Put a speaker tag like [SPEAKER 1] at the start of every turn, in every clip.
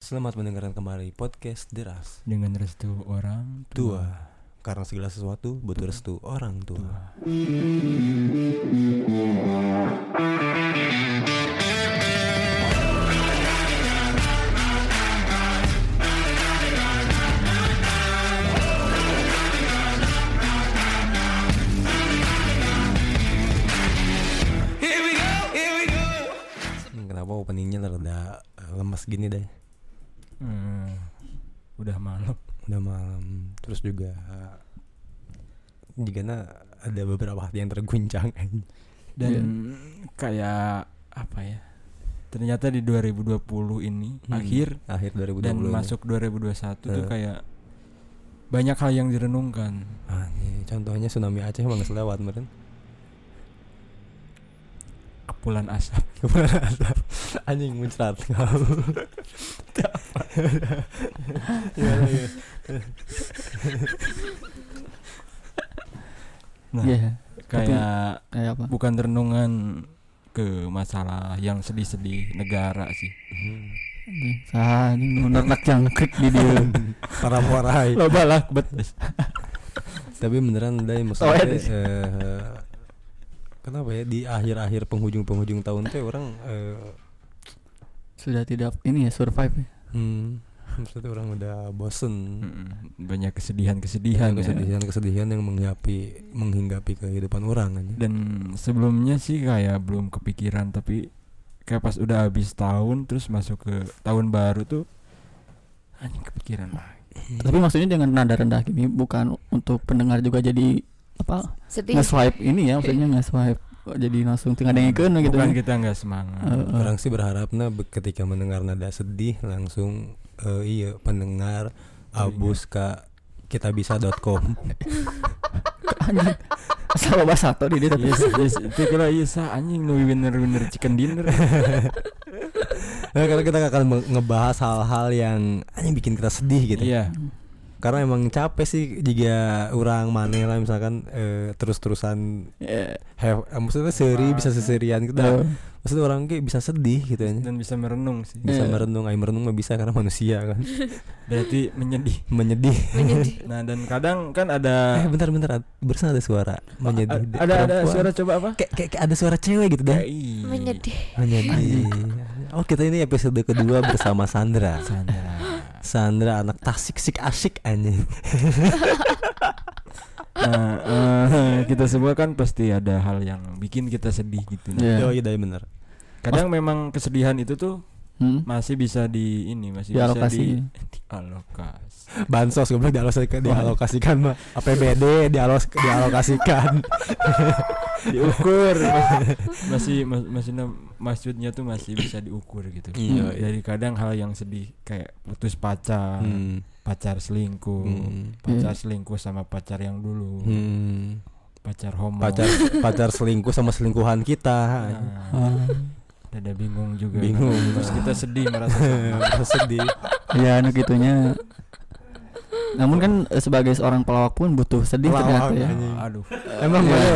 [SPEAKER 1] Selamat mendengarkan kembali podcast Deras
[SPEAKER 2] dengan restu orang tua.
[SPEAKER 1] Tua. Karena segala sesuatu butuh restu orang tua. Hmm, Kenapa openingnya rada eh, lemas gini deh?
[SPEAKER 2] Hmm, udah malam.
[SPEAKER 1] Udah malam. Terus juga juga ada beberapa hati yang terguncang.
[SPEAKER 2] Dan
[SPEAKER 1] Iya.
[SPEAKER 2] kayak apa ya? Ternyata di 2020 ini
[SPEAKER 1] Hmm.
[SPEAKER 2] akhir
[SPEAKER 1] Akhir 2020.
[SPEAKER 2] dan masuk 2021 tuh
[SPEAKER 1] Eh.
[SPEAKER 2] kayak banyak hal yang direnungkan.
[SPEAKER 1] Ah, ini contohnya tsunami Aceh emang nggak selewat meren.
[SPEAKER 2] Kepulan asap.
[SPEAKER 1] Kemana asap? Anjing muncrat kau. Gimana, ya?
[SPEAKER 2] Nah,
[SPEAKER 3] Iya,
[SPEAKER 2] kayak
[SPEAKER 3] kayak apa?
[SPEAKER 2] bukan renungan ke masalah yang sedih-sedih negara sih.
[SPEAKER 3] Anjing, Sah, anjing menernak jangkrik di dia.
[SPEAKER 1] Parah parah.
[SPEAKER 2] Loba lah betes.
[SPEAKER 1] Tapi beneran dai maksudnya
[SPEAKER 3] Soalnya di-
[SPEAKER 1] eh, kenapa ya di akhir-akhir penghujung-penghujung tahun tuh orang eh,
[SPEAKER 3] Sudah tidak ini ya survive ya.
[SPEAKER 1] hmm, maksudnya orang udah
[SPEAKER 2] Hmm.
[SPEAKER 1] bosen.
[SPEAKER 2] Mm-mm. Banyak kesedihan-kesedihan.
[SPEAKER 1] Kesedihan,
[SPEAKER 2] ya.
[SPEAKER 1] kesedihan, kesedihan Iya, yang menghinggapi menghinggapi kehidupan orang kan? aja.
[SPEAKER 2] dan sebelumnya sih kayak belum kepikiran tapi kayak pas udah habis tahun terus masuk ke tahun baru tuh anjing kepikiran lah
[SPEAKER 3] Tapi maksudnya dengan nada rendah gini bukan untuk pendengar juga jadi apa?
[SPEAKER 4] sedih
[SPEAKER 3] Nge-swipe ini ya, maksudnya nge-swipe jadi langsung tinggal dengerin gitu.
[SPEAKER 2] Hmm. bukan
[SPEAKER 3] ya.
[SPEAKER 2] kita nggak semangat
[SPEAKER 3] Heeh.
[SPEAKER 1] Orang sih berharapnya be- ketika mendengar nada sedih langsung eh, iya pendengar
[SPEAKER 2] Oh, iya.
[SPEAKER 1] abus ka kitabisa.com.
[SPEAKER 3] Anjing. Asal loba satu di dia tapi
[SPEAKER 2] yes yes itu kalau iya sah anjing no winner winner chicken dinner
[SPEAKER 1] Nah, karena kita akan meng- ngebahas hal-hal yang anjing bikin kita sedih gitu.
[SPEAKER 2] iya
[SPEAKER 1] Karena emang capek sih jika orang maneh lah misalkan eh, terus-terusan
[SPEAKER 3] ya.
[SPEAKER 1] have, eh, maksudnya seri bisa seserian kita.
[SPEAKER 3] Heeh.
[SPEAKER 1] Maksudnya orang kayak bisa sedih gitu ya.
[SPEAKER 2] Iya. dan bisa merenung sih
[SPEAKER 1] Bisa
[SPEAKER 3] Iya.
[SPEAKER 1] merenung, ay merenung mah bisa karena manusia kan.
[SPEAKER 2] berarti menyedih
[SPEAKER 1] Menyedih.
[SPEAKER 4] menyedih
[SPEAKER 2] nah dan kadang kan
[SPEAKER 1] eh
[SPEAKER 2] ada
[SPEAKER 1] bentar-bentar bersama ada suara menyedih.
[SPEAKER 2] a- ada ada
[SPEAKER 1] Perempuan.
[SPEAKER 2] suara coba apa
[SPEAKER 1] kayak, kayak, kayak ada suara cewek gitu deh.
[SPEAKER 2] Iya.
[SPEAKER 4] menyedih
[SPEAKER 1] Menyedih. Oh kita ini episode kedua bersama Sandra.
[SPEAKER 2] Sandra.
[SPEAKER 1] Sandra anak tasik sik asik anjing.
[SPEAKER 2] Nah, eh, kita semua kan pasti ada hal yang bikin kita sedih gitu nah.
[SPEAKER 3] Iya.
[SPEAKER 1] Oh iya dari bener.
[SPEAKER 2] kadang memang kesedihan itu tuh
[SPEAKER 3] Hmm?
[SPEAKER 2] masih bisa di ini masih
[SPEAKER 3] Di
[SPEAKER 2] bisa
[SPEAKER 3] alokasi.
[SPEAKER 2] di, alokasi
[SPEAKER 1] bansos gue bilang dialokasikan dialokasikan mah APBD dialos dialokasikan
[SPEAKER 2] diukur masih mas- masih nam- maksudnya tuh masih bisa diukur gitu
[SPEAKER 1] Iya,
[SPEAKER 2] Hmm,
[SPEAKER 1] iya.
[SPEAKER 2] dari kadang hal yang sedih kayak putus pacar
[SPEAKER 1] hmm.
[SPEAKER 2] pacar selingkuh
[SPEAKER 1] Hmm.
[SPEAKER 2] pacar
[SPEAKER 3] Iya.
[SPEAKER 2] selingkuh sama pacar yang dulu
[SPEAKER 1] Hmm.
[SPEAKER 2] pacar homo
[SPEAKER 1] pacar pacar selingkuh sama selingkuhan kita
[SPEAKER 2] nah,
[SPEAKER 3] Ah,
[SPEAKER 2] ada bingung juga
[SPEAKER 1] Bingung.
[SPEAKER 2] terus kita sedih merasa sama.
[SPEAKER 1] Merasa sedih
[SPEAKER 3] ya anu gitunya. Namun kan eh, sebagai seorang pelawak pun butuh sedih
[SPEAKER 1] Pelawak,
[SPEAKER 3] ternyata
[SPEAKER 2] iya.
[SPEAKER 3] ya.
[SPEAKER 1] anjing.
[SPEAKER 2] aduh
[SPEAKER 1] emang
[SPEAKER 3] Iya.
[SPEAKER 1] mana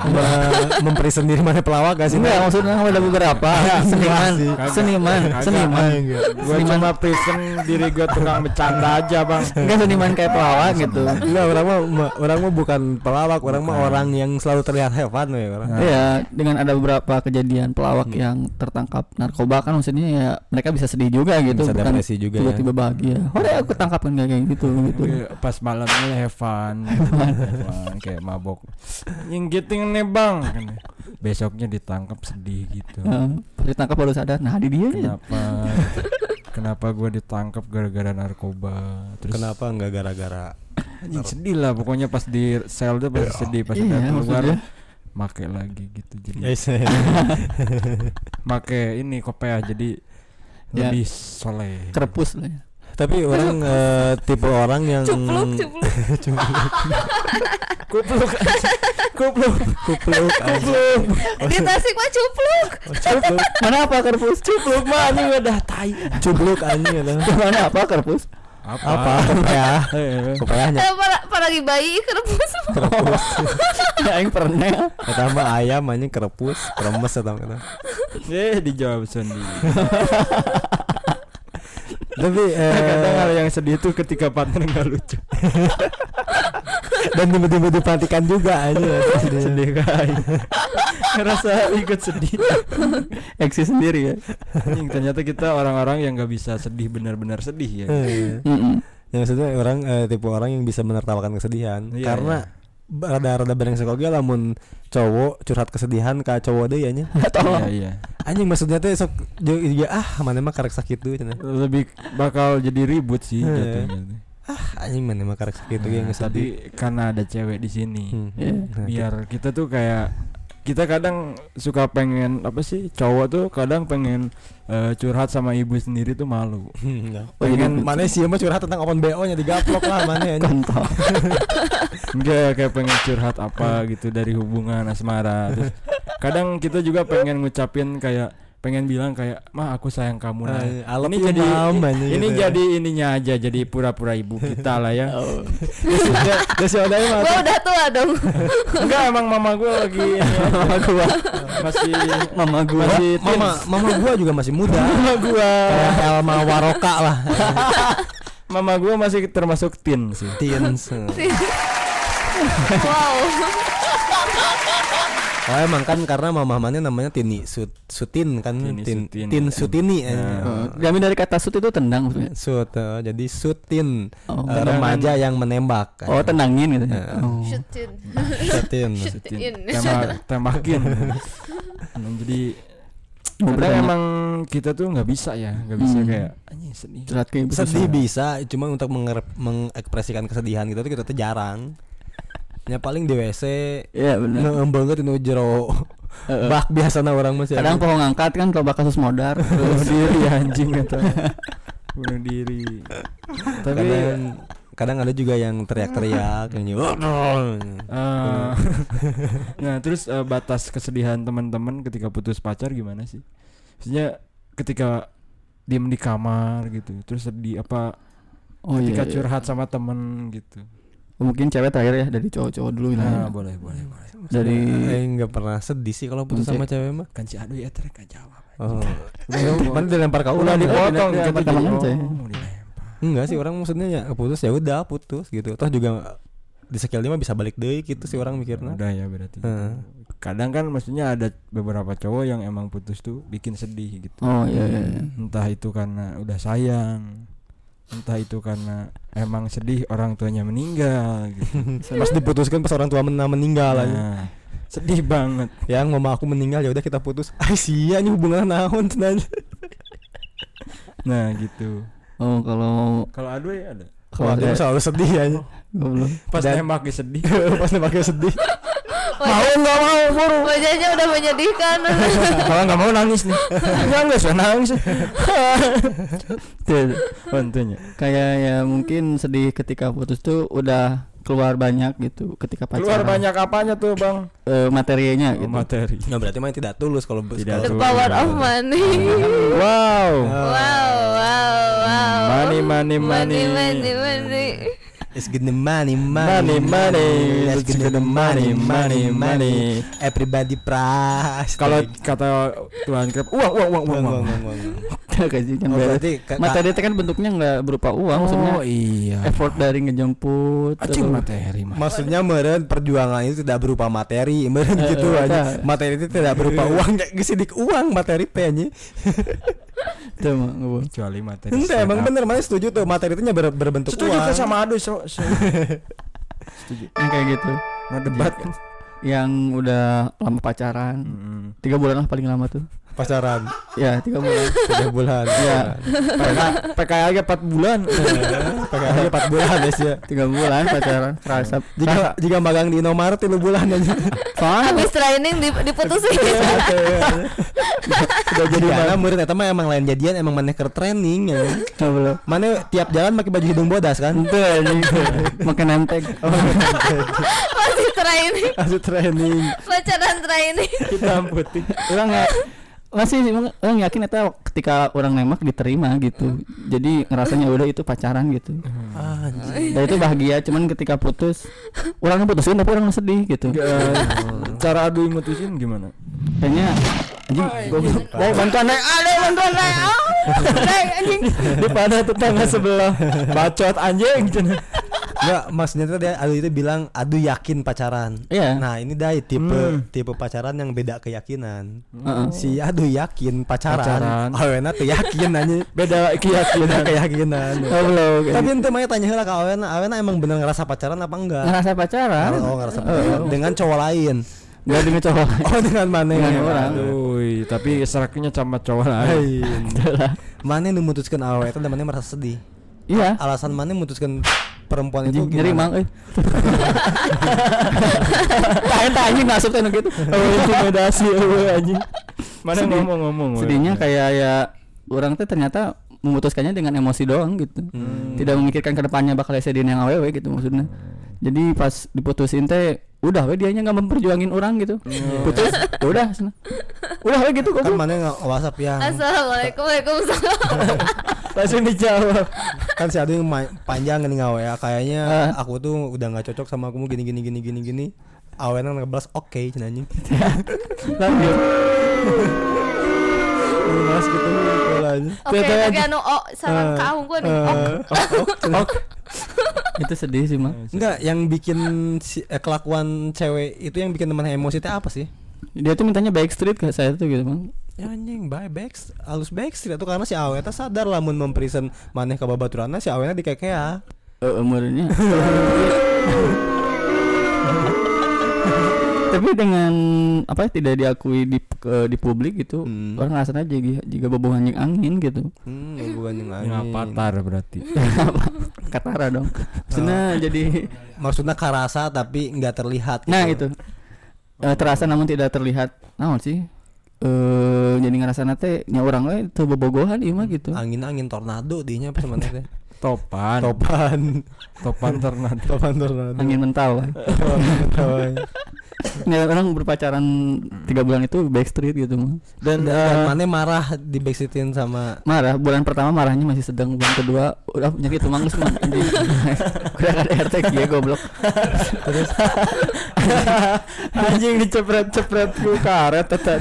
[SPEAKER 1] ma- memperi sendiri mana pelawak gak sih
[SPEAKER 3] Enggak, maksudnya ada beberapa seniman,
[SPEAKER 2] Iya, Kagak.
[SPEAKER 3] seniman,
[SPEAKER 2] Kagak.
[SPEAKER 3] seniman.
[SPEAKER 2] gua
[SPEAKER 3] Seniman.
[SPEAKER 2] cuma prison diri gua tukang bercanda aja bang
[SPEAKER 3] Enggak seniman kayak pelawak gitu.
[SPEAKER 1] Enggak, orang mah ma- orang mah bukan pelawak, orang mah
[SPEAKER 2] Bukan.
[SPEAKER 1] orang yang selalu terlihat hebat ya orang.
[SPEAKER 3] Iya, dengan ada beberapa kejadian pelawak
[SPEAKER 1] Hmm.
[SPEAKER 3] yang tertangkap narkoba kan maksudnya ya mereka bisa sedih juga gitu,
[SPEAKER 1] Bisa
[SPEAKER 3] bukan
[SPEAKER 1] depresi juga ya.
[SPEAKER 3] tiba-tiba bahagia. Hore aku tangkapkan kayak kayak gitu gitu.
[SPEAKER 2] Iya, pas malamnya have fun, Have fun, kayak mabok yang giting nih bang Kan. besoknya ditangkap sedih gitu
[SPEAKER 3] Nah, pas ditangkap baru sadar, nah di dia nih.
[SPEAKER 2] kenapa kenapa gue ditangkap gara-gara narkoba terus
[SPEAKER 1] Kenapa enggak gara-gara
[SPEAKER 2] anjing, sedih lah pokoknya pas di sel tuh pasti sedih pas udah
[SPEAKER 3] Iya,
[SPEAKER 2] keluar
[SPEAKER 3] maksudnya.
[SPEAKER 2] make lagi gitu
[SPEAKER 3] Hmm.
[SPEAKER 1] Ya,
[SPEAKER 2] jadi
[SPEAKER 1] saya-
[SPEAKER 2] make ini kopea jadi
[SPEAKER 3] Ya.
[SPEAKER 2] lebih soleh
[SPEAKER 3] Kerpus lah ya.
[SPEAKER 1] Tapi orang eh, tipe orang yang
[SPEAKER 4] cupluk cupluk
[SPEAKER 2] kupluk kupluk
[SPEAKER 1] kupluk aja.
[SPEAKER 4] di tasik mah cupluk
[SPEAKER 1] cupluk
[SPEAKER 3] Mana apa kerpus? Cupluk mah anjing udah tai.
[SPEAKER 1] cupluk anjing adalah
[SPEAKER 3] Mana apa kerpus?
[SPEAKER 2] apa,
[SPEAKER 1] apa
[SPEAKER 3] Ah,
[SPEAKER 1] kepeah
[SPEAKER 3] iya,
[SPEAKER 1] kepeahnya
[SPEAKER 4] eh para, para lagi bayi kerebus
[SPEAKER 1] kerepus
[SPEAKER 3] Ya aing pernah.
[SPEAKER 1] pertama ayam anjing kerepus kremes atau kata
[SPEAKER 2] eh dijawab sendiri
[SPEAKER 1] Tapi
[SPEAKER 2] kadang hal
[SPEAKER 1] eh,
[SPEAKER 2] yang sedih itu ketika partner nggak lucu
[SPEAKER 1] dan tiba-tiba diperhatikan juga aja.
[SPEAKER 3] sedih kan ngerasa ikut sedih eksis sendiri ya
[SPEAKER 2] Anjing, ternyata kita orang-orang yang nggak bisa sedih benar-benar sedih ya
[SPEAKER 1] Eh,
[SPEAKER 3] Mm-mm.
[SPEAKER 1] yang maksudnya orang eh, tipe orang yang bisa menertawakan kesedihan
[SPEAKER 2] Iya,
[SPEAKER 1] karena rada-rada bareng oge lamun cowok curhat kesedihan ke cowok deh ya nya.
[SPEAKER 3] atau
[SPEAKER 2] iya, iya.
[SPEAKER 1] anjing maksudnya teh sok jauh juga ah mana mah karek sakit tuh cenah
[SPEAKER 2] lebih bakal jadi ribut sih
[SPEAKER 1] Iya.
[SPEAKER 2] jatuhnya
[SPEAKER 1] ah anjing mana mah karek sakit tuh ya,
[SPEAKER 2] Nah,
[SPEAKER 1] yang sedih
[SPEAKER 2] tapi karena ada cewek di sini
[SPEAKER 1] Hmm.
[SPEAKER 3] Iya.
[SPEAKER 1] Nah,
[SPEAKER 2] biar kita tuh kayak kita kadang suka pengen apa sih cowok tuh kadang pengen eh, curhat sama ibu sendiri tuh malu
[SPEAKER 1] Hmm, enggak.
[SPEAKER 3] Oh, iya,
[SPEAKER 1] Pengen
[SPEAKER 3] betul.
[SPEAKER 1] mana sih ya, mah curhat tentang open BO nya digaplok lah mana ya, anjing.
[SPEAKER 3] kontol
[SPEAKER 2] enggak kayak pengen curhat
[SPEAKER 1] Hmm.
[SPEAKER 2] apa gitu dari hubungan asmara terus kadang kita juga pengen ngucapin kayak pengen bilang kayak mah aku sayang kamu nah
[SPEAKER 1] Ay, I love
[SPEAKER 2] ini
[SPEAKER 1] you,
[SPEAKER 3] Iya,
[SPEAKER 2] jadi
[SPEAKER 1] Mom, ya, anjing,
[SPEAKER 2] ini
[SPEAKER 3] ya.
[SPEAKER 1] gitu.
[SPEAKER 2] jadi ininya aja jadi pura-pura ibu kita lah ya
[SPEAKER 3] Oh.
[SPEAKER 1] Desi Odai mah
[SPEAKER 4] Gua udah tua dong.
[SPEAKER 2] enggak emang mama gue lagi ini aja,
[SPEAKER 3] mama gua
[SPEAKER 2] masih
[SPEAKER 3] mama gua
[SPEAKER 2] Masih
[SPEAKER 1] mama mama gua juga masih muda
[SPEAKER 2] mama gue
[SPEAKER 1] kayak Elma Waroka lah
[SPEAKER 2] mama gue masih termasuk teen sih
[SPEAKER 1] teens
[SPEAKER 4] wow.
[SPEAKER 1] oh emang kan karena mama mana namanya Tini Sut Sutin kan
[SPEAKER 2] Tini
[SPEAKER 1] Tin
[SPEAKER 2] Sutin.
[SPEAKER 1] Tin Sutini eh.
[SPEAKER 2] Nah.
[SPEAKER 3] Eh, kami dari kata sut itu tendang maksudnya
[SPEAKER 1] Sut eh, jadi Sutin eh,
[SPEAKER 3] oh,
[SPEAKER 2] tendangan.
[SPEAKER 1] remaja yang menembak
[SPEAKER 3] oh tendangin gitu ya.
[SPEAKER 1] Eh.
[SPEAKER 3] oh.
[SPEAKER 4] Shoot in.
[SPEAKER 1] Sutin
[SPEAKER 4] Shoot in.
[SPEAKER 2] tema temakin Dan jadi
[SPEAKER 3] Oh,
[SPEAKER 2] kadang
[SPEAKER 3] berenang.
[SPEAKER 2] emang kita tuh nggak bisa ya nggak bisa
[SPEAKER 3] Hmm.
[SPEAKER 2] kayak anjing sedih
[SPEAKER 3] curhat gitu ke ibu
[SPEAKER 1] sedih
[SPEAKER 3] sosial.
[SPEAKER 1] bisa cuma untuk menger- mengekspresikan kesedihan gitu tuh kita tuh jarang ya paling di WC
[SPEAKER 3] Iya benar.
[SPEAKER 2] Nah.
[SPEAKER 1] ngeem banget itu jero
[SPEAKER 2] Eh.
[SPEAKER 3] Heeh.
[SPEAKER 1] bak biasanya orang masih
[SPEAKER 3] Kadang pohon ngangkat kan loba kasus modar. iya,
[SPEAKER 2] bunuh diri anjing
[SPEAKER 3] gitu.
[SPEAKER 2] atau bunuh diri tapi
[SPEAKER 1] kadang kadang ada juga yang teriak-teriak yang nyium.
[SPEAKER 2] eh, nah terus eh, batas kesedihan teman-teman ketika putus pacar gimana sih maksudnya ketika diem di kamar gitu terus sedih apa
[SPEAKER 3] Oh iya.
[SPEAKER 2] ketika
[SPEAKER 3] iya.
[SPEAKER 2] curhat sama temen gitu
[SPEAKER 3] Mungkin cewek terakhir ya dari cowok-cowok dulu lah.
[SPEAKER 2] nah boleh boleh boleh
[SPEAKER 3] Dari
[SPEAKER 1] Eh, nggak pernah sedih sih kalau putus sama cewek mah
[SPEAKER 2] kan si aduh ya terek gak jawab
[SPEAKER 1] oh. mana dilempar ke
[SPEAKER 2] udah
[SPEAKER 1] ulang ya?
[SPEAKER 2] dipotong
[SPEAKER 3] Tidak,
[SPEAKER 2] gitu
[SPEAKER 3] tidak, tidak,
[SPEAKER 2] jadi,
[SPEAKER 3] tidak,
[SPEAKER 2] oh,
[SPEAKER 3] tidak.
[SPEAKER 2] mau dilempar.
[SPEAKER 1] enggak sih orang maksudnya ya putus ya udah putus gitu toh juga di skill mah bisa balik deh gitu sih orang Nah. mikirnya
[SPEAKER 2] udah ya berarti
[SPEAKER 1] Heeh.
[SPEAKER 2] kadang kan maksudnya ada beberapa cowok yang emang putus tuh bikin sedih gitu
[SPEAKER 3] Oh iya iya. iya.
[SPEAKER 2] entah itu karena udah sayang entah itu karena emang sedih orang tuanya meninggal gitu
[SPEAKER 1] pas diputuskan pas orang tua mena meninggal aja
[SPEAKER 2] Nah, sedih banget
[SPEAKER 1] yang mama aku meninggal ya udah kita putus ah sia ini hubungan naon cenah.
[SPEAKER 2] nah gitu
[SPEAKER 3] Oh kalau
[SPEAKER 2] kalau aduh ya ada
[SPEAKER 1] Wah, dia
[SPEAKER 3] saya-
[SPEAKER 1] selalu sedih ya
[SPEAKER 3] goblok.
[SPEAKER 2] pas
[SPEAKER 1] Dan-
[SPEAKER 2] nembak ya sedih
[SPEAKER 1] pas dipakai sedih
[SPEAKER 4] Wajah-
[SPEAKER 2] nggak mau buru
[SPEAKER 4] Wajahnya udah menyedihkan.
[SPEAKER 2] kalau nggak mau nangis nih nggak nggak usah nangis
[SPEAKER 3] Tuh,
[SPEAKER 2] tentunya
[SPEAKER 3] Kayak ya mungkin sedih ketika putus tuh udah keluar banyak gitu ketika pacaran.
[SPEAKER 2] keluar banyak apanya tuh bang
[SPEAKER 3] Eh, materinya
[SPEAKER 2] Oh,
[SPEAKER 3] gitu.
[SPEAKER 2] materi
[SPEAKER 1] nah berarti mah tidak tulus kalau
[SPEAKER 2] Tidak
[SPEAKER 1] kalau-
[SPEAKER 4] The
[SPEAKER 2] tulus.
[SPEAKER 4] power of money.
[SPEAKER 2] wow
[SPEAKER 4] Wow, wow, wow.
[SPEAKER 2] money money money
[SPEAKER 4] money, money, money.
[SPEAKER 1] It's gonna money,
[SPEAKER 2] money
[SPEAKER 1] money,
[SPEAKER 2] money
[SPEAKER 1] It's
[SPEAKER 2] let's get
[SPEAKER 1] gonna
[SPEAKER 2] the money money money
[SPEAKER 1] Everybody price.
[SPEAKER 2] kalau kata Tuhan Krep uang uang uang uang, uang.
[SPEAKER 3] Gaji kan
[SPEAKER 1] Oh,
[SPEAKER 3] beres.
[SPEAKER 1] berarti ka-
[SPEAKER 3] Materi itu kan bentuknya nggak berupa uang, maksudnya Eh,
[SPEAKER 2] oh iya
[SPEAKER 3] effort dari ngejemput.
[SPEAKER 2] Acing
[SPEAKER 3] terus-
[SPEAKER 2] materi mah
[SPEAKER 1] maksudnya meren perjuangan itu tidak berupa materi, meren
[SPEAKER 2] Iya,
[SPEAKER 3] Eh,
[SPEAKER 1] gitu
[SPEAKER 3] eh,
[SPEAKER 1] aja.
[SPEAKER 3] tak.
[SPEAKER 1] Materi itu tidak berupa uang, gak gesidik uang materi teh anjing.
[SPEAKER 3] Tuh, Mak, ngobrol.
[SPEAKER 2] kecuali materi
[SPEAKER 1] Enggak
[SPEAKER 2] stand
[SPEAKER 1] emang
[SPEAKER 2] up.
[SPEAKER 1] bener mana setuju tuh materi itu nya ber- berbentuk
[SPEAKER 2] setuju
[SPEAKER 1] uang.
[SPEAKER 2] kan sama aduh so, so. setuju
[SPEAKER 3] Yang kayak gitu.
[SPEAKER 2] no Nah, debat
[SPEAKER 3] Yang udah lama pacaran.
[SPEAKER 2] Mm-mm.
[SPEAKER 3] Tiga bulan lah paling lama tuh.
[SPEAKER 1] pacaran
[SPEAKER 3] Ya, tiga bulan.
[SPEAKER 1] tiga bulan.
[SPEAKER 3] Iya.
[SPEAKER 2] PK PKL aja 4 bulan
[SPEAKER 1] Pakai aja empat bulan ya sih.
[SPEAKER 3] tiga bulan pacaran kerasa
[SPEAKER 2] Nah.
[SPEAKER 1] Jika jika magang di Indomaret tilu bulan ya, aja.
[SPEAKER 3] soalnya
[SPEAKER 4] Habis training dip- diputusin.
[SPEAKER 1] Udah jadi
[SPEAKER 2] Iya.
[SPEAKER 1] mana murid eta mah emang lain jadian emang maneh ke training ya.
[SPEAKER 3] belum
[SPEAKER 1] Mana tiap jalan pakai baju hidung bodas kan?
[SPEAKER 3] itu anjing Oh. makan nanteg
[SPEAKER 4] Masih training.
[SPEAKER 1] Masih training.
[SPEAKER 4] Pacaran training.
[SPEAKER 2] hitam putih
[SPEAKER 3] orang nggak masih orang yakin itu ketika orang nembak diterima gitu jadi ngerasanya udah itu pacaran gitu
[SPEAKER 1] Hmm.
[SPEAKER 3] dan itu bahagia cuman ketika putus orang putusin tapi orang sedih gitu
[SPEAKER 2] Enggak. cara adu mutusin gimana
[SPEAKER 3] kayaknya anjing goblok. Dai bantuan dai. Ah, dai bantuan dai. Ah, dai anjing. Di pada tetangga sebelah. Bacot anjing.
[SPEAKER 1] Enggak, maksudnya tuh dia Adu itu bilang Adu yakin pacaran.
[SPEAKER 3] Iya.
[SPEAKER 1] Nah, ini dai tipe
[SPEAKER 2] Hmm.
[SPEAKER 1] tipe pacaran yang beda keyakinan.
[SPEAKER 3] Heeh.
[SPEAKER 1] Si Adu yakin pacaran.
[SPEAKER 2] Pacaran.
[SPEAKER 1] Awena tuh yakin anjing. Beda
[SPEAKER 2] Beda keyakinan.
[SPEAKER 1] keyakinan.
[SPEAKER 3] Goblok.
[SPEAKER 1] Tapi ente mah tanya heula ke Awena, Awena emang bener ngerasa pacaran apa enggak?
[SPEAKER 3] Ngerasa pacaran?
[SPEAKER 1] Oh, ngerasa pacaran dengan cowok lain.
[SPEAKER 3] Enggak dengan cowok.
[SPEAKER 1] Oh, dengan mana?
[SPEAKER 3] Dengan orang.
[SPEAKER 2] Iya, Aduh, tapi seraknya sama cowok lain.
[SPEAKER 1] Lain. Mana yang memutuskan awet dan mana yang merasa sedih?
[SPEAKER 3] Iya.
[SPEAKER 1] Alasan mana yang memutuskan perempuan itu
[SPEAKER 3] Anjing nyeri
[SPEAKER 1] gimana?
[SPEAKER 3] mang eh. euy. Tah eta anjing masuk gitu. teh nu kitu.
[SPEAKER 2] Oh, intimidasi eueuh, anjing. Mana
[SPEAKER 3] Sedih-
[SPEAKER 2] ngomong-ngomong. eueuh.
[SPEAKER 3] Sedihnya kayak ya orang teh ternyata memutuskannya dengan emosi doang gitu.
[SPEAKER 1] Hmm.
[SPEAKER 3] Tidak memikirkan ke depannya bakal sedih yang awewe gitu maksudnya. Jadi pas diputusin teh udah we dianya nggak memperjuangin orang gitu. Putus, ya udah sana. Udah we gitu
[SPEAKER 1] Kan ya.
[SPEAKER 3] goblok.
[SPEAKER 1] mana nggak WhatsApp yang
[SPEAKER 4] Assalamualaikum Waalaikumsalam
[SPEAKER 2] langsung dijawab.
[SPEAKER 1] kan si Adu yang ma- panjang nih ngawe ya kayaknya
[SPEAKER 3] Ah.
[SPEAKER 1] aku tuh udah nggak cocok sama kamu gini gini gini gini gini awalnya ngebalas oke okay, cina anjing
[SPEAKER 3] Lanjut.
[SPEAKER 1] ngebalas gitu ngebalas aja.
[SPEAKER 4] Oke
[SPEAKER 3] Teteh
[SPEAKER 4] tapi
[SPEAKER 3] aja.
[SPEAKER 4] anu oh salam
[SPEAKER 1] Eh,
[SPEAKER 4] ke Aung gua nih
[SPEAKER 1] eh,
[SPEAKER 4] Oh
[SPEAKER 1] ok, ok, cina.
[SPEAKER 3] Itu sedih sih mang.
[SPEAKER 1] enggak yang bikin si, eh, kelakuan cewek itu yang bikin teman emosi itu apa sih
[SPEAKER 3] Dia tuh mintanya backstreet ke saya tuh gitu mang.
[SPEAKER 1] ya anjing bae backs alus backstreet itu karena si aweta sadar lamun memprison maneh ke babaturana si aweta dikekea
[SPEAKER 3] Eh, umurnya. Tapi dengan apa ya, tidak diakui di ke- di publik gitu,
[SPEAKER 1] Hmm.
[SPEAKER 3] orang rasanya jadi jika boboh anjing angin gitu.
[SPEAKER 1] hmm gue anjing
[SPEAKER 2] Ngapatar berarti.
[SPEAKER 3] Katara dong.
[SPEAKER 1] Oh.
[SPEAKER 3] Maksudnya jadi
[SPEAKER 1] maksudnya karasa tapi nggak terlihat gitu.
[SPEAKER 3] nah itu Eh, terasa namun tidak terlihat. Naon sih? Eh jadi ngerasa teh nya orang lain teu bobogohan ieu mah gitu.
[SPEAKER 1] angin angin tornado dinya apa sebenarnya
[SPEAKER 2] Topan.
[SPEAKER 1] topan
[SPEAKER 2] Topan ternak.
[SPEAKER 1] topan tornado
[SPEAKER 3] Angin mental. ya, orang berpacaran tiga bulan itu backstreet gitu mah.
[SPEAKER 1] dan,
[SPEAKER 3] Dan,
[SPEAKER 1] dan
[SPEAKER 3] eh,
[SPEAKER 1] mana marah di backseatin sama
[SPEAKER 3] marah bulan pertama marahnya masih sedang bulan kedua udah penyakit tumang semang anjing udah gak ada RT ya goblok
[SPEAKER 1] terus
[SPEAKER 2] Anjing dicepret-cepret ku karet teteh.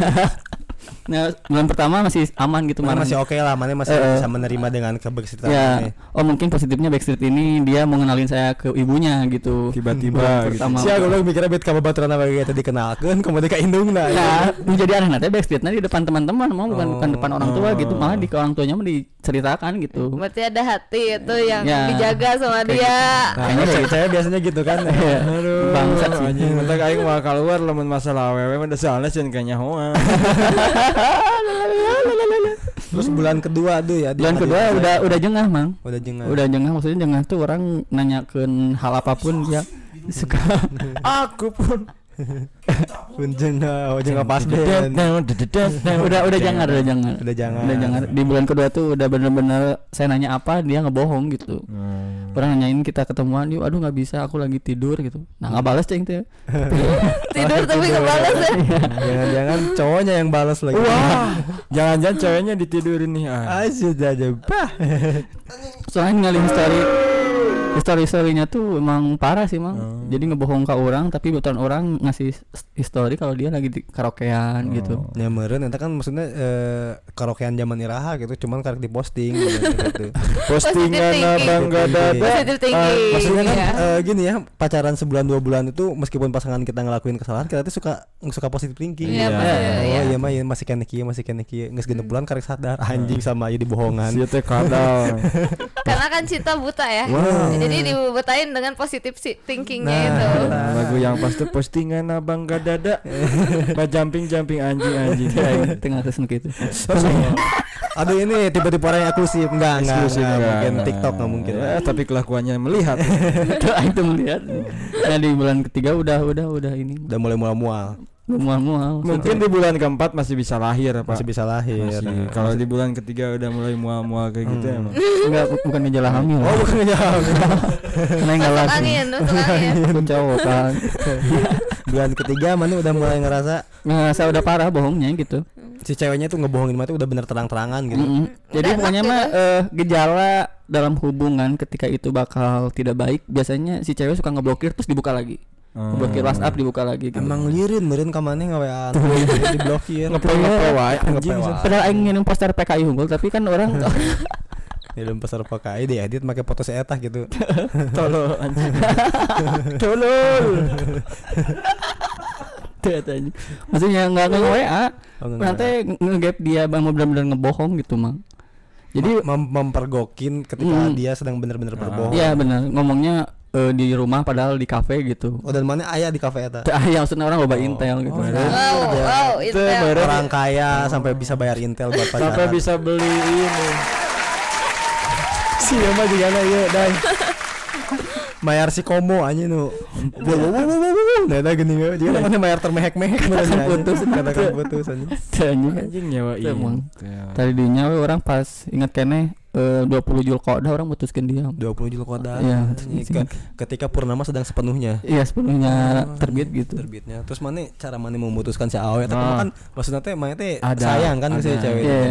[SPEAKER 3] nah bulan pertama masih aman gitu
[SPEAKER 1] mana
[SPEAKER 3] marah
[SPEAKER 1] masih oke lah mana masih
[SPEAKER 3] Eh, eh.
[SPEAKER 1] bisa menerima dengan kebersihan
[SPEAKER 3] ya oh mungkin positifnya backstreet ini dia mau ngenalin saya ke ibunya gitu
[SPEAKER 2] Tiba-tiba gitu.
[SPEAKER 3] Pertama.
[SPEAKER 1] si aku lagi mikirnya bet kabar baturan apa gitu dikenalkan kemudian ke indung lah
[SPEAKER 3] nah menjadi aneh nanti backstreet di depan teman-teman mau bukan
[SPEAKER 1] Oh.
[SPEAKER 3] bukan
[SPEAKER 1] Eh,
[SPEAKER 3] depan orang tua gitu malah di ke orang tuanya mah diceritakan gitu
[SPEAKER 4] Oh, Berarti ada hati itu yang
[SPEAKER 3] Ya.
[SPEAKER 4] dijaga
[SPEAKER 3] Kayak
[SPEAKER 4] sama dia
[SPEAKER 1] nah, ini cewek cewek biasanya gitu kan
[SPEAKER 3] Iya.
[SPEAKER 2] Aduh,
[SPEAKER 3] Bangsat sih.
[SPEAKER 2] anjing mentak aing mah keluar lamun masalah awewe mah da soalnya cenah kanyahoan.
[SPEAKER 1] terus bulan kedua tuh ya di-
[SPEAKER 3] bulan kedua
[SPEAKER 1] di-
[SPEAKER 3] udah udah jengah mang
[SPEAKER 1] udah jengah
[SPEAKER 3] udah jengah maksudnya jengah tuh orang nanyakan hal apapun dia suka
[SPEAKER 2] Aku pun
[SPEAKER 1] Udah jengah oh jengah pas deh
[SPEAKER 3] udah udah jangan udah jangan
[SPEAKER 1] udah jangan
[SPEAKER 3] Udah jangan di bulan kedua tuh udah bener-bener saya nanya apa dia ngebohong gitu. Orang nanyain kita ketemuan, yuk aduh nggak bisa aku lagi tidur gitu. Nah nggak balas ceng tuh.
[SPEAKER 4] Tidur tapi kebales ya
[SPEAKER 1] jangan jangan cowoknya yang balas lagi
[SPEAKER 2] Wah, jangan-jangan ceweknya ditidurin nih. ah.
[SPEAKER 1] asyik aja bah
[SPEAKER 3] Soalnya ngalih history history historinya tuh emang parah sih mang. Jadi ngebohong ke orang tapi betulan orang ngasih s- history kalau dia lagi di karaokean gitu.
[SPEAKER 1] Ya meren eta kan maksudnya eh, karaokean zaman Iraha gitu cuman karek diposting gitu.
[SPEAKER 2] Postingan
[SPEAKER 4] Positive thinking.
[SPEAKER 2] abang gak ada. Ah,
[SPEAKER 4] Positive thinking
[SPEAKER 1] Maksudnya kan
[SPEAKER 4] ya.
[SPEAKER 1] eh, gini ya, pacaran sebulan dua bulan itu meskipun pasangan kita ngelakuin kesalahan kita tuh suka suka positif thinking.
[SPEAKER 4] Iya,
[SPEAKER 1] Oh,
[SPEAKER 4] bener, iya. Hmm.
[SPEAKER 1] iya mah iya, masih kene kieu masih kene kieu. Geus genep bulan karek sadar anjing sama aja dibohongan.
[SPEAKER 2] Siete kadal.
[SPEAKER 4] Karena kan cinta buta ya
[SPEAKER 2] Wow.
[SPEAKER 4] Jadi dibutain dengan positif si- thinkingnya
[SPEAKER 1] Nah,
[SPEAKER 4] itu
[SPEAKER 1] nah.
[SPEAKER 2] Lagu yang pas tuh postingan abang gak dada. Bah jumping jumping anjing anjing.
[SPEAKER 3] Tengah kesini gitu.
[SPEAKER 1] Aduh ini tiba-tiba orang yang eksklusif enggak enggak,
[SPEAKER 2] Eksklusif,
[SPEAKER 1] enggak,
[SPEAKER 2] enggak,
[SPEAKER 1] mungkin
[SPEAKER 2] enggak.
[SPEAKER 1] TikTok enggak mungkin.
[SPEAKER 4] Iya.
[SPEAKER 2] Eh, tapi kelakuannya melihat.
[SPEAKER 3] Tuh, Aing tuh melihat. Nah di bulan ketiga udah udah udah ini
[SPEAKER 1] Udah mulai mual-mual,
[SPEAKER 3] mual-mual.
[SPEAKER 2] Mungkin di bulan keempat masih bisa lahir, Pak.
[SPEAKER 1] masih bisa lahir. Oh,
[SPEAKER 2] Masih. Kalau di bulan ketiga udah mulai mual-mual kayak gitu emang.
[SPEAKER 3] enggak bu- bukan gejala hamil.
[SPEAKER 1] Oh bukan ya.
[SPEAKER 3] Karena enggak
[SPEAKER 4] Masuk
[SPEAKER 3] laku.
[SPEAKER 4] angin Masuk angin
[SPEAKER 3] Cowok kan.
[SPEAKER 1] bulan ketiga mana udah mulai ngerasa
[SPEAKER 3] Nah, saya udah parah bohongnya gitu.
[SPEAKER 1] si ceweknya tuh ngebohongin mati udah bener terang-terangan gitu.
[SPEAKER 3] Mm-mm. Jadi
[SPEAKER 4] Udah
[SPEAKER 3] pokoknya
[SPEAKER 4] enak ya,
[SPEAKER 3] mah eh, gejala dalam hubungan ketika itu bakal tidak baik, biasanya si cewek suka ngeblokir terus dibuka lagi.
[SPEAKER 2] Hmm.
[SPEAKER 3] Ngeblokir WhatsApp dibuka lagi gitu.
[SPEAKER 1] Hmm. Emang lirin meureun ka mana ngawean.
[SPEAKER 3] Iya.
[SPEAKER 1] Diblokir.
[SPEAKER 3] Ngepoy
[SPEAKER 1] Ngepoy
[SPEAKER 3] ya.
[SPEAKER 1] wae,
[SPEAKER 3] Anjing,
[SPEAKER 1] ngepoy iya. wae.
[SPEAKER 3] Padahal aing ngirim poster PKI Unggul tapi kan orang
[SPEAKER 1] Film Ya pasar pakai diedit make foto si eta gitu.
[SPEAKER 3] tolol anjing. Tolol. Tuh eta anjing. Maksudnya enggak nge WA.
[SPEAKER 1] Oh, nggak
[SPEAKER 3] Nanti
[SPEAKER 1] ngerti.
[SPEAKER 3] ngegap dia bang mau benar-benar ngebohong gitu, Mang. Jadi
[SPEAKER 1] Mem- mempergokin ketika
[SPEAKER 3] Mm.
[SPEAKER 1] dia sedang bener-bener berbohong.
[SPEAKER 3] Iya benar, ngomongnya eh, di rumah padahal di kafe gitu.
[SPEAKER 1] Oh dan mana ayah di kafe eta?
[SPEAKER 3] Ah, ya maksudnya orang loba intel gitu.
[SPEAKER 1] Oh,
[SPEAKER 3] Nah,
[SPEAKER 4] Wow, wow, itu
[SPEAKER 3] Iya,
[SPEAKER 1] Orang kaya sampai bisa bayar intel buat pacaran.
[SPEAKER 2] Sampai bisa beli ini.
[SPEAKER 1] siapa juga na iya dan bayar si komo aja nu wow wow wow wow wow nah itu gini ya
[SPEAKER 3] Iya.
[SPEAKER 1] dia namanya bayar termehek-mehek
[SPEAKER 3] Katakan
[SPEAKER 1] beneran, anjing.
[SPEAKER 3] putus.
[SPEAKER 1] katakan putus anjing.
[SPEAKER 3] anjing.
[SPEAKER 2] Anjing nyewa iya.
[SPEAKER 3] Itu emang.
[SPEAKER 2] ini.
[SPEAKER 3] Tadi dinya we orang pas ingat kene eh, 20 Julkodah orang mutuskan dia.
[SPEAKER 1] 20 Julkodah
[SPEAKER 3] Iya.
[SPEAKER 1] anjing. Ke- ketika purnama sedang sepenuhnya
[SPEAKER 3] Iya sepenuhnya terbit gitu. Ah.
[SPEAKER 1] terbitnya terus mana cara mana memutuskan si awe tapi kan
[SPEAKER 2] Nah.
[SPEAKER 1] maksudnya teh mana teh
[SPEAKER 2] Ada,
[SPEAKER 1] sayang kan ke si
[SPEAKER 2] ada.
[SPEAKER 1] cewek
[SPEAKER 3] Iya.
[SPEAKER 1] itu.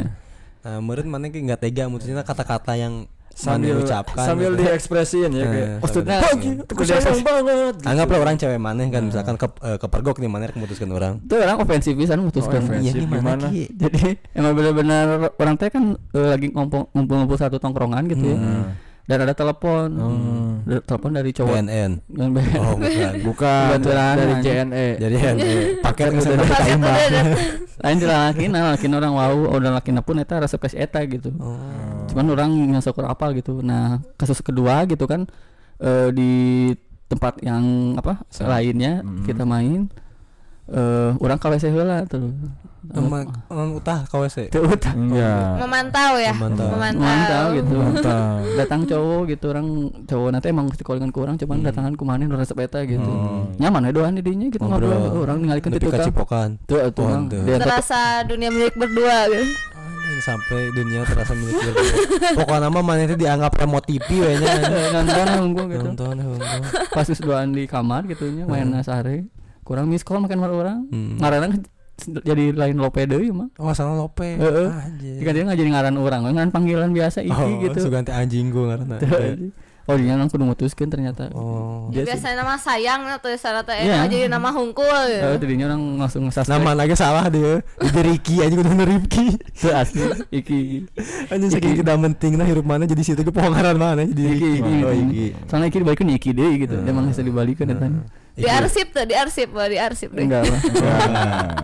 [SPEAKER 1] nah meureun mana ki nggak tega mutusnya kata-kata yang
[SPEAKER 2] Sambil
[SPEAKER 1] mana ucapkan
[SPEAKER 2] sambil
[SPEAKER 1] gitu.
[SPEAKER 2] diekspresiin ya kayak.
[SPEAKER 1] Eh,
[SPEAKER 3] Maksudnya
[SPEAKER 1] sambil-
[SPEAKER 2] Aku sayang banget. gitu.
[SPEAKER 1] anggaplah orang cewek mana
[SPEAKER 3] Nah.
[SPEAKER 1] kan misalkan ke, eh, kepergok nih mana memutuskan orang
[SPEAKER 3] itu orang ofensif pisan mutuskan.
[SPEAKER 2] Oh,
[SPEAKER 1] Iya,
[SPEAKER 2] ofensif.
[SPEAKER 1] gimana,
[SPEAKER 2] gimana?
[SPEAKER 1] Ki?
[SPEAKER 3] Jadi emang benar-benar orang teh kan eh, lagi ngompong- ngumpul-ngumpul satu tongkrongan gitu ya.
[SPEAKER 2] Hmm.
[SPEAKER 3] Dan ada telepon.
[SPEAKER 2] Hmm.
[SPEAKER 3] Ada Telepon dari cowok.
[SPEAKER 1] BNN
[SPEAKER 3] Dan be-
[SPEAKER 1] Oh bukan.
[SPEAKER 2] Bukan
[SPEAKER 3] Kebetulan
[SPEAKER 2] dari
[SPEAKER 3] anjing.
[SPEAKER 2] JNE.
[SPEAKER 1] Jadi ya, paket
[SPEAKER 3] Paket
[SPEAKER 1] kesana
[SPEAKER 3] udah
[SPEAKER 1] kita
[SPEAKER 4] Paket
[SPEAKER 1] imbang.
[SPEAKER 4] udah datang.
[SPEAKER 3] Lain di lalakina, lalakina orang wau, oh lalakina pun eta resep ke si eta gitu.
[SPEAKER 2] Oh.
[SPEAKER 1] Oh,
[SPEAKER 3] cuman orang ngesyukur apa gitu nah kasus kedua gitu kan eh, di tempat yang apa lainnya
[SPEAKER 2] Mm.
[SPEAKER 3] kita main eh orang ke WC heula tuh
[SPEAKER 1] Emang emang utah kau sih.
[SPEAKER 3] Tuh, udah.
[SPEAKER 2] Enggak.
[SPEAKER 4] Memantau ya.
[SPEAKER 1] Memantau.
[SPEAKER 3] mantap
[SPEAKER 4] Memantau.
[SPEAKER 3] gitu
[SPEAKER 2] Mantap.
[SPEAKER 3] datang cowok gitu orang cowok nanti emang mesti callingan ke orang
[SPEAKER 1] Hmm.
[SPEAKER 3] cuman datangan kumanin orang sepeta gitu
[SPEAKER 2] Hmm.
[SPEAKER 3] nyaman ya doan didinya gitu ngobrol,
[SPEAKER 1] Oh. Ngobrol.
[SPEAKER 3] orang ngalihkan
[SPEAKER 1] Tapi
[SPEAKER 3] itu kan
[SPEAKER 1] kacipokan.
[SPEAKER 3] tuh tuh
[SPEAKER 1] Oh,
[SPEAKER 3] orang
[SPEAKER 1] tuh.
[SPEAKER 3] dia tetep-
[SPEAKER 4] Terasa dunia milik berdua gitu.
[SPEAKER 1] Anjing, sampai dunia terasa milik dia. Pokoknya nama mana itu dianggap remote TV we nya. anjing.
[SPEAKER 3] nonton nunggu gitu
[SPEAKER 1] Nonton, nonton.
[SPEAKER 3] pas geus doan di kamar gitu nya main nasare kurang miss call makan orang
[SPEAKER 1] Hmm.
[SPEAKER 3] ngaranna jadi lain lope deui mah
[SPEAKER 1] Oh, sana lope.
[SPEAKER 3] Heeh.
[SPEAKER 1] Anjing.
[SPEAKER 3] jika dia nggak jadi ngaran orang ngaran panggilan biasa iki
[SPEAKER 1] Oh,
[SPEAKER 3] gitu
[SPEAKER 1] suganti anjing gua karena.
[SPEAKER 3] oh dia nang kudu mutuskeun ternyata
[SPEAKER 1] Oh.
[SPEAKER 3] Dia
[SPEAKER 4] Biasanya nama sayang atau sana teh
[SPEAKER 3] Iya.
[SPEAKER 4] eh, jadi nama hungkul gitu.
[SPEAKER 1] Oh,
[SPEAKER 3] Eh, tadinya orang langsung ngesas
[SPEAKER 1] Nama lagi salah dia. Jadi Ricky aja udah neripki.
[SPEAKER 3] Tuh, asli iki
[SPEAKER 1] Anjing saking
[SPEAKER 3] Iki.
[SPEAKER 1] tidak penting nah hirup mana jadi situ ke pohongaran mana jadi
[SPEAKER 3] iki
[SPEAKER 1] Ricky.
[SPEAKER 3] iki
[SPEAKER 1] Oh,
[SPEAKER 3] gitu.
[SPEAKER 1] Iki. Nah.
[SPEAKER 3] soalnya iki dibalikeun ya iki deui
[SPEAKER 1] Eh,
[SPEAKER 3] gitu emang bisa dibalikeun eta
[SPEAKER 4] Di
[SPEAKER 1] ya.
[SPEAKER 4] arsip tuh, di arsip, wah, di arsip
[SPEAKER 1] eh.
[SPEAKER 4] deh.
[SPEAKER 3] enggak lah
[SPEAKER 2] Nah.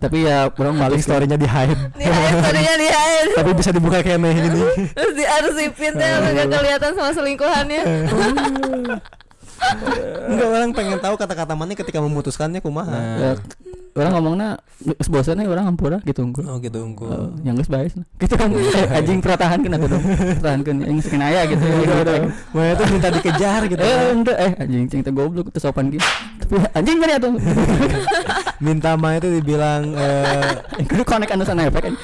[SPEAKER 3] tapi ya orang
[SPEAKER 1] Paling
[SPEAKER 3] balik
[SPEAKER 1] story-nya di hide.
[SPEAKER 4] Di arsip tadinya di air.
[SPEAKER 1] Tapi bisa dibuka kene gini.
[SPEAKER 4] Terus di arsipin teh
[SPEAKER 1] Nah,
[SPEAKER 4] lu nggak
[SPEAKER 1] iya.
[SPEAKER 4] kelihatan sama selingkuhannya.
[SPEAKER 1] Enggak orang pengen tahu kata-kata mana ketika memutuskannya
[SPEAKER 2] Nah,
[SPEAKER 1] kumaha.
[SPEAKER 3] Ya, orang ngomongnya geus bosan ya orang hampura gitu unggul
[SPEAKER 1] Oh iya. gitu unggul.
[SPEAKER 3] Oh, yang geus baes nah. Gitu kan eh, anjing peratahan kan aku dong. Peratahan kan yang skin aya gitu. Gitu, gitu.
[SPEAKER 1] Mana Iya, tuh minta dikejar gitu.
[SPEAKER 3] Eh
[SPEAKER 1] kan.
[SPEAKER 3] ente eh anjing cing teh goblok teu sopan gitu. Tapi anjing ya, gini atuh.
[SPEAKER 1] Minta mah itu dibilang eh
[SPEAKER 3] Kudu connect anu sana efek anjing.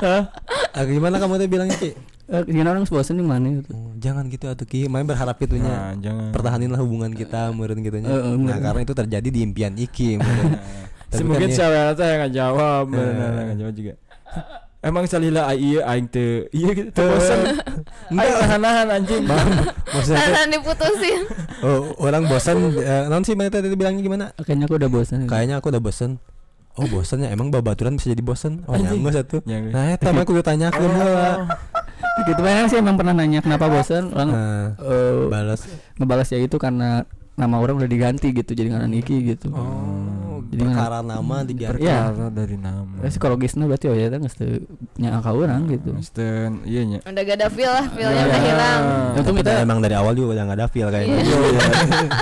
[SPEAKER 1] ah, gimana kamu tuh bilangnya Ki?
[SPEAKER 3] Eh, Gimana orang geus bosan yang mana gitu.
[SPEAKER 1] Oh, jangan gitu atuh Ki, main berharap itunya.
[SPEAKER 2] Nah, jangan.
[SPEAKER 1] Pertahaninlah hubungan kita meureun gitunya.
[SPEAKER 3] Eh, eh,
[SPEAKER 1] Nah,
[SPEAKER 3] meureun.
[SPEAKER 1] karena itu terjadi di impian Iki meureun.
[SPEAKER 2] Si
[SPEAKER 1] Tapi
[SPEAKER 2] mungkin
[SPEAKER 1] kan
[SPEAKER 2] si
[SPEAKER 1] ya,
[SPEAKER 2] awalnya teh nggak jawab,
[SPEAKER 1] Eh.
[SPEAKER 2] benar nggak jawab Nah, juga. Emang salila ai ieu aing teu ieu gitu teu bosen. Aing nahan anjing.
[SPEAKER 1] maksudnya tuh,
[SPEAKER 4] Tahan diputusin.
[SPEAKER 1] oh, orang bosan eh, non sih mana tadi bilangnya gimana?
[SPEAKER 3] Kayaknya aku udah bosan.
[SPEAKER 1] Kayaknya aku udah bosen. Oh bosen ya emang babaturan bisa jadi bosen. Oh
[SPEAKER 2] Anjing.
[SPEAKER 1] nyangga satu.
[SPEAKER 2] Nyangga.
[SPEAKER 1] Nah, eta mah kudu
[SPEAKER 3] Oh,
[SPEAKER 1] tanyakeun heula.
[SPEAKER 3] Gitu banyak sih emang pernah nanya kenapa bosan orang
[SPEAKER 1] Nah,
[SPEAKER 3] eh,
[SPEAKER 1] balas.
[SPEAKER 3] ngebalas ya itu karena nama orang udah diganti gitu jadi ngaran Iki gitu.
[SPEAKER 1] Oh,
[SPEAKER 3] Jadi
[SPEAKER 1] perkara nama diganti.
[SPEAKER 3] Iya.
[SPEAKER 2] Perkara dari nama.
[SPEAKER 3] Eh, Psikologisnya berarti oh ya geus teu nyangka orang gitu.
[SPEAKER 2] Misten, iya nya.
[SPEAKER 4] Udah gak ada feel lah, feelnya udah
[SPEAKER 1] Iya.
[SPEAKER 2] Ya.
[SPEAKER 4] hilang.
[SPEAKER 3] Untung
[SPEAKER 1] Tapi
[SPEAKER 3] kita
[SPEAKER 1] emang dari awal juga udah nggak ada feel gitu. kayaknya.
[SPEAKER 4] Iya.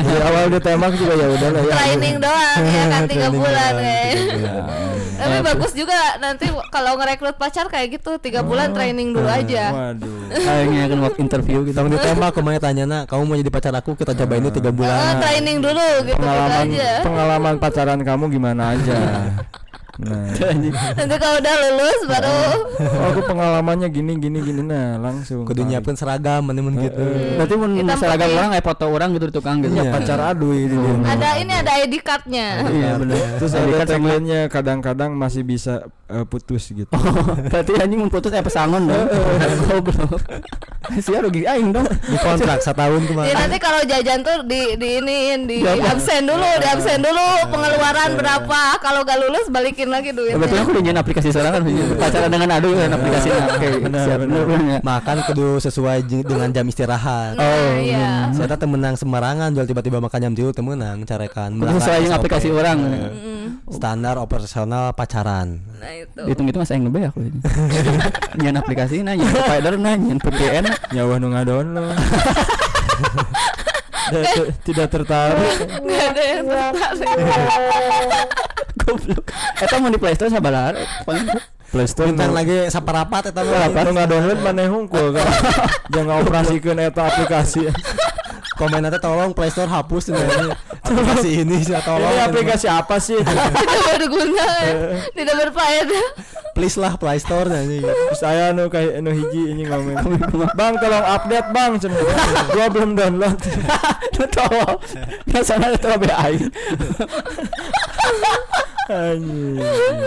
[SPEAKER 3] dari awal udah tembak juga ya udah lah ya.
[SPEAKER 4] Training doang
[SPEAKER 3] Iya,
[SPEAKER 4] ya kan tiga
[SPEAKER 1] Training
[SPEAKER 4] bulan
[SPEAKER 1] doang,
[SPEAKER 3] eh.
[SPEAKER 4] kayak.
[SPEAKER 1] tiga bulan. Nah,
[SPEAKER 4] Tapi bagus juga nanti kalau ngerekrut pacar kayak gitu tiga bulan
[SPEAKER 1] Oh,
[SPEAKER 4] training dulu
[SPEAKER 1] nah,
[SPEAKER 4] aja.
[SPEAKER 2] Waduh.
[SPEAKER 3] Kayaknya akan waktu interview gitu.
[SPEAKER 1] Tong ditembak kemarin tanya nak, kamu mau jadi pacar aku kita cobain dulu tiga bulan.
[SPEAKER 4] Eh, training dulu gitu, gitu
[SPEAKER 2] Pengalaman
[SPEAKER 4] aja.
[SPEAKER 2] pengalaman pacaran kamu gimana aja? Nah,
[SPEAKER 4] Nanti kalau udah lulus baru
[SPEAKER 2] oh,
[SPEAKER 1] Nah.
[SPEAKER 2] aku pengalamannya gini gini gini nah langsung.
[SPEAKER 1] Kudu
[SPEAKER 2] tarik.
[SPEAKER 1] nyiapin seragam menemen gitu.
[SPEAKER 3] Berarti mun
[SPEAKER 4] Hitam
[SPEAKER 3] seragam
[SPEAKER 4] putih.
[SPEAKER 3] orang kayak foto orang gitu di tukang gitu.
[SPEAKER 2] Iya,
[SPEAKER 1] Iya.
[SPEAKER 2] pacar aduh ini dia.
[SPEAKER 4] ada ini ada ID cardnya.
[SPEAKER 3] Iya benar.
[SPEAKER 2] Terus
[SPEAKER 3] Jadi
[SPEAKER 2] ada
[SPEAKER 3] kan sama-
[SPEAKER 2] tagline-nya kadang-kadang masih bisa eh, putus gitu
[SPEAKER 3] berarti anjing mau putus eh pesangon dong goblok sia rugi aing dong
[SPEAKER 1] Di kontrak setahun
[SPEAKER 4] Jadi
[SPEAKER 1] kemarin.
[SPEAKER 4] Ya, Iya, nanti kalau jajan tuh di di iniin di
[SPEAKER 3] Di apa?
[SPEAKER 4] absen dulu, di absen dulu pengeluaran berapa. Kalau gak lulus balikin lagi
[SPEAKER 3] kebetulan
[SPEAKER 4] duitnya.
[SPEAKER 3] aku udah nyiapin aplikasi seorang kan pacaran dengan aduh kan aplikasi oke
[SPEAKER 2] Benar,
[SPEAKER 3] siap
[SPEAKER 2] benar.
[SPEAKER 3] bener ya
[SPEAKER 1] Makan kudu sesuai jeng- dengan jam istirahat.
[SPEAKER 4] Nah,
[SPEAKER 3] Oh,
[SPEAKER 4] iya.
[SPEAKER 1] Saya teh menang semerangan jual tiba-tiba makan jam tilu teu meunang carekan.
[SPEAKER 3] Kudu
[SPEAKER 1] Melaka
[SPEAKER 3] sesuai dengan
[SPEAKER 1] SOP.
[SPEAKER 3] aplikasi orang.
[SPEAKER 1] Eh, Standar operasional pacaran.
[SPEAKER 4] Nah, itu.
[SPEAKER 3] dihitung-hitung masa aing ngebeak lu nyian aplikasi nanya provider nanya PGN
[SPEAKER 2] nyawa nu ngadon lo tidak, tidak tertarik
[SPEAKER 4] Gak ada yang tertarik.
[SPEAKER 3] goblok eta Eh, mau di Playstore sabalar
[SPEAKER 2] Playstore
[SPEAKER 1] Bintang
[SPEAKER 2] nu-
[SPEAKER 1] lagi ya, saparapat eta mah.
[SPEAKER 2] Kalau nggak download mana hungkul kan? Jangan operasikan eta aplikasi.
[SPEAKER 1] Komen nanti tolong Play Store hapus ini. aplikasi ini saya tolong.
[SPEAKER 2] Ini aplikasi apa sih?
[SPEAKER 4] Tidak berguna, ya. tidak berfaedah.
[SPEAKER 1] Please lah Play Store nanti.
[SPEAKER 2] Saya nu kayak nu hiji ini ngomong. Bang tolong update bang, Cen. gua belum download.
[SPEAKER 3] tahu nggak salah itu lebih aing
[SPEAKER 2] Anjing.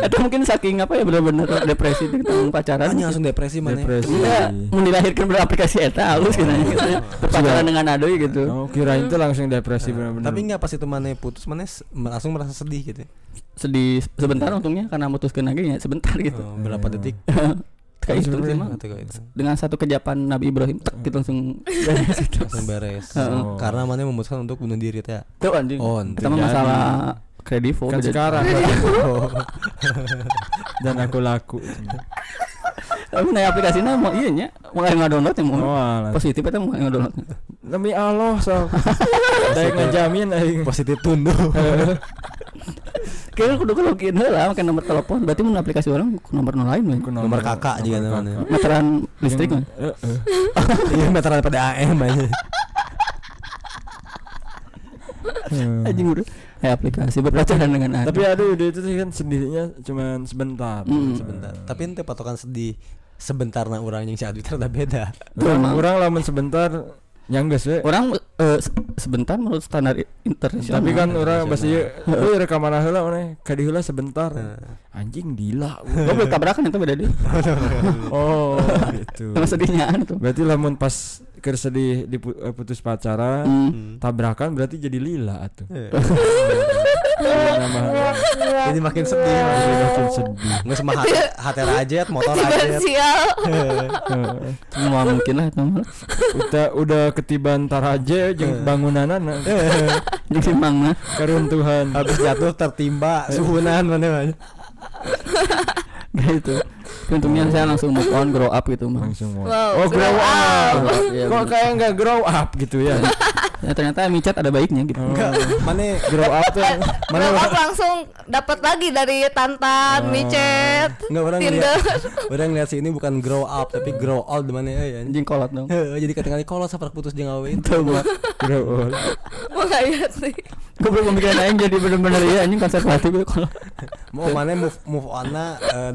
[SPEAKER 3] itu mungkin saking apa ya bener-bener depresi di tahun pacaran
[SPEAKER 1] Anjing Kan langsung depresi ya. mana?
[SPEAKER 2] Depresi.
[SPEAKER 3] Enggak, mau dilahirkan beraplikasi eta halus gitu ya. Berpacaran dengan aduh gitu.
[SPEAKER 2] Oh, kirain tuh langsung depresi benar-benar.
[SPEAKER 1] Tapi nggak pas itu mana putus mana s- langsung merasa sedih gitu.
[SPEAKER 3] Sedih sebentar untungnya karena mutuskan lagi ya sebentar gitu.
[SPEAKER 1] Oh, berapa
[SPEAKER 2] Iya.
[SPEAKER 1] detik?
[SPEAKER 3] Kayak itu
[SPEAKER 2] sebenarnya
[SPEAKER 3] sih mah.
[SPEAKER 1] Atau kayak gitu. itu.
[SPEAKER 3] Dengan satu kejapan Nabi Ibrahim tek gitu langsung
[SPEAKER 1] Langsung beres.
[SPEAKER 3] Heeh.
[SPEAKER 2] Oh.
[SPEAKER 1] Karena mana memutuskan untuk bunuh diri teh.
[SPEAKER 3] tuh anjing.
[SPEAKER 1] On.
[SPEAKER 3] Pertama
[SPEAKER 2] Jadi.
[SPEAKER 3] masalah kredivo
[SPEAKER 2] kan
[SPEAKER 3] beda-
[SPEAKER 2] sekarang
[SPEAKER 3] Iya.
[SPEAKER 1] Oh.
[SPEAKER 2] dan aku laku. Cen.
[SPEAKER 3] Tapi naik aplikasinya mau iya nya, mau aing download ya mau.
[SPEAKER 2] Oh, alah.
[SPEAKER 3] Positif eta mau aing download.
[SPEAKER 2] demi Allah so. Saya ngejamin aing.
[SPEAKER 1] Positif tunduk.
[SPEAKER 3] Kayaknya kudu ke login heula make nomor telepon. Berarti mun aplikasi orang ku nomor nu lain we.
[SPEAKER 1] Nomor kakak juga namanya.
[SPEAKER 3] Meteran listrik we.
[SPEAKER 2] Hmm. Eh,
[SPEAKER 1] Iya meteran pada AM aja.
[SPEAKER 3] Anjing udah. Eh aplikasi berpacaran dengan aduh.
[SPEAKER 2] Tapi aduh dia itu sih kan sedihnya cuman sebentar.
[SPEAKER 3] Mm.
[SPEAKER 1] Sebentar. Tapi ente patokan sedih sebentar nah orang yang si Adwi ternyata beda.
[SPEAKER 2] Orang,
[SPEAKER 3] Betul.
[SPEAKER 2] orang lamun sebentar nyangges we.
[SPEAKER 1] Oh,
[SPEAKER 3] orang eh, se- sebentar menurut standar i- internasional
[SPEAKER 2] Tapi kan
[SPEAKER 1] Nah,
[SPEAKER 2] orang pasti
[SPEAKER 1] nasional.
[SPEAKER 2] euy rekam mana heula maneh ka di heula sebentar.
[SPEAKER 1] Nah.
[SPEAKER 2] Anjing gila.
[SPEAKER 3] gue belum tabrakan itu beda deh
[SPEAKER 2] oh, gitu.
[SPEAKER 3] sama sedihnya anu tuh
[SPEAKER 2] Berarti lamun pas keur sedih dipu- eh, putus pacaran
[SPEAKER 3] Hmm.
[SPEAKER 1] Hmm.
[SPEAKER 2] tabrakan berarti jadi lila atuh.
[SPEAKER 1] Eh,
[SPEAKER 2] Nama
[SPEAKER 1] Jadi makin sedih.
[SPEAKER 2] makin sedih.
[SPEAKER 1] Nggak sama hati, hati rajet, motor
[SPEAKER 4] Tiba
[SPEAKER 1] rajet.
[SPEAKER 4] sial.
[SPEAKER 2] Heeh.
[SPEAKER 3] semua mungkin lah itu mah
[SPEAKER 2] Udah udah ketiban taraje
[SPEAKER 1] Iya.
[SPEAKER 2] jeung bangunanana
[SPEAKER 3] jadi emang nah
[SPEAKER 2] karuntuhan.
[SPEAKER 1] Habis jatuh tertimba suhunan ya, mana mana.
[SPEAKER 3] kayak Nah, itu untungnya saya langsung move on grow up gitu mah
[SPEAKER 2] Langsung mau.
[SPEAKER 4] Wow,
[SPEAKER 2] Oh, grow
[SPEAKER 4] grow
[SPEAKER 2] up.
[SPEAKER 3] Grow up, iya,
[SPEAKER 2] Kok
[SPEAKER 3] bener.
[SPEAKER 2] kayak nggak grow up gitu ya?
[SPEAKER 3] Ya, ternyata micat ada baiknya gitu
[SPEAKER 2] Oh.
[SPEAKER 1] Enggak, mana
[SPEAKER 2] grow up tuh yang- mana
[SPEAKER 4] Grow up langsung dapat lagi dari
[SPEAKER 2] Ah.
[SPEAKER 4] Tantan, micet,
[SPEAKER 1] enggak orang
[SPEAKER 4] Tinder.
[SPEAKER 1] lihat. Orang lihat sih ini bukan grow up tapi grow old mana ya.
[SPEAKER 3] anjing kolot dong
[SPEAKER 1] Jadi ketinggalan kalau sampai putus jeung awe itu.
[SPEAKER 3] itu gua
[SPEAKER 2] grow up.
[SPEAKER 4] Mau nggak ya sih?
[SPEAKER 3] gua belum pemikiran aing jadi bener-bener ya anjing konservatif gitu kalau
[SPEAKER 1] Mau mana move move on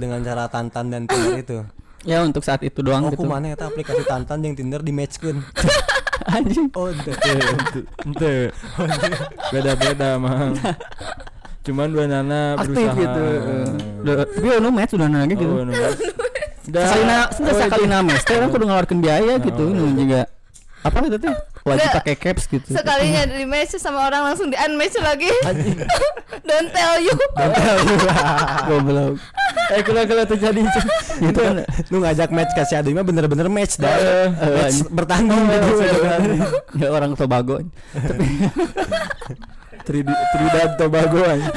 [SPEAKER 1] dengan cara tantan dan Tinder itu.
[SPEAKER 3] ya untuk saat itu
[SPEAKER 1] Oh,
[SPEAKER 3] doang gitu
[SPEAKER 1] mana eta aplikasi tantan jeung Tinder di matchkeun.
[SPEAKER 3] anjing
[SPEAKER 1] Oh, ente.
[SPEAKER 2] Ente. Beda-beda mang. Cuman dua nana
[SPEAKER 3] aktif
[SPEAKER 2] berusaha. Nah,
[SPEAKER 3] gitu Udah- tapi ono match udah nanya gitu
[SPEAKER 2] Oh, bener. Dah.
[SPEAKER 3] Sakalina, sudah
[SPEAKER 2] Oh,
[SPEAKER 3] sakalina mes teh orang kudu ngeluarkan biaya gitu
[SPEAKER 2] Oh.
[SPEAKER 3] nu juga apa itu teh wajib
[SPEAKER 4] Nggak.
[SPEAKER 3] pakai caps gitu
[SPEAKER 4] Sekalinya di message sama orang langsung di unmessage lagi. Don't tell you.
[SPEAKER 3] goblok
[SPEAKER 2] Eh kalau kalau terjadi
[SPEAKER 3] gitu kan
[SPEAKER 1] Lu ngajak match ke si Adi mah bener-bener match dah.
[SPEAKER 2] Eh,
[SPEAKER 1] match
[SPEAKER 3] anjing. Oh,
[SPEAKER 1] bertanding gitu.
[SPEAKER 3] Iya, ya orang Tobago
[SPEAKER 2] Trinidad Trinidad Tobago. anjing.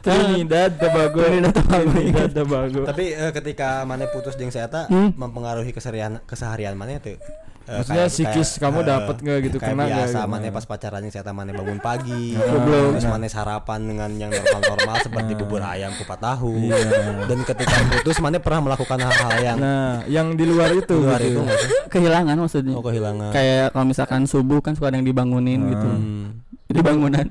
[SPEAKER 2] Trinidad Tobago.
[SPEAKER 3] Trinidad Tobago.
[SPEAKER 2] Trinidad Tobago.
[SPEAKER 1] Tapi eh, ketika mana putus jeung si Eta
[SPEAKER 3] Hmm.
[SPEAKER 1] mempengaruhi keseharian keseharian mana tuh? Eh,
[SPEAKER 2] Maksudnya
[SPEAKER 1] kayak-
[SPEAKER 2] psikis
[SPEAKER 1] kayak,
[SPEAKER 2] kamu
[SPEAKER 1] eh,
[SPEAKER 2] dapet nggak gitu,
[SPEAKER 1] kayak
[SPEAKER 2] kena nggak
[SPEAKER 1] biasa
[SPEAKER 2] gitu? Ah,
[SPEAKER 1] mana pas pacarannya saya mana bangun pagi
[SPEAKER 2] Goblok. Ah.
[SPEAKER 1] terus mana sarapan dengan yang normal normal seperti bubur ayam kupat tahu
[SPEAKER 2] Iya.
[SPEAKER 1] dan ketika putus mana pernah melakukan hal-hal yang
[SPEAKER 2] Nah, yang di luar itu
[SPEAKER 1] di luar itu
[SPEAKER 2] gitu.
[SPEAKER 1] nggak sih?
[SPEAKER 3] kehilangan maksudnya
[SPEAKER 1] oh kehilangan
[SPEAKER 3] kayak kalau misalkan subuh kan suka ada yang dibangunin gitu
[SPEAKER 1] Hmm.
[SPEAKER 3] di bangunan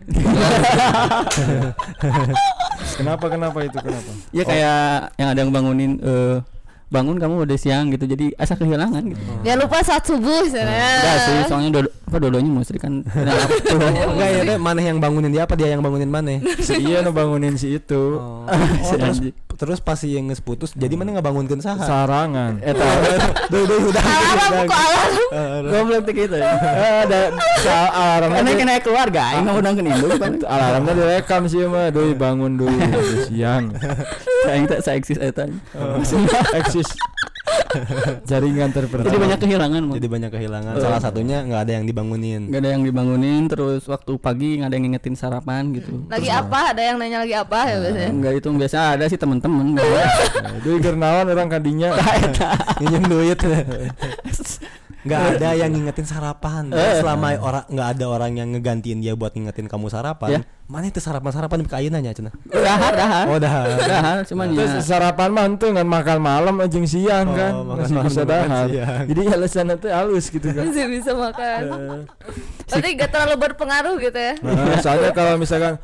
[SPEAKER 2] Kenapa kenapa itu kenapa?
[SPEAKER 3] ya kayak yang ada yang bangunin eh bangun kamu udah siang gitu jadi asa kehilangan gitu
[SPEAKER 4] Jangan lupa saat subuh ya.
[SPEAKER 3] Enggak sih,
[SPEAKER 4] sana.
[SPEAKER 3] soalnya dodo, apa dodonya musri kan. Nah,
[SPEAKER 1] Enggak ya teh mana yang bangunin dia apa dia yang bangunin mana?
[SPEAKER 2] si iya nu bangunin si itu
[SPEAKER 1] Oh,
[SPEAKER 3] Si
[SPEAKER 1] terus,
[SPEAKER 3] anjing.
[SPEAKER 1] terus pas si yang putus jadi mana ngebangunkeun saha?
[SPEAKER 2] sarangan
[SPEAKER 3] Eta
[SPEAKER 1] Duh, duh, udah.
[SPEAKER 4] Alarm buka alarm.
[SPEAKER 3] goblok tuh gitu.
[SPEAKER 2] ada sa- alarmnya
[SPEAKER 3] Karena
[SPEAKER 2] tuh-
[SPEAKER 3] kena keluarga, aing enggak undang ke induk kan.
[SPEAKER 2] alarmnya direkam sih mah doi bangun dulu udah siang
[SPEAKER 3] Aing tak eksis eta.
[SPEAKER 2] eksis jaringan terpertama
[SPEAKER 3] Jadi banyak kehilangan, Mang.
[SPEAKER 1] Jadi banyak kehilangan. Salah satunya nggak ada yang dibangunin.
[SPEAKER 3] Gak ada yang dibangunin terus waktu pagi nggak ada yang ngingetin sarapan gitu.
[SPEAKER 4] Lagi apa? Ada yang nanya lagi apa ya biasanya?
[SPEAKER 3] Enggak itu biasa ada sih temen-temen
[SPEAKER 2] doi gernawan orang kadinya
[SPEAKER 1] Minjem duit. Nggak ada yang ngingetin sarapan.
[SPEAKER 2] Eh.
[SPEAKER 1] Selama orang nggak ada orang yang ngegantiin dia buat ngingetin kamu sarapan.
[SPEAKER 3] Ya.
[SPEAKER 1] Mana itu sarapan-sarapan di kain aja cenah.
[SPEAKER 3] Dahar,
[SPEAKER 2] Ah.
[SPEAKER 3] dahar.
[SPEAKER 1] Oh dah.
[SPEAKER 3] Dahar cuman ya.
[SPEAKER 2] Terus sarapan mah henteu ngan makan malam anjing siang
[SPEAKER 1] Oh,
[SPEAKER 2] kan
[SPEAKER 1] makan
[SPEAKER 2] masih bisa
[SPEAKER 1] malam, makan
[SPEAKER 2] dahar.
[SPEAKER 1] siang.
[SPEAKER 2] Jadi alasan nanti halus gitu kan.
[SPEAKER 4] Masih bisa makan. Berarti gak terlalu berpengaruh gitu ya.
[SPEAKER 2] Nah, soalnya kalau misalkan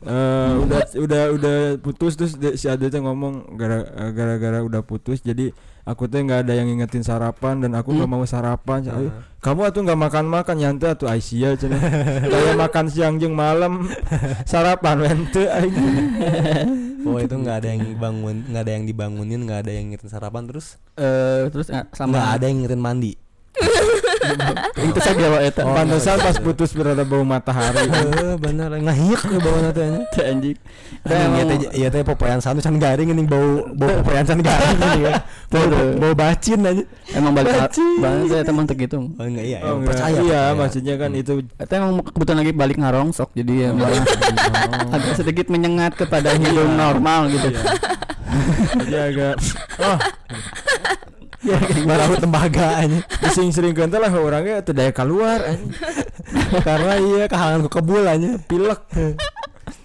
[SPEAKER 2] eh, udah udah udah putus terus de- si Ade tuh ngomong gara- eh, gara-gara udah putus jadi aku tuh nggak ada yang ngingetin sarapan dan aku nggak mau sarapan
[SPEAKER 1] Hmm.
[SPEAKER 2] Ayo, kamu atuh nggak makan makan nyantai atuh Aisyah cenah kayak makan siang jeng malam sarapan wente aing
[SPEAKER 1] Oh itu nggak ada yang bangun, nggak ada yang dibangunin, nggak ada yang ngingetin sarapan terus
[SPEAKER 3] Eh, terus eh, sama
[SPEAKER 1] nggak ada yang ngingetin mandi.
[SPEAKER 3] Itu saja Pak, eta.
[SPEAKER 1] Oh,
[SPEAKER 2] pantesan
[SPEAKER 1] iya.
[SPEAKER 2] pas putus berada bau matahari
[SPEAKER 1] Eh bener ngahiuk ke bawah nantinya.
[SPEAKER 3] Teh, anjing. Udah,
[SPEAKER 1] Iya
[SPEAKER 3] emang-
[SPEAKER 1] teh, iya teh popoyan sanu can garing ini bau bau popoyan can garing ini ya. Bau bau bacin aja.
[SPEAKER 3] Emang balik
[SPEAKER 1] Bacing.
[SPEAKER 3] balik saya teman gitu.
[SPEAKER 1] Oh enggak iya,
[SPEAKER 2] Oh,
[SPEAKER 1] emang
[SPEAKER 2] enggak.
[SPEAKER 1] percaya. Hmm.
[SPEAKER 2] iya
[SPEAKER 1] percaya.
[SPEAKER 2] maksudnya kan itu
[SPEAKER 3] Itu emang kebetulan lagi balik ngarong sok jadi ya malah agak sedikit menyengat kepada
[SPEAKER 2] Iya.
[SPEAKER 3] hidup normal gitu.
[SPEAKER 2] jadi agak oh
[SPEAKER 3] Ya, kayak
[SPEAKER 1] Barang tembaga aja.
[SPEAKER 2] sering sering kental lah orangnya tuh daya keluar eh, anjing.
[SPEAKER 1] Karena iya kehalangan ku kebul aja.
[SPEAKER 2] pilek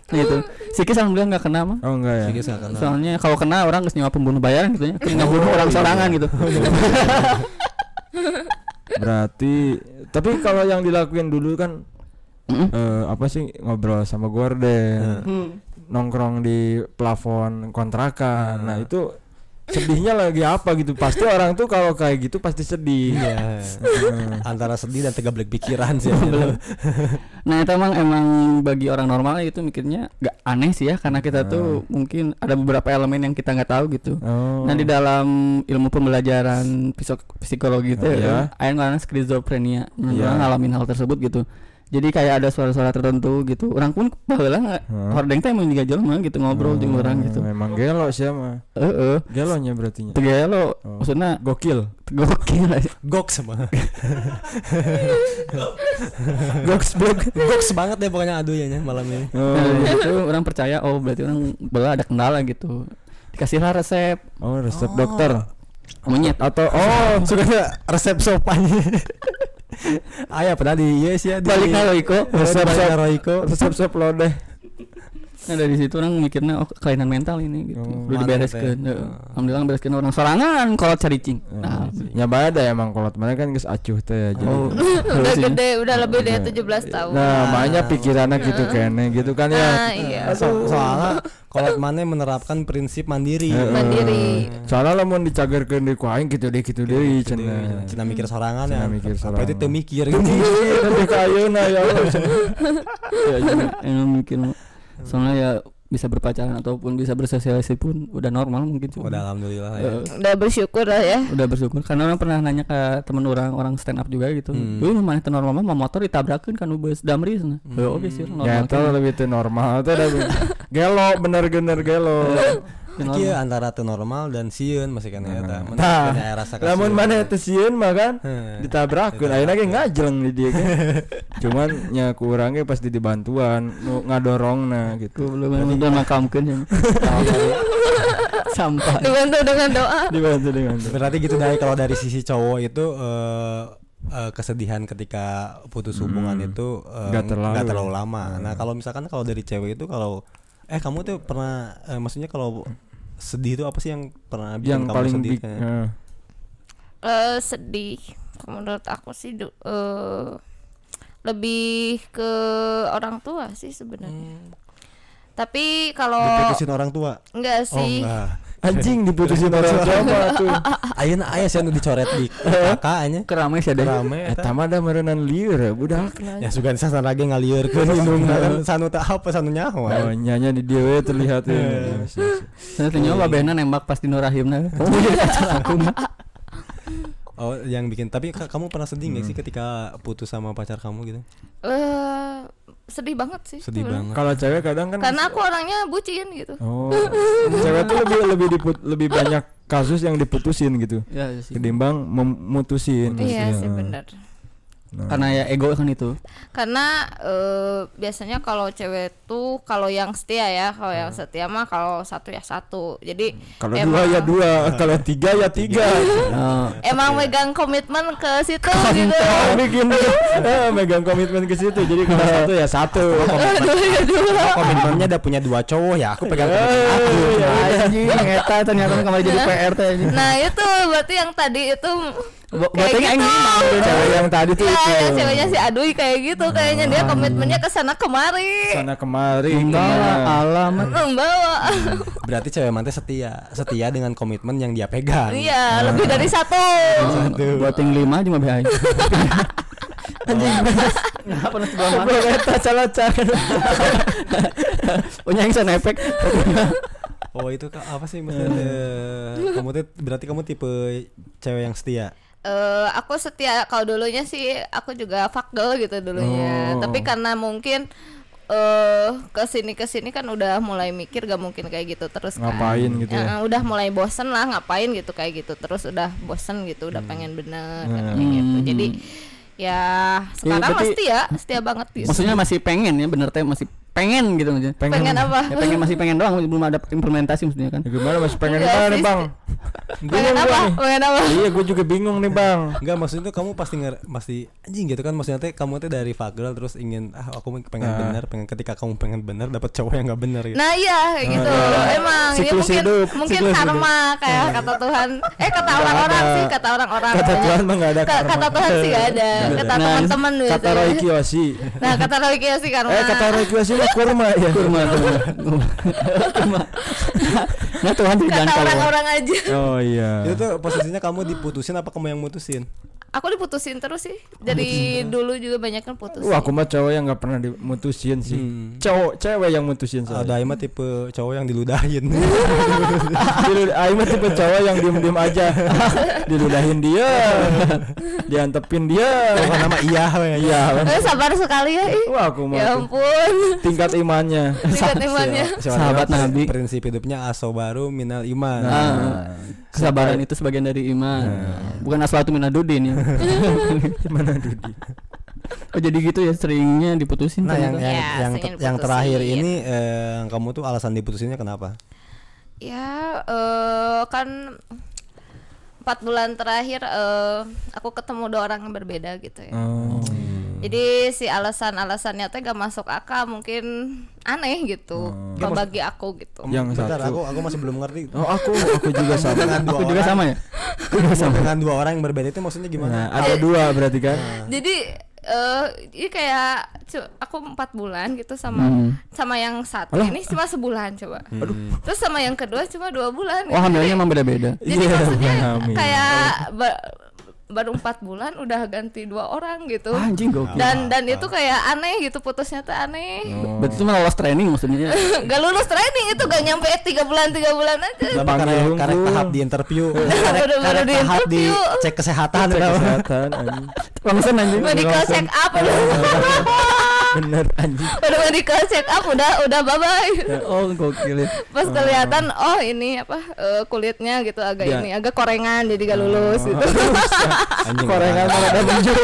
[SPEAKER 3] gitu. Sikis alhamdulillah nggak kena mah.
[SPEAKER 2] oh enggak ya
[SPEAKER 3] Soalnya kalau kena orang geus nyawa pembunuh bayaran gitu ya. Kayak bunuh
[SPEAKER 2] Oh,
[SPEAKER 3] orang
[SPEAKER 2] iya.
[SPEAKER 3] sorangan gitu.
[SPEAKER 2] berarti tapi kalau yang dilakuin dulu kan
[SPEAKER 3] Mm-mm. Mm.
[SPEAKER 2] eh, apa sih ngobrol sama gorden nongkrong di plafon kontrakan
[SPEAKER 3] Mm.
[SPEAKER 2] nah itu sedihnya lagi apa gitu pasti orang tuh kalau kayak gitu pasti sedih Ya.
[SPEAKER 1] Iya. Antara sedih dan tegablek pikiran sih. Belum.
[SPEAKER 3] Nah itu emang emang bagi orang normal itu mikirnya gak aneh sih ya karena kita tuh mungkin ada beberapa elemen yang kita nggak tahu gitu.
[SPEAKER 2] Iya. oh
[SPEAKER 3] Nah di dalam ilmu pembelajaran psiko- psikologi itu
[SPEAKER 2] Iya.
[SPEAKER 3] ya, ada namanya skizofrenia. Nah,
[SPEAKER 2] Iya.
[SPEAKER 3] orang ngalamin hal tersebut gitu. Jadi kayak ada suara-suara tertentu gitu. Orang pun baheula
[SPEAKER 2] Hmm.
[SPEAKER 3] hordeng teh emang juga jelema gitu
[SPEAKER 2] Oh.
[SPEAKER 3] ngobrol jeung orang gitu.
[SPEAKER 2] memang Eh, gelo sih mah
[SPEAKER 3] Heeh.
[SPEAKER 2] gelonya berartinya
[SPEAKER 3] Teu gaya lo
[SPEAKER 2] Oh.
[SPEAKER 3] maksudna
[SPEAKER 2] gokil
[SPEAKER 3] gokil aja.
[SPEAKER 1] Gok sama.
[SPEAKER 2] goks blok
[SPEAKER 1] Gok banget deh pokoknya aduh ya nya malam ini.
[SPEAKER 3] Nah,
[SPEAKER 2] oh,
[SPEAKER 3] dari situ orang percaya oh berarti orang bala ada kendala gitu. Dikasihlah resep
[SPEAKER 2] oh resep dokter
[SPEAKER 3] monyet
[SPEAKER 2] atau oh
[SPEAKER 1] Suka resep sopannya. Ayah Ah, pernah di yes ya di
[SPEAKER 3] balik Iko
[SPEAKER 1] resep
[SPEAKER 2] Resep-
[SPEAKER 1] sop Royko.
[SPEAKER 2] resep resep lo deh
[SPEAKER 3] Nah dari situ orang mikirnya oh kelainan mental ini gitu.
[SPEAKER 2] Oh,
[SPEAKER 3] Udah
[SPEAKER 1] mantep
[SPEAKER 3] dibereskeun.
[SPEAKER 1] ya.
[SPEAKER 3] heeh. Alhamdulillah bereskeun orang sorangan kolot caricing. Nah,
[SPEAKER 2] Ya bada emang kolot mana kan geus acuh teh jadi.
[SPEAKER 1] Oh.
[SPEAKER 4] Udah gede, udah lebih dari
[SPEAKER 2] Iya.
[SPEAKER 4] 17 tahun.
[SPEAKER 2] Nah, makanya pikirannya gitu kene gitu kan ya.
[SPEAKER 4] Nah, iya.
[SPEAKER 1] Eh, So- soalnya kalau mana menerapkan prinsip mandiri.
[SPEAKER 2] Heeh.
[SPEAKER 4] Mandiri.
[SPEAKER 2] Soalnya lamun dicagerkeun di ku aing kitu deui kitu Iya, gitu deui cenah.
[SPEAKER 1] Cina mikir sorangan ya.
[SPEAKER 2] Cina mikir
[SPEAKER 1] Apa itu
[SPEAKER 2] sorangan.
[SPEAKER 1] teu mikir
[SPEAKER 2] Ih, Tapi ka ayeuna ya Allah. cenah. Ya, cenah.
[SPEAKER 3] yang mikir soalnya ya bisa berpacaran ataupun bisa bersosialisasi pun udah normal mungkin cuma.
[SPEAKER 1] Udah alhamdulillah ya.
[SPEAKER 3] Heeh.
[SPEAKER 4] Udah bersyukur lah ya.
[SPEAKER 3] udah bersyukur karena orang pernah nanya ke temen orang orang stand up juga gitu.
[SPEAKER 1] Hmm.
[SPEAKER 3] Wih, mana teu normal mah motor ditabrakeun kan beus damri cenah. Heuh, oke sih orang
[SPEAKER 2] Ya
[SPEAKER 3] normal.
[SPEAKER 2] itu lebih teu normal teh dah. Gelo bener-bener gelo.
[SPEAKER 3] Teu normal.
[SPEAKER 1] Iya antara teu normal dan sieun masih kan ya. Mana
[SPEAKER 2] Nah,
[SPEAKER 1] kena rasa kasih.
[SPEAKER 2] Lamun mana teu sieun mah kan
[SPEAKER 1] Heeh.
[SPEAKER 2] ditabrakun akhirnya ge ngajeleng di dia kan. Cuman nya ku urang ge pas di dibantuan nu ngadorongna gitu.
[SPEAKER 3] Goblok, mana udah makamkeun cenah. Sampah.
[SPEAKER 4] Dibantu dengan doa.
[SPEAKER 2] Dibantu dibantu.
[SPEAKER 1] Berarti gitu dari kalau dari sisi cowok itu eh, eh, kesedihan ketika putus hubungan itu eh,
[SPEAKER 2] Hmm. Nggak terlalu
[SPEAKER 1] nggak
[SPEAKER 2] ya.
[SPEAKER 1] lama. Nah, kalau misalkan kalau dari cewek itu kalau eh kamu tuh pernah eh, maksudnya kalau sedih itu apa sih yang pernah bikin
[SPEAKER 2] yang
[SPEAKER 1] kamu
[SPEAKER 2] paling
[SPEAKER 1] sedih?
[SPEAKER 2] big
[SPEAKER 1] Eh,
[SPEAKER 2] eh.
[SPEAKER 4] Eh, sedih. Menurut aku sih du- eh, lebih ke orang tua sih sebenarnya. Tapi kalau
[SPEAKER 2] Oh.
[SPEAKER 1] Diputusin orang tua.
[SPEAKER 4] enggak
[SPEAKER 1] Oh,
[SPEAKER 4] sih.
[SPEAKER 1] enggak.
[SPEAKER 2] Anjing diputusin orang Jawa tuh.
[SPEAKER 1] Ayeuna aya sih anu dicoret di
[SPEAKER 2] Eh.
[SPEAKER 1] kakaknya
[SPEAKER 3] Kerame sih deh.
[SPEAKER 1] rame eta.
[SPEAKER 2] Eta Eh, mah da meurenan lieur eh, budak lah.
[SPEAKER 1] ya sugan sasana lagi ngaliurkeun
[SPEAKER 2] Iya.
[SPEAKER 1] indung kan sanu teh apa sanu Iya, nyaho
[SPEAKER 2] Oh, nyanya di dia we terlihat ya.
[SPEAKER 3] Saya tanya babehna nembak pas di Nurahimna. Oh, aku mah.
[SPEAKER 1] oh yang bikin tapi ka- kamu pernah sedih nggak sih ketika putus sama pacar kamu gitu
[SPEAKER 4] Eh, sedih banget sih.
[SPEAKER 1] sedih
[SPEAKER 4] sebenarnya.
[SPEAKER 1] banget
[SPEAKER 2] Kalau cewek kadang kan
[SPEAKER 4] Karena aku orangnya bucin gitu.
[SPEAKER 2] Oh, cewek tuh lebih lebih diput- lebih banyak kasus yang diputusin gitu.
[SPEAKER 3] Ya, sih.
[SPEAKER 2] Ketimbang memutusin.
[SPEAKER 4] Iya sih benar.
[SPEAKER 3] Karena ya ego kan itu.
[SPEAKER 4] Karena eh, biasanya kalau cewek tuh kalau yang setia ya, kalau yang setia mah kalau satu ya satu. Jadi
[SPEAKER 2] Kalau dua ya dua, kalau tiga ya tiga.
[SPEAKER 3] Nah,
[SPEAKER 4] emang megang komitmen ke situ gitu.
[SPEAKER 2] Oh, bikin eh, megang komitmen ke situ. Jadi kalau satu ya satu.
[SPEAKER 1] komitmennya udah punya dua cowok ya aku pegang komitmen aku
[SPEAKER 2] Eh, ya udah.
[SPEAKER 3] Anjing, eta ternyata
[SPEAKER 2] Iya.
[SPEAKER 3] kembali jadi PRT anjing.
[SPEAKER 4] Nah itu berarti yang tadi itu
[SPEAKER 3] Bo-
[SPEAKER 4] Kayak
[SPEAKER 3] Boteng
[SPEAKER 4] gitu.
[SPEAKER 3] aing minimal.
[SPEAKER 2] Cewek yang tadi
[SPEAKER 3] Iya.
[SPEAKER 2] tuh
[SPEAKER 4] ya yang
[SPEAKER 2] itu.
[SPEAKER 4] ceweknya si Adui kayak gitu kayaknya
[SPEAKER 2] Ah.
[SPEAKER 4] dia komitmennya ke sana kemari Hmm,
[SPEAKER 2] Sana kemari.
[SPEAKER 3] Enggak lah,
[SPEAKER 2] kemana.
[SPEAKER 3] alamat.
[SPEAKER 4] membawa
[SPEAKER 1] berarti cewek mantai setia setia dengan komitmen yang dia pegang
[SPEAKER 4] iya lebih dari
[SPEAKER 2] Ah.
[SPEAKER 4] satu
[SPEAKER 3] Boteng lima aja mah behay. Anjing. Enggak pernah sebelah mana. Eta salah cara. Punya yang sana efek.
[SPEAKER 1] oh itu ka- apa sih maksudnya Eh, kamu tuh berarti kamu tipe cewek yang setia
[SPEAKER 4] Eh, aku setia kalau dulunya sih aku juga fuck girl gitu dulunya
[SPEAKER 2] Oh.
[SPEAKER 4] tapi karena mungkin eh kesini kesini kan udah mulai mikir gak mungkin kayak gitu terus kan.
[SPEAKER 2] Ngapain gitu ya.
[SPEAKER 4] Ya, udah mulai bosen lah ngapain gitu kayak gitu terus udah bosen gitu udah
[SPEAKER 2] Hmm.
[SPEAKER 4] pengen bener kan, kayak gitu jadi
[SPEAKER 2] Iya,
[SPEAKER 4] ya sekarang
[SPEAKER 3] berarti-
[SPEAKER 4] mah setia setia banget gitu
[SPEAKER 3] Maksudnya masih pengen ya bener teh masih pengen gitu aja.
[SPEAKER 4] pengen apa
[SPEAKER 3] Ya pengen masih pengen doang belum ada implementasi maksudnya kan.
[SPEAKER 2] Ya gimana masih pengen
[SPEAKER 4] Enggak
[SPEAKER 2] gimana nih
[SPEAKER 4] sih.
[SPEAKER 2] bang?
[SPEAKER 4] pengen
[SPEAKER 2] gua
[SPEAKER 4] apa
[SPEAKER 2] nih.
[SPEAKER 4] pengen apa
[SPEAKER 2] Iya gue juga bingung nih bang.
[SPEAKER 1] Enggak maksudnya tuh kamu pasti nger pasti anjing gitu kan maksudnya teh kamu teh dari fagirl terus ingin ah aku pengen
[SPEAKER 2] Nah.
[SPEAKER 1] bener pengen ketika kamu pengen bener dapat cowok yang gak bener gitu.
[SPEAKER 4] Nah iya kayak gitu emang ini
[SPEAKER 2] Siklus
[SPEAKER 4] mungkin
[SPEAKER 2] hidup,
[SPEAKER 4] mungkin
[SPEAKER 2] siklus Iya.
[SPEAKER 4] karma kayak kata Tuhan eh kata orang-orang
[SPEAKER 2] ada.
[SPEAKER 4] sih kata orang-orang
[SPEAKER 2] Kata
[SPEAKER 4] Banyak-
[SPEAKER 2] Tuhan mah nggak ada
[SPEAKER 4] Ka-
[SPEAKER 2] karma.
[SPEAKER 4] kata Tuhan sih gak ada
[SPEAKER 2] Nggak ada.
[SPEAKER 4] kata
[SPEAKER 3] Nah,
[SPEAKER 4] teman-teman
[SPEAKER 2] Kata
[SPEAKER 4] biasanya.
[SPEAKER 2] Roy Kiyoshi.
[SPEAKER 4] nah kata Roy Kiyoshi karma
[SPEAKER 2] Eh kata Roy Kiyoshi mah kurma ya.
[SPEAKER 3] Kurma kurma. Kurma. Nah Tuhan tidak
[SPEAKER 4] kata
[SPEAKER 3] kalau.
[SPEAKER 4] orang-orang aja
[SPEAKER 2] Oh iya.
[SPEAKER 1] Itu tuh posisinya kamu diputusin apa kamu yang mutusin?
[SPEAKER 4] aku diputusin terus sih dari dulu juga banyak kan putus
[SPEAKER 2] Wah, aku mah cowok yang nggak pernah dimutusin sih.
[SPEAKER 1] Hmm.
[SPEAKER 2] Cowok cewek yang mutusin
[SPEAKER 1] Ada
[SPEAKER 2] saya.
[SPEAKER 1] mah tipe cowok yang diludahin.
[SPEAKER 2] Dilud- Aing mah tipe cowok yang diem-diem aja. Diludahin dia. Diantepin dia.
[SPEAKER 1] Bukan nama iya we.
[SPEAKER 2] Iya. Bang.
[SPEAKER 4] Eh, sabar sekali ya ih.
[SPEAKER 2] Wah, aku
[SPEAKER 4] ya
[SPEAKER 2] mah tuh.
[SPEAKER 4] ampun
[SPEAKER 2] tingkat imannya.
[SPEAKER 4] tingkat imannya
[SPEAKER 3] Sahabat Nabi.
[SPEAKER 1] Prinsip hidupnya aso baru minal iman.
[SPEAKER 3] Nah,
[SPEAKER 2] Ah.
[SPEAKER 3] kesabaran itu sebagian dari iman.
[SPEAKER 1] Nah.
[SPEAKER 3] Bukan aslatu minadudin ya.
[SPEAKER 2] Mana Dudi?
[SPEAKER 3] Oh jadi gitu ya seringnya diputusin
[SPEAKER 1] Nah, yang
[SPEAKER 3] ternyata.
[SPEAKER 1] yang
[SPEAKER 4] Ya,
[SPEAKER 1] yang,
[SPEAKER 4] sering ya.
[SPEAKER 1] yang terakhir
[SPEAKER 4] diputusin.
[SPEAKER 1] ini eh, kamu tuh alasan diputusinnya kenapa?
[SPEAKER 4] Ya, eh kan empat bulan terakhir eh aku ketemu dua orang yang berbeda gitu ya.
[SPEAKER 2] Oh.
[SPEAKER 4] Jadi si alasan-alasannya teh gak masuk akal, mungkin aneh gitu.
[SPEAKER 2] Hmm.
[SPEAKER 4] Kalau bagi aku gitu.
[SPEAKER 2] Yang
[SPEAKER 1] Bentar,
[SPEAKER 2] satu.
[SPEAKER 1] aku aku masih belum ngerti.
[SPEAKER 2] Oh, aku aku juga sama.
[SPEAKER 1] Dengan dua
[SPEAKER 3] aku juga
[SPEAKER 1] orang-
[SPEAKER 3] sama ya.
[SPEAKER 1] Dengan dua orang yang berbeda itu maksudnya
[SPEAKER 2] Nah,
[SPEAKER 1] gimana?
[SPEAKER 2] ada dua berarti kan?
[SPEAKER 4] Jadi eh ini kayak cu- aku empat bulan gitu sama
[SPEAKER 3] Hmm.
[SPEAKER 4] sama yang satu ini cuma sebulan coba. Terus sama yang kedua cuma dua bulan. gitu.
[SPEAKER 3] Oh hamilnya emang beda-beda.
[SPEAKER 4] Jadi
[SPEAKER 2] Iya,
[SPEAKER 4] maksudnya
[SPEAKER 2] pahami.
[SPEAKER 4] kayak ba- baru empat bulan udah ganti dua orang gitu.
[SPEAKER 3] Ah, anjing gokil.
[SPEAKER 4] dan dan itu kayak aneh gitu putusnya tuh
[SPEAKER 2] Oh.
[SPEAKER 4] aneh
[SPEAKER 3] Berarti cuma lolos training maksudnya. ya.
[SPEAKER 4] gak lulus training itu gak nyampe tiga bulan tiga bulan aja
[SPEAKER 1] Lama
[SPEAKER 2] Panggil
[SPEAKER 1] karena karena
[SPEAKER 2] unggul.
[SPEAKER 1] tahap di interview,
[SPEAKER 4] Baru-
[SPEAKER 1] karena
[SPEAKER 4] baru di
[SPEAKER 1] tahap di
[SPEAKER 4] interview.
[SPEAKER 1] cek kesehatan,
[SPEAKER 2] Cek
[SPEAKER 1] tau.
[SPEAKER 2] kesehatan anjing.
[SPEAKER 3] Langsung anjing.
[SPEAKER 4] medical
[SPEAKER 2] langsung.
[SPEAKER 4] check up
[SPEAKER 2] Bener anjing.
[SPEAKER 4] baru medical check up udah udah bye bye
[SPEAKER 3] Oh gokil ya.
[SPEAKER 4] pas
[SPEAKER 1] Ah.
[SPEAKER 4] kelihatan oh ini apa eh, kulitnya gitu agak
[SPEAKER 1] Ya.
[SPEAKER 2] Iya.
[SPEAKER 4] ini agak korengan jadi
[SPEAKER 1] Ah.
[SPEAKER 4] gak lulus gitu
[SPEAKER 1] Anjing,
[SPEAKER 2] Korengan
[SPEAKER 1] parah.
[SPEAKER 2] agak menjur.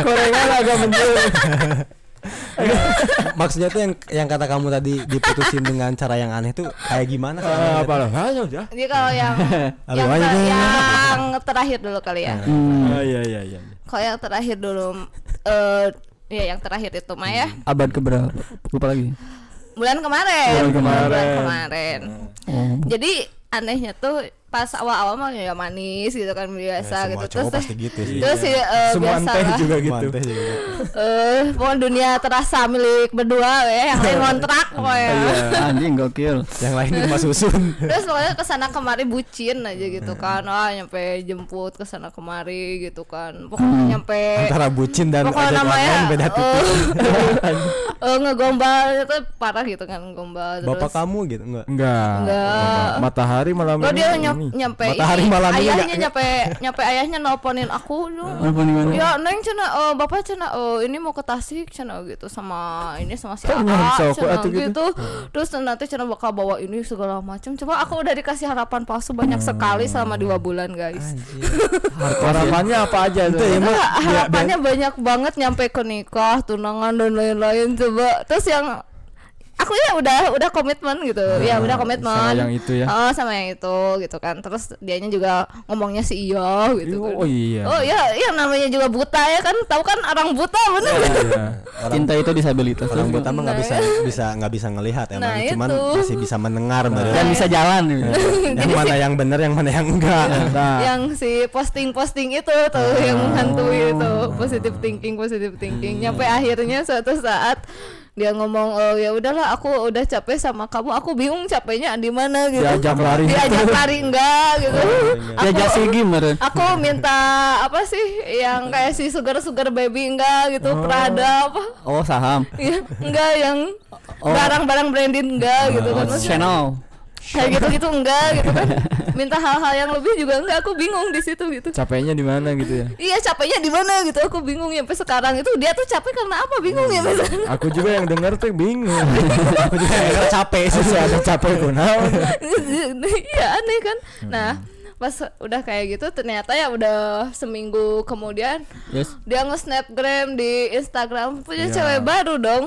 [SPEAKER 2] Korengan agak menjur.
[SPEAKER 1] Maksudnya tuh yang yang kata kamu tadi diputusin dengan cara yang aneh tuh kayak gimana? sih?
[SPEAKER 2] Eh, Apa lah? Ayo ya.
[SPEAKER 4] jadi kalau yang yang,
[SPEAKER 1] Aduh,
[SPEAKER 4] ter-
[SPEAKER 1] aduh.
[SPEAKER 4] yang terakhir dulu kali ya
[SPEAKER 2] Ah, iya iya iya.
[SPEAKER 4] kalau yang terakhir dulu eh ya yang terakhir itu mah ya
[SPEAKER 1] Hmm.
[SPEAKER 3] Abad keberapa? Lupa lagi.
[SPEAKER 4] bulan kemarin
[SPEAKER 2] Bulan kemarin.
[SPEAKER 1] Ah.
[SPEAKER 4] bulan kemarin
[SPEAKER 3] Oh.
[SPEAKER 4] Jadi anehnya tuh pas awal-awal mah kayak manis gitu kan
[SPEAKER 1] Eh, semua
[SPEAKER 4] biasa gitu
[SPEAKER 1] cowok
[SPEAKER 4] terus teh
[SPEAKER 1] pasti gitu sih.
[SPEAKER 4] terus sih eh,
[SPEAKER 2] Semua teh
[SPEAKER 4] biasalah
[SPEAKER 2] juga gitu.
[SPEAKER 1] Manteh juga.
[SPEAKER 4] eh pokoknya dunia terasa milik berdua weh yang lain ngontrak
[SPEAKER 1] Iya.
[SPEAKER 4] pokoknya
[SPEAKER 3] Anjing gokil.
[SPEAKER 1] Yang lain di rumah susun.
[SPEAKER 4] terus pokoknya kesana kemari bucin aja gitu kan ah nyampe jemput kesana kemari gitu kan pokoknya nyampe
[SPEAKER 1] Hmm. Antara bucin dan
[SPEAKER 4] pokoknya
[SPEAKER 1] ojek
[SPEAKER 4] namanya
[SPEAKER 1] online beda tipis.
[SPEAKER 4] eh, eh, ngegombal itu parah gitu kan gombal terus
[SPEAKER 1] Bapak kamu gitu enggak?
[SPEAKER 2] Enggak.
[SPEAKER 4] Enggak.
[SPEAKER 2] Matahari malam
[SPEAKER 4] Lo dia
[SPEAKER 2] ini.
[SPEAKER 4] nyam,
[SPEAKER 2] ini.
[SPEAKER 4] nyampe
[SPEAKER 1] Matahari
[SPEAKER 4] ini,
[SPEAKER 1] malam ini
[SPEAKER 4] ayahnya
[SPEAKER 1] nggak-
[SPEAKER 4] nyampe nyampe ayahnya nelponin aku dong.
[SPEAKER 3] Walaupun gimana.
[SPEAKER 4] Ya, Neng cina, eh, bapak cina, eh, ini mau ke Tasik cina gitu sama ini sama si
[SPEAKER 2] Kok
[SPEAKER 4] Aa
[SPEAKER 2] nyangsa aku
[SPEAKER 4] cina
[SPEAKER 2] atuh gitu?
[SPEAKER 4] gitu. Terus nanti cina bakal bawa ini segala macam. Coba aku udah dikasih harapan palsu banyak
[SPEAKER 2] Hmm.
[SPEAKER 4] sekali selama dua bulan guys.
[SPEAKER 2] Harapannya apa aja tuh?
[SPEAKER 4] Nah, harapannya banyak banget nyampe ke nikah, tunangan dan lain-lain coba. Terus yang aku ya udah udah komitmen gitu. ya udah komitmen.
[SPEAKER 2] Ah, sama yang itu ya.
[SPEAKER 4] Oh, sama yang itu gitu kan. Terus dianya juga ngomongnya si iya gitu. kan.
[SPEAKER 2] Oh iya.
[SPEAKER 4] Oh iya, yang namanya juga buta ya kan. Tahu kan orang buta bener.
[SPEAKER 2] Iya.
[SPEAKER 1] Orang
[SPEAKER 3] Cinta itu disabilitas.
[SPEAKER 1] orang
[SPEAKER 3] Gokil.
[SPEAKER 1] buta mah nggak bisa bisa nggak bisa ngelihat emang
[SPEAKER 4] Nah,
[SPEAKER 1] cuman
[SPEAKER 4] itu. Nah.
[SPEAKER 1] masih bisa mendengar baru.
[SPEAKER 3] Dan bisa jalan.
[SPEAKER 4] Iya.
[SPEAKER 3] gitu.
[SPEAKER 1] yang mana yang benar yang mana yang enggak
[SPEAKER 2] Nah,
[SPEAKER 4] Yang si posting-posting itu tuh yang menghantui itu. Positive thinking, positive thinking. Nyampe akhirnya suatu saat dia ngomong oh ya udahlah aku udah capek sama kamu aku bingung capeknya di mana gitu
[SPEAKER 2] diajak lari.
[SPEAKER 4] diajak lari enggak gitu
[SPEAKER 3] Ya
[SPEAKER 4] aku,
[SPEAKER 3] jasi gimana?
[SPEAKER 4] aku minta apa sih yang kayak si sugar sugar baby enggak gitu Prada apa
[SPEAKER 3] Oh saham.
[SPEAKER 4] ya, enggak yang
[SPEAKER 3] Oh.
[SPEAKER 4] barang-barang branded enggak gitu kan
[SPEAKER 3] Oh,
[SPEAKER 4] Maksudnya,
[SPEAKER 3] channel.
[SPEAKER 4] kayak gitu-gitu enggak gitu kan minta hal-hal yang lebih juga enggak aku bingung di situ gitu
[SPEAKER 2] Capeknya di mana gitu ya?
[SPEAKER 4] iya capeknya di mana gitu aku bingung sampai sekarang itu dia tuh capek karena apa bingung
[SPEAKER 1] Hmm.
[SPEAKER 4] ya misalnya
[SPEAKER 2] Aku juga yang denger tuh bingung.
[SPEAKER 1] aku juga nggak capek sih
[SPEAKER 2] Sih ada capek kunaon.
[SPEAKER 4] iya aneh kan nah
[SPEAKER 1] Hmm.
[SPEAKER 4] pas udah kayak gitu ternyata ya udah seminggu kemudian
[SPEAKER 3] Yes.
[SPEAKER 4] dia nge-snapgram di Instagram punya
[SPEAKER 2] Iya.
[SPEAKER 4] cewek baru dong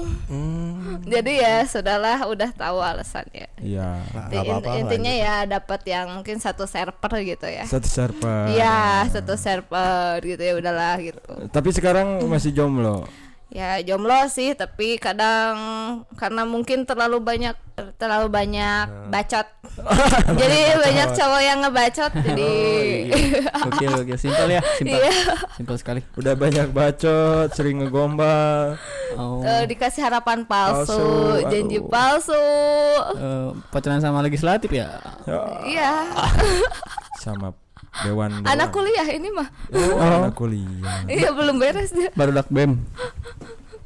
[SPEAKER 4] jadi ya sudahlah udah tahu alasannya
[SPEAKER 2] Iya.
[SPEAKER 4] Di-
[SPEAKER 1] Hmm. apa-apa lah,
[SPEAKER 4] intinya
[SPEAKER 1] gitu.
[SPEAKER 4] ya dapat yang mungkin satu server gitu ya
[SPEAKER 2] Satu server.
[SPEAKER 4] Iya, satu server gitu ya udahlah gitu.
[SPEAKER 2] Tapi sekarang masih jomblo.
[SPEAKER 4] Ya jomblo sih, tapi kadang karena mungkin terlalu banyak terlalu banyak bacot. jadi Nah. banyak Oh, iya. cowok yang ngebacot jadi
[SPEAKER 3] Oke oke simpel ya simpel
[SPEAKER 4] Iya.
[SPEAKER 3] simpel sekali.
[SPEAKER 2] Udah banyak bacot, sering ngegombal.
[SPEAKER 3] Oh.
[SPEAKER 4] eh, dikasih harapan palsu,
[SPEAKER 2] Palsu,
[SPEAKER 4] janji
[SPEAKER 2] aduh.
[SPEAKER 4] palsu.
[SPEAKER 3] eh, pacaran sama legislatif ya?
[SPEAKER 2] Ya,
[SPEAKER 4] Iya,
[SPEAKER 2] Sama dewan. doang.
[SPEAKER 4] anak kuliah ini mah.
[SPEAKER 2] Oh, Anak kuliah.
[SPEAKER 4] Iya belum beres dia.
[SPEAKER 3] Baru dak bem.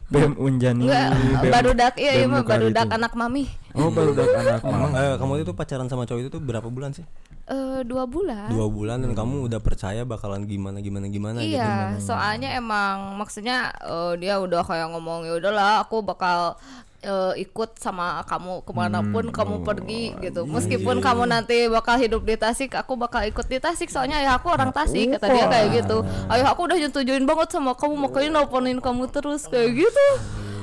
[SPEAKER 2] BEM Unjani.
[SPEAKER 4] Enggak,
[SPEAKER 2] BEM
[SPEAKER 4] barudak iya, iya
[SPEAKER 2] BEM
[SPEAKER 4] mah
[SPEAKER 2] Nukar
[SPEAKER 4] barudak
[SPEAKER 2] itu.
[SPEAKER 4] anak mami.
[SPEAKER 2] Oh, barudak anak.
[SPEAKER 1] Emang eh, kamu itu pacaran sama cowok itu tuh berapa bulan sih?
[SPEAKER 4] Eh, dua bulan.
[SPEAKER 1] Dua bulan dan kamu udah percaya bakalan gimana gimana gimana gitu.
[SPEAKER 4] Iya, soalnya emang maksudnya eh, dia udah kayak ngomong ya udahlah aku bakal eh, ikut sama kamu kemanapun kamu pergi gitu. Meskipun kamu nanti bakal hidup di Tasik, aku bakal ikut di Tasik soalnya ya aku orang Tasik kata dia kayak gitu. Ayo aku udah nyetujuin banget sama kamu makanya nelponin kamu terus kayak gitu.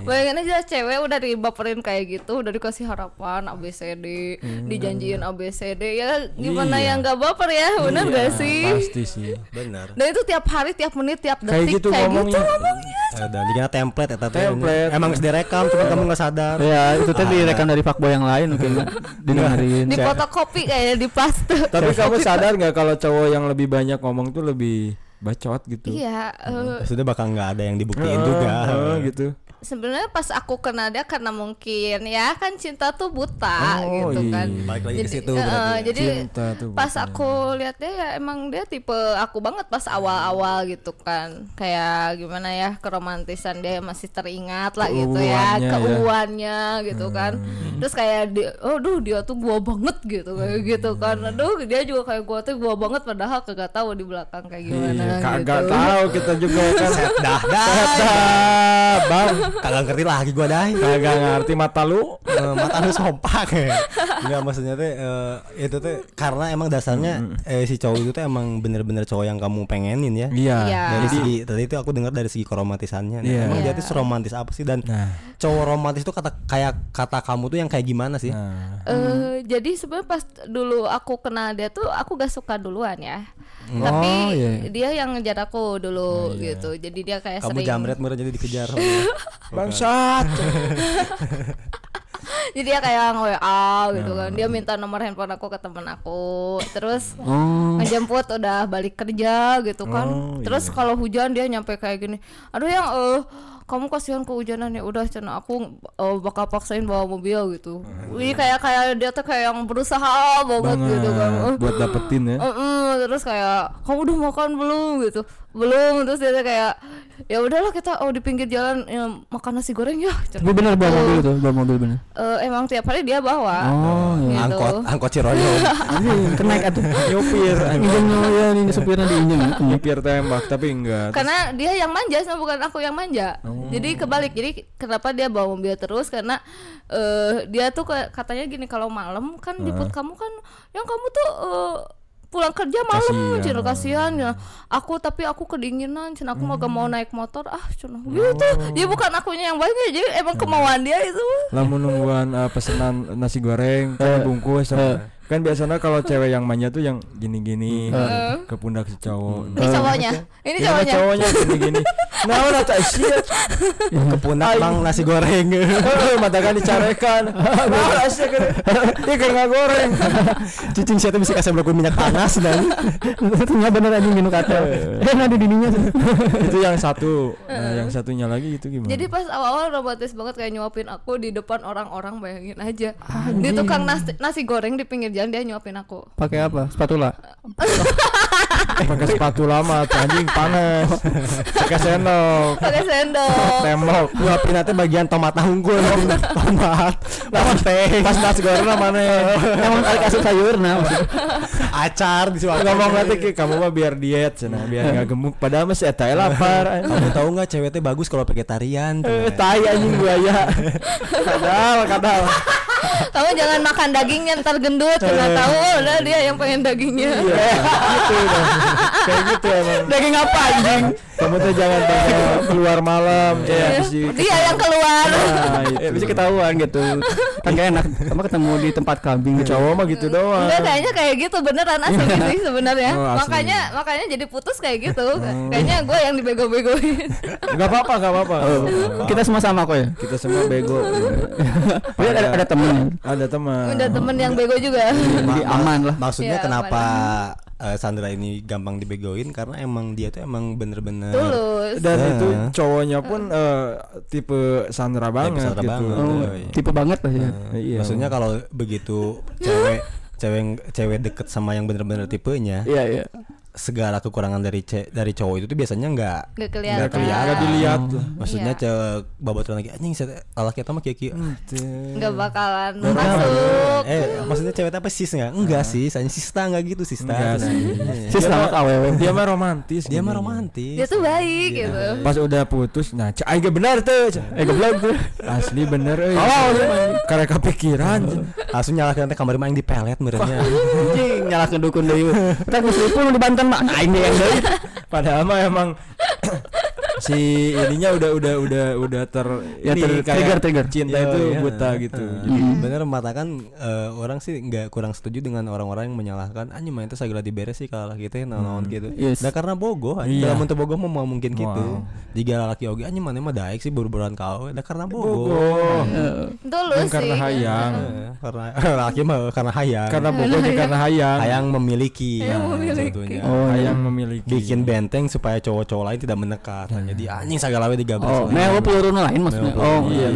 [SPEAKER 4] Bayangin aja cewek udah dibaperin kayak gitu, udah dikasih harapan ABCD, dijanjiin ABCD. Ya gimana yang gak baper ya, bener gak sih?
[SPEAKER 2] Iya, Pasti sih.
[SPEAKER 1] Benar.
[SPEAKER 4] Dan itu tiap hari, tiap menit, tiap
[SPEAKER 2] Kayak
[SPEAKER 4] detik
[SPEAKER 2] gitu ngomongnya.
[SPEAKER 1] Ada di kena template Iya. eta teh.
[SPEAKER 2] Template.
[SPEAKER 1] Emang geus direkam cuma kamu nggak sadar.
[SPEAKER 3] Ya itu tadi direkam dari fuckboy yang lain mungkin didengerin.
[SPEAKER 4] Di fotokopi kayaknya di plaster.
[SPEAKER 2] Iya. Tapi kamu sadar nggak kalau cowok yang lebih banyak ngomong tuh lebih bacot gitu?
[SPEAKER 4] Iya, eh,
[SPEAKER 1] Sudah bakal nggak ada yang dibuktiin
[SPEAKER 2] Heeh,
[SPEAKER 1] juga.
[SPEAKER 2] heeh, gitu.
[SPEAKER 4] sebenarnya pas aku kenal dia karena mungkin ya kan cinta tuh buta
[SPEAKER 2] Oh,
[SPEAKER 4] gitu kan.
[SPEAKER 2] iya.
[SPEAKER 1] Balik lagi ke situ
[SPEAKER 4] eh,
[SPEAKER 1] berarti. ya.
[SPEAKER 4] jadi
[SPEAKER 2] Cinta tuh
[SPEAKER 4] pas
[SPEAKER 2] buta.
[SPEAKER 4] aku lihat dia ya emang dia tipe aku banget pas awal-awal gitu kan. Kayak gimana ya keromantisan dia masih teringat lah gitu ya,
[SPEAKER 2] Keuuannya ya. Hmm.
[SPEAKER 4] keuannya gitu kan. Terus kayak dia, aduh dia tuh gua banget gitu kayak gitu kan. Aduh dia juga kayak gua tuh gua banget padahal kagak tahu di belakang kayak gimana
[SPEAKER 2] Iya, kagak
[SPEAKER 4] gitu.
[SPEAKER 2] tahu kita juga kan.
[SPEAKER 1] Dah dah.
[SPEAKER 2] Ah, Bang,
[SPEAKER 1] Kagak ngerti lagi gua dah.
[SPEAKER 2] kagak ngerti mata lu.
[SPEAKER 1] Eh, mata lu sompak ya Enggak maksudnya teh eh, itu teh karena emang dasarnya eh, si cowok itu tuh emang bener-bener cowok yang kamu pengenin ya
[SPEAKER 2] Iya.
[SPEAKER 4] Iya.
[SPEAKER 1] dari segi tadi itu aku dengar dari segi keromantisannya Nah,
[SPEAKER 2] Iya.
[SPEAKER 1] emang
[SPEAKER 4] Iya.
[SPEAKER 1] dia tuh romantis apa sih dan
[SPEAKER 2] Nah.
[SPEAKER 1] cowok romantis itu kata kayak kata kamu tuh yang kayak gimana sih
[SPEAKER 2] Nah,
[SPEAKER 4] Eh, jadi sebenarnya pas dulu aku kenal dia tuh aku gak suka duluan ya. Tapi
[SPEAKER 2] iya. Oh,
[SPEAKER 4] dia yang ngejar aku dulu gitu. Jadi dia kayak
[SPEAKER 1] kamu
[SPEAKER 4] sering Gitu.
[SPEAKER 1] jamret merah jadi dikejar sama dia.
[SPEAKER 2] bangsat.
[SPEAKER 4] jadi dia kayak nge-WA gitu kan dia
[SPEAKER 2] Hmm.
[SPEAKER 4] minta nomor handphone aku ke temen aku terus
[SPEAKER 3] Oh.
[SPEAKER 4] ngejemput udah balik kerja gitu kan
[SPEAKER 2] Oh,
[SPEAKER 4] terus
[SPEAKER 2] iya.
[SPEAKER 4] kalau hujan dia nyampe kayak gini aduh yang eh kamu kasihan kehujanan ya udah cina aku eh, bakal paksain bawa mobil gitu
[SPEAKER 2] Hmm.
[SPEAKER 4] wih kayak kayak dia tuh kayak yang berusaha banget, gitu kan Eh,
[SPEAKER 2] banget buat dapetin
[SPEAKER 4] Oh,
[SPEAKER 2] ya
[SPEAKER 4] Mm-mm, terus kayak kamu udah makan belum gitu belum terus dia tuh kayak ya udahlah kita oh di pinggir jalan ya, makan nasi goreng ya
[SPEAKER 3] Tapi benar bawa mobil tuh, bawa mobil benar.
[SPEAKER 4] Eh, emang tiap hari dia bawa
[SPEAKER 3] Oh, iya.
[SPEAKER 4] Gitu.
[SPEAKER 1] angkot angkot Ciroyom
[SPEAKER 3] Anjing, kenaik atuh.
[SPEAKER 2] nyopir
[SPEAKER 3] Injeng ya ini supirnya diinjeng. ya.
[SPEAKER 2] nyopir tembak tapi enggak Terus-
[SPEAKER 4] karena dia yang manja sama bukan aku yang manja jadi kebalik jadi kenapa dia bawa mobil terus karena eh dia tuh ke- katanya gini kalau malam kan jemput kamu kan yang kamu tuh eh, pulang kerja malam
[SPEAKER 2] Kasihan.
[SPEAKER 4] cina kasihan ya aku tapi aku kedinginan cina aku mau gak mau naik motor ah cina gitu ya bukan akunya yang banyak jadi emang kemauan dia itu
[SPEAKER 2] lamun nungguan eh, pesanan nasi
[SPEAKER 1] Eh,
[SPEAKER 2] goreng kan bungkus sama- kan biasanya kalau cewek yang manja tuh yang gini-gini
[SPEAKER 1] Eh.
[SPEAKER 2] gitu, ke pundak si cowok
[SPEAKER 4] ini cowoknya Eh. ini
[SPEAKER 2] Iya,
[SPEAKER 4] cowoknya
[SPEAKER 2] cowoknya gini-gini nah udah tak sia
[SPEAKER 3] Iya.
[SPEAKER 1] kepunak bang nasi goreng
[SPEAKER 2] mata kan dicarekan nah tak sia kan ini kena goreng
[SPEAKER 1] cicing siapa bisa kasih blokun minyak panas dan
[SPEAKER 3] Ternyata bener anjing minum katel. Eh, nah di dininya. tuh.
[SPEAKER 2] itu yang satu nah yang satunya lagi itu gimana
[SPEAKER 4] Eh. Jadi pas awal-awal romantis banget kayak nyuapin aku di depan orang-orang bayangin aja. Di tukang nasi, nasi goreng di pinggir jalan dia nyuapin aku.
[SPEAKER 3] Pakai apa? Spatula.
[SPEAKER 2] pakai sepatu lama tuh, anjing panas pakai sendok
[SPEAKER 4] Pakai sendok.
[SPEAKER 2] tembok
[SPEAKER 1] nyuapin nanti bagian tomat unggul tomat tomat teh
[SPEAKER 2] pas nasi goreng lah mana
[SPEAKER 3] Emang tarik asup sayur nah. maksudnya.
[SPEAKER 1] acar disuapin
[SPEAKER 2] ngomong nanti "Ki, kamu mah biar diet cina biar nggak gemuk padahal masih eta ya lapar
[SPEAKER 1] kamu tahu nggak cewek teh bagus kalau vegetarian
[SPEAKER 2] Eh,
[SPEAKER 1] tuh.
[SPEAKER 2] tai anjing buaya kadal kadal
[SPEAKER 4] Kamu jangan makan dagingnya ntar gendut. Karena tahu Oh, udah dia yang pengen dagingnya.
[SPEAKER 2] Iya, gitu dong. kayak gitu emang
[SPEAKER 3] Daging apa anjing?
[SPEAKER 2] kamu tuh jangan pengen keluar malam ya bisa
[SPEAKER 4] Iya. Dia yang keluar.
[SPEAKER 2] nah,
[SPEAKER 3] Ya,
[SPEAKER 2] itu.
[SPEAKER 3] bisa ketahuan gitu. Kan gak enak. Kamu ketemu di tempat kambing gitu.
[SPEAKER 2] cowok mah gitu doang
[SPEAKER 4] Enggak kayaknya kayak gitu beneran asli sih sebenarnya.
[SPEAKER 2] Oh, asli. Oh.
[SPEAKER 4] makanya makanya jadi putus kayak gitu. Kayaknya gue yang dibego-begoin.
[SPEAKER 2] nggak apa-apa nggak apa-apa
[SPEAKER 3] Oh. Kita semua sama kok ya.
[SPEAKER 2] kita semua bego
[SPEAKER 3] Tapi ada, ada temennya.
[SPEAKER 2] ada teman
[SPEAKER 4] Udah temen yang bego juga.
[SPEAKER 2] Iya.
[SPEAKER 3] Jadi
[SPEAKER 1] Ma- ma-
[SPEAKER 3] aman lah.
[SPEAKER 1] maksudnya
[SPEAKER 4] Iya,
[SPEAKER 1] kenapa eh, Sandra ini gampang dibegoin karena emang dia tuh emang bener-bener
[SPEAKER 4] Tulus.
[SPEAKER 2] dan
[SPEAKER 1] Ah.
[SPEAKER 2] itu cowoknya pun eh, tipe Sandra banget
[SPEAKER 1] Sandra
[SPEAKER 2] gitu
[SPEAKER 1] banget.
[SPEAKER 3] Oh,
[SPEAKER 1] Iya.
[SPEAKER 3] tipe banget lah ya.
[SPEAKER 2] Eh, iya
[SPEAKER 1] maksudnya kalau begitu cewek cewek cewek deket sama yang bener-bener tipenya
[SPEAKER 3] Iya, iya.
[SPEAKER 1] segala kekurangan dari ce- dari cowok itu tuh biasanya nggak
[SPEAKER 4] Gak
[SPEAKER 2] nggak
[SPEAKER 4] kelihatan.
[SPEAKER 2] kelihatan nggak dilihat lah.
[SPEAKER 1] maksudnya
[SPEAKER 4] Iya.
[SPEAKER 1] cewek babotan lagi anjing laki kita mah kayak kayak
[SPEAKER 3] Hmm.
[SPEAKER 2] Iya.
[SPEAKER 4] Gak bakalan
[SPEAKER 1] Nggak
[SPEAKER 4] masuk.
[SPEAKER 1] tahu. Eh, maksudnya cewek apa sis enggak? Enggak sis, hanya sista enggak gitu sista. Terus-
[SPEAKER 2] Enggak sih.
[SPEAKER 1] Iya.
[SPEAKER 3] Sis sama awewe.
[SPEAKER 2] dia mah romantis
[SPEAKER 1] Dia mah
[SPEAKER 2] gini.
[SPEAKER 1] romantis.
[SPEAKER 4] Dia tuh baik
[SPEAKER 2] Iya.
[SPEAKER 4] gitu.
[SPEAKER 2] pas udah putus nah cah aing ge bener tuh cah.
[SPEAKER 3] Eh goblok tuh.
[SPEAKER 2] asli bener euy karek kepikiran cah.
[SPEAKER 1] Langsung nyalakan teh kamar mah yang dipelet merenya.
[SPEAKER 3] Anjing nyalakeun dukun deui. Kita geus pun di Banten mah aing deh Nah, yang deui.
[SPEAKER 2] padahal mah emang si ininya udah udah udah udah ter
[SPEAKER 3] Ya,
[SPEAKER 2] ini
[SPEAKER 3] ter-
[SPEAKER 2] kayak
[SPEAKER 3] trigger, trigger.
[SPEAKER 2] cinta
[SPEAKER 1] Iya,
[SPEAKER 2] itu
[SPEAKER 1] iya.
[SPEAKER 2] buta gitu
[SPEAKER 1] Heeh.
[SPEAKER 2] Jadi,
[SPEAKER 1] Bener mengatakan eh, orang sih nggak kurang setuju dengan orang-orang yang menyalahkan anjing main itu segala diberes sih kalau gitu naon gitu.
[SPEAKER 3] Yes.
[SPEAKER 1] Nah karena bogoh anjing
[SPEAKER 2] Iya.
[SPEAKER 1] dalam untuk bogoh mah mau mungkin gitu.
[SPEAKER 2] Wow.
[SPEAKER 1] Jika laki oge anjing mana mah daek sih buru-buruan kau. Nah karena bogoh.
[SPEAKER 2] bogoh
[SPEAKER 3] Iya.
[SPEAKER 4] Tulus sih.
[SPEAKER 2] karena hayang
[SPEAKER 1] Heeh, Karena laki mah karena hayang.
[SPEAKER 2] karena bogoh juga karena hayang
[SPEAKER 1] hayang memiliki.
[SPEAKER 4] Hayang memiliki.
[SPEAKER 1] sebetulnya.
[SPEAKER 3] Oh, iya.
[SPEAKER 2] hayang memiliki
[SPEAKER 1] bikin benteng supaya cowok-cowok lain tidak mendekat. Jadi anjing segala Nah, we digabung.
[SPEAKER 3] Oh,
[SPEAKER 2] iya.
[SPEAKER 3] mewe peluru nu lain
[SPEAKER 1] Mewe
[SPEAKER 3] maksudnya.
[SPEAKER 1] peluru
[SPEAKER 3] Oh, iya.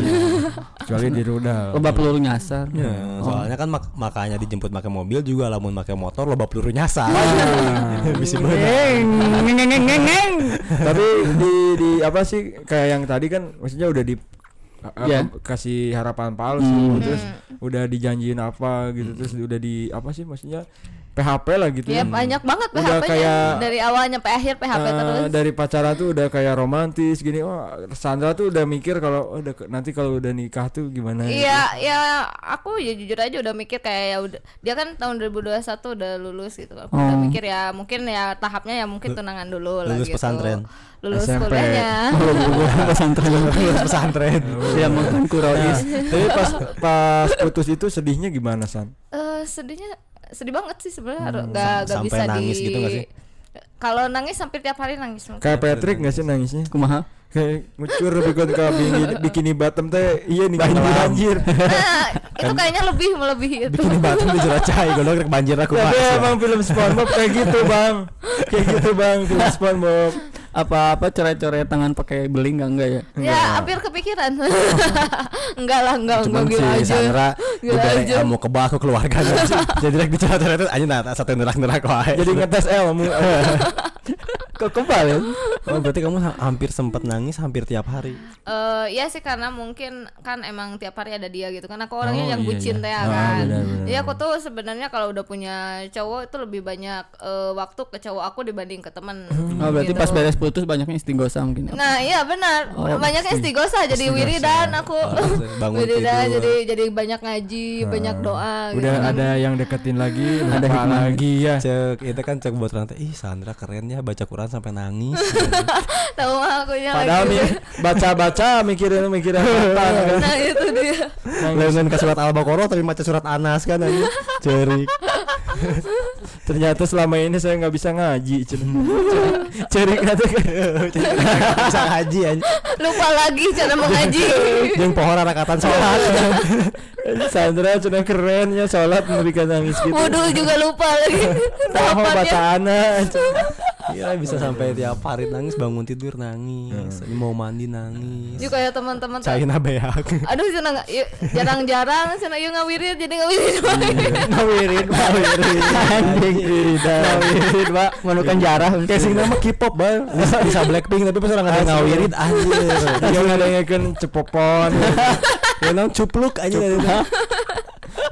[SPEAKER 2] kecuali di rudal
[SPEAKER 3] Loba peluru nyasar.
[SPEAKER 1] Ya,
[SPEAKER 2] Iya.
[SPEAKER 1] soalnya kan mak- makanya dijemput pakai mobil juga lamun pakai motor loba peluru nyasar. Bisa bener.
[SPEAKER 3] Ngeng, ngeng, ngeng, ngeng, ngeng.
[SPEAKER 2] tapi di di apa sih kayak yang tadi kan maksudnya udah di a-
[SPEAKER 3] Iya.
[SPEAKER 2] apa, kasih harapan palsu terus
[SPEAKER 3] Hmm.
[SPEAKER 2] udah dijanjiin apa gitu terus udah di apa sih maksudnya PHP lah gitu
[SPEAKER 4] Ya
[SPEAKER 3] Iya,
[SPEAKER 2] Hmm.
[SPEAKER 4] banyak banget
[SPEAKER 2] Udah
[SPEAKER 4] PHP-nya
[SPEAKER 2] kayak-
[SPEAKER 4] dari awal sampai akhir PHP
[SPEAKER 2] Eh,
[SPEAKER 4] terus.
[SPEAKER 2] dari pacaran tuh udah kayak romantis gini wah Sandra tuh udah mikir kalau oh, dek- nanti kalau udah nikah tuh
[SPEAKER 1] Nah,
[SPEAKER 2] gimana
[SPEAKER 4] Iya,
[SPEAKER 1] gitu.
[SPEAKER 4] ya aku ya jujur aja udah mikir kayak ya udah dia kan tahun 2021 udah lulus gitu. Aku udah
[SPEAKER 3] Oh.
[SPEAKER 4] mikir ya mungkin ya tahapnya ya mungkin tunangan dulu lah
[SPEAKER 1] lulus
[SPEAKER 4] gitu.
[SPEAKER 1] pesantren.
[SPEAKER 4] Lulus
[SPEAKER 2] SMP.
[SPEAKER 4] kuliahnya.
[SPEAKER 2] Ah.
[SPEAKER 3] Loba peluru pesantren.
[SPEAKER 2] Iya,
[SPEAKER 1] pesantren.
[SPEAKER 3] Dia makan kurois.
[SPEAKER 2] tapi gitu. pas pas putus itu sedihnya gimana San
[SPEAKER 4] Eh, sedihnya sedih banget sih sebenarnya nggak gak,
[SPEAKER 1] Hmm, sampai
[SPEAKER 4] bisa
[SPEAKER 1] nangis
[SPEAKER 4] di
[SPEAKER 1] gitu nggak sih?
[SPEAKER 4] Kalau nangis hampir tiap hari nangis.
[SPEAKER 2] kayak Patrick nggak sih nangisnya
[SPEAKER 3] Kumaha?
[SPEAKER 2] kayak ngucur bikon ke bikini, bikini bottom teh iya nih banjir anjir
[SPEAKER 4] Nah, itu kayaknya lebih melebihi itu.
[SPEAKER 1] Kan bikin batu di jeracai gue dong banjir aku
[SPEAKER 2] tapi
[SPEAKER 1] Mas.
[SPEAKER 2] emang film SpongeBob kayak gitu bang kayak gitu bang film SpongeBob
[SPEAKER 3] Apa-apa coret-coret tangan pakai beling enggak enggak ya?
[SPEAKER 4] Ya, hampir kepikiran. enggak lah, enggak, enggak
[SPEAKER 1] cuman si
[SPEAKER 4] gila aja.
[SPEAKER 1] Sandra
[SPEAKER 4] Gila
[SPEAKER 1] juga
[SPEAKER 4] aja.
[SPEAKER 1] mau ke bawah ke keluarganya jadi direk bicara-bicara itu aja nah satu nerak-nerak wae
[SPEAKER 2] jadi ngetes L kamu
[SPEAKER 3] Kok kebal ya?
[SPEAKER 1] oh, berarti kamu ha- hampir sempat nangis hampir tiap hari
[SPEAKER 4] Eh, ya sih karena mungkin kan emang tiap hari ada dia gitu kan aku orangnya
[SPEAKER 2] Oh,
[SPEAKER 4] yang
[SPEAKER 2] iya,
[SPEAKER 4] bucin
[SPEAKER 2] iya.
[SPEAKER 4] teh
[SPEAKER 2] Ah,
[SPEAKER 4] kan
[SPEAKER 2] benar, benar,
[SPEAKER 4] jadi aku tuh sebenarnya kalau udah punya cowok itu lebih banyak eh, waktu ke cowok aku dibanding ke temen
[SPEAKER 3] Oh, berarti
[SPEAKER 4] gitu.
[SPEAKER 3] pas beres putus banyaknya istighosa mungkin. ya?
[SPEAKER 4] nah iya benar
[SPEAKER 3] Oh,
[SPEAKER 4] banyaknya
[SPEAKER 3] isti-
[SPEAKER 4] istighosa jadi wiridan aku
[SPEAKER 2] Ah,
[SPEAKER 1] bangun
[SPEAKER 4] wiridan
[SPEAKER 1] tidur.
[SPEAKER 4] jadi jadi banyak ngaji banyak
[SPEAKER 2] udah
[SPEAKER 4] doa gitu kan.
[SPEAKER 2] ada yang deketin lagi
[SPEAKER 3] Ada
[SPEAKER 2] ada
[SPEAKER 3] hikmah.
[SPEAKER 2] lagi ya
[SPEAKER 1] cek itu kan cek buat rantai ih Sandra keren ya baca Quran sampai nangis
[SPEAKER 4] tahu aku
[SPEAKER 2] padahal
[SPEAKER 4] lagi
[SPEAKER 2] nih baca-baca mikirin mikirin mantan kan
[SPEAKER 4] nah itu dia
[SPEAKER 2] Nangis.
[SPEAKER 1] Lengan ke surat Al-Baqarah tapi baca surat Anas kan aja cerik
[SPEAKER 2] ternyata selama ini saya nggak bisa ngaji kan, cerik nanti
[SPEAKER 1] bisa haji aja
[SPEAKER 4] lupa lagi cara mengaji
[SPEAKER 1] yang pohon rakatan sholat
[SPEAKER 2] Sandra sudah kerennya sholat memberikan nangis gitu
[SPEAKER 4] wudhu juga lupa lagi
[SPEAKER 2] Oh,
[SPEAKER 4] tahapannya
[SPEAKER 2] bacaannya
[SPEAKER 1] Iya bisa sampai tiap hari nangis bangun tidur nangis mau mandi nangis
[SPEAKER 4] juga ya teman-teman tuh
[SPEAKER 1] China beak
[SPEAKER 4] aduh cina nggak- ieu- jarang-jarang cina yuk ngawirit jadi ngawirit
[SPEAKER 2] Nawirin, nawirin, anjing, nawirin, pak,
[SPEAKER 3] Menukan jarah.
[SPEAKER 2] Kayak sing nama K-pop bang,
[SPEAKER 1] bisa, bisa Blackpink tapi pas orang ada
[SPEAKER 2] Asli.
[SPEAKER 1] ngawirit anjir
[SPEAKER 2] yang ada yang kan cepopon,
[SPEAKER 1] ya nang cupluk aja dari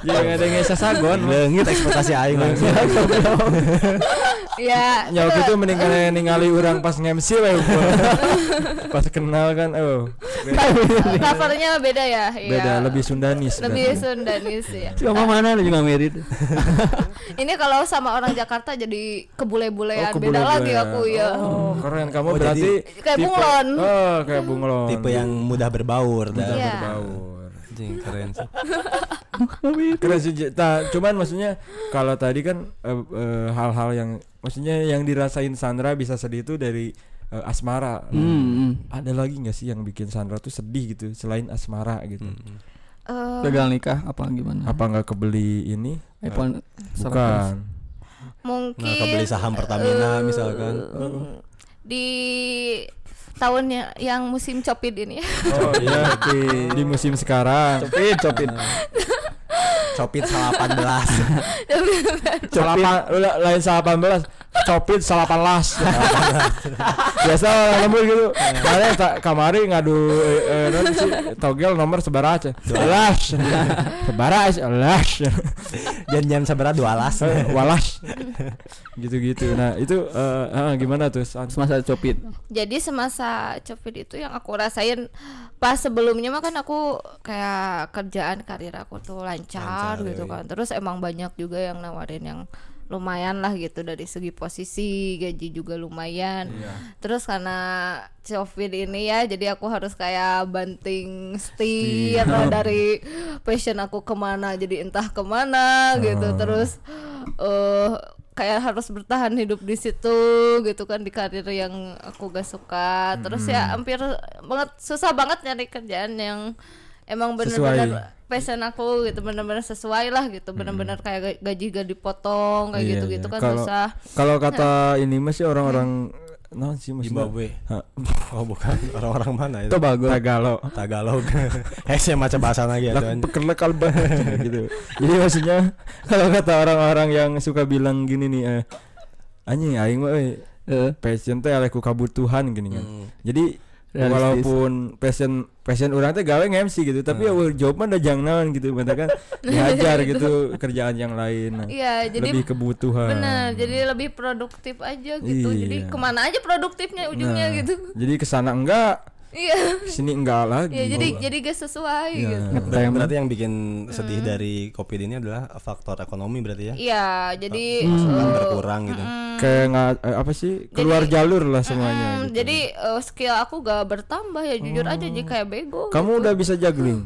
[SPEAKER 2] yang ada yang sasagon,
[SPEAKER 1] lengit ekspektasi aing langsung
[SPEAKER 4] ya
[SPEAKER 2] nyawa Iya. itu mending kena ningali orang pas ngemsi lah, pas kenal kan, oh
[SPEAKER 4] covernya beda ya iya.
[SPEAKER 2] beda, lebih Sundanis,
[SPEAKER 4] lebih
[SPEAKER 2] berarti.
[SPEAKER 4] Sundanis ya
[SPEAKER 3] Cuma mana lu juga merit.
[SPEAKER 4] ini kalau sama orang Jakarta jadi kebule-bulean
[SPEAKER 2] Oh,
[SPEAKER 4] kan. beda
[SPEAKER 2] kebule-bulean.
[SPEAKER 4] lagi aku ya
[SPEAKER 2] Oh, keren kamu
[SPEAKER 1] Oh,
[SPEAKER 2] berarti
[SPEAKER 1] jadi-
[SPEAKER 4] Kayak
[SPEAKER 2] tipe-
[SPEAKER 4] bunglon.
[SPEAKER 2] Oh, kayak bunglon.
[SPEAKER 1] tipe yang mudah berbaur
[SPEAKER 2] Mudah
[SPEAKER 1] dah
[SPEAKER 4] Iya.
[SPEAKER 2] berbaur.
[SPEAKER 1] anjing keren sih
[SPEAKER 2] Keren sih, Ji. Nah, cuman maksudnya kalau tadi kan eh, eh, hal-hal yang maksudnya yang dirasain Sandra bisa sedih itu dari eh, asmara.
[SPEAKER 3] Hmm.
[SPEAKER 2] Ada lagi nggak sih yang bikin Sandra tuh sedih gitu selain asmara gitu?
[SPEAKER 1] Hmm.
[SPEAKER 2] Nah,
[SPEAKER 4] Eh,
[SPEAKER 3] Gagal nikah apa gimana?
[SPEAKER 2] Apa nggak kebeli ini? Eh,
[SPEAKER 3] iPhone 100.
[SPEAKER 2] Bukan.
[SPEAKER 1] nah
[SPEAKER 4] mungkin
[SPEAKER 1] kebeli saham Pertamina
[SPEAKER 4] eh,
[SPEAKER 1] misalkan
[SPEAKER 2] Oh.
[SPEAKER 4] di tahun ya- yang musim copit ini
[SPEAKER 2] Oh iya di, di musim sekarang.
[SPEAKER 3] Copit, copit.
[SPEAKER 1] copit 18
[SPEAKER 2] Salapan, la- lain salapan belas, copit salapan las. Biasa orang lembur gitu. Kalian tak kamari ngadu eh, eh, non sih, togel nomor sebara aja. Las, sebara aja, las,
[SPEAKER 1] janjian seberat dua alas
[SPEAKER 2] Eh, walas, gitu-gitu. Nah itu eh, ah, gimana tuh? San?
[SPEAKER 3] Semasa copit.
[SPEAKER 4] jadi semasa covid itu yang aku rasain pas sebelumnya mah kan aku kayak kerjaan karir aku tuh lancar,
[SPEAKER 1] Lancar,
[SPEAKER 4] gitu
[SPEAKER 1] yoi.
[SPEAKER 4] kan terus emang banyak juga yang nawarin yang lumayan lah gitu dari segi posisi gaji juga lumayan terus karena covid ini ya jadi aku harus kayak banting setir lah dari passion aku kemana jadi entah kemana gitu
[SPEAKER 2] Hmm.
[SPEAKER 4] terus eh kayak harus bertahan hidup di situ gitu kan di karir yang aku gak suka terus ya
[SPEAKER 2] Hmm.
[SPEAKER 4] hampir banget susah banget nyari kerjaan yang emang bener-bener passion aku gitu bener-bener sesuai lah gitu bener-bener kayak ga- gaji gak
[SPEAKER 2] Hmm.
[SPEAKER 4] dipotong kayak
[SPEAKER 2] Iya,
[SPEAKER 4] gitu-gitu
[SPEAKER 2] iya.
[SPEAKER 4] kan
[SPEAKER 2] Kalau-
[SPEAKER 4] susah Hmm.
[SPEAKER 2] Kalau kata ini masih orang-orang non sih maksudnya
[SPEAKER 1] Zimbabwe
[SPEAKER 2] Hah.
[SPEAKER 1] oh bukan orang-orang mana itu
[SPEAKER 3] Itu bagus.
[SPEAKER 2] Tagalo.
[SPEAKER 1] Tagalog hese macam bahasa
[SPEAKER 4] Iya,
[SPEAKER 1] lagi ya
[SPEAKER 2] Lah,
[SPEAKER 1] tuan
[SPEAKER 2] pekerle kalba gitu. Jadi maksudnya kalau kata orang-orang yang suka bilang gini nih eh anjing aing mah euy,
[SPEAKER 3] Heeh.
[SPEAKER 2] passion teh aleku kebutuhan gini kan.
[SPEAKER 1] Hmm.
[SPEAKER 2] Jadi
[SPEAKER 3] Realistis.
[SPEAKER 2] walaupun passion passion orang teh gawe MC gitu,
[SPEAKER 4] Hmm.
[SPEAKER 2] tapi ya wah, job mah ada jangnaon gitu, bentar kan diajar gitu kerjaan yang lain. Nah,
[SPEAKER 4] iya jadi
[SPEAKER 2] lebih kebutuhan.
[SPEAKER 4] bener jadi lebih produktif aja gitu
[SPEAKER 2] Iya.
[SPEAKER 4] jadi kemana aja produktifnya ujungnya
[SPEAKER 2] Nah,
[SPEAKER 4] gitu
[SPEAKER 2] Jadi kesana enggak,
[SPEAKER 4] iya
[SPEAKER 2] sini enggak gitu. lagi.
[SPEAKER 4] iya jadi jadi gak sesuai
[SPEAKER 2] Iya.
[SPEAKER 4] gitu
[SPEAKER 1] Ber- berarti yang bikin sedih dari covid ini adalah faktor ekonomi berarti ya
[SPEAKER 4] Hmm. iya jadi
[SPEAKER 2] Hmm.
[SPEAKER 1] Kan
[SPEAKER 4] eh,
[SPEAKER 1] berkurang gitu
[SPEAKER 2] kayak nggak eh, apa sih? keluar jalur lah semuanya
[SPEAKER 4] Hmm,
[SPEAKER 2] gitu. Hmm.
[SPEAKER 4] Jadi eh, skill aku gak bertambah ya jujur aja jadi kayak bego.
[SPEAKER 2] Kamu udah bisa juggling?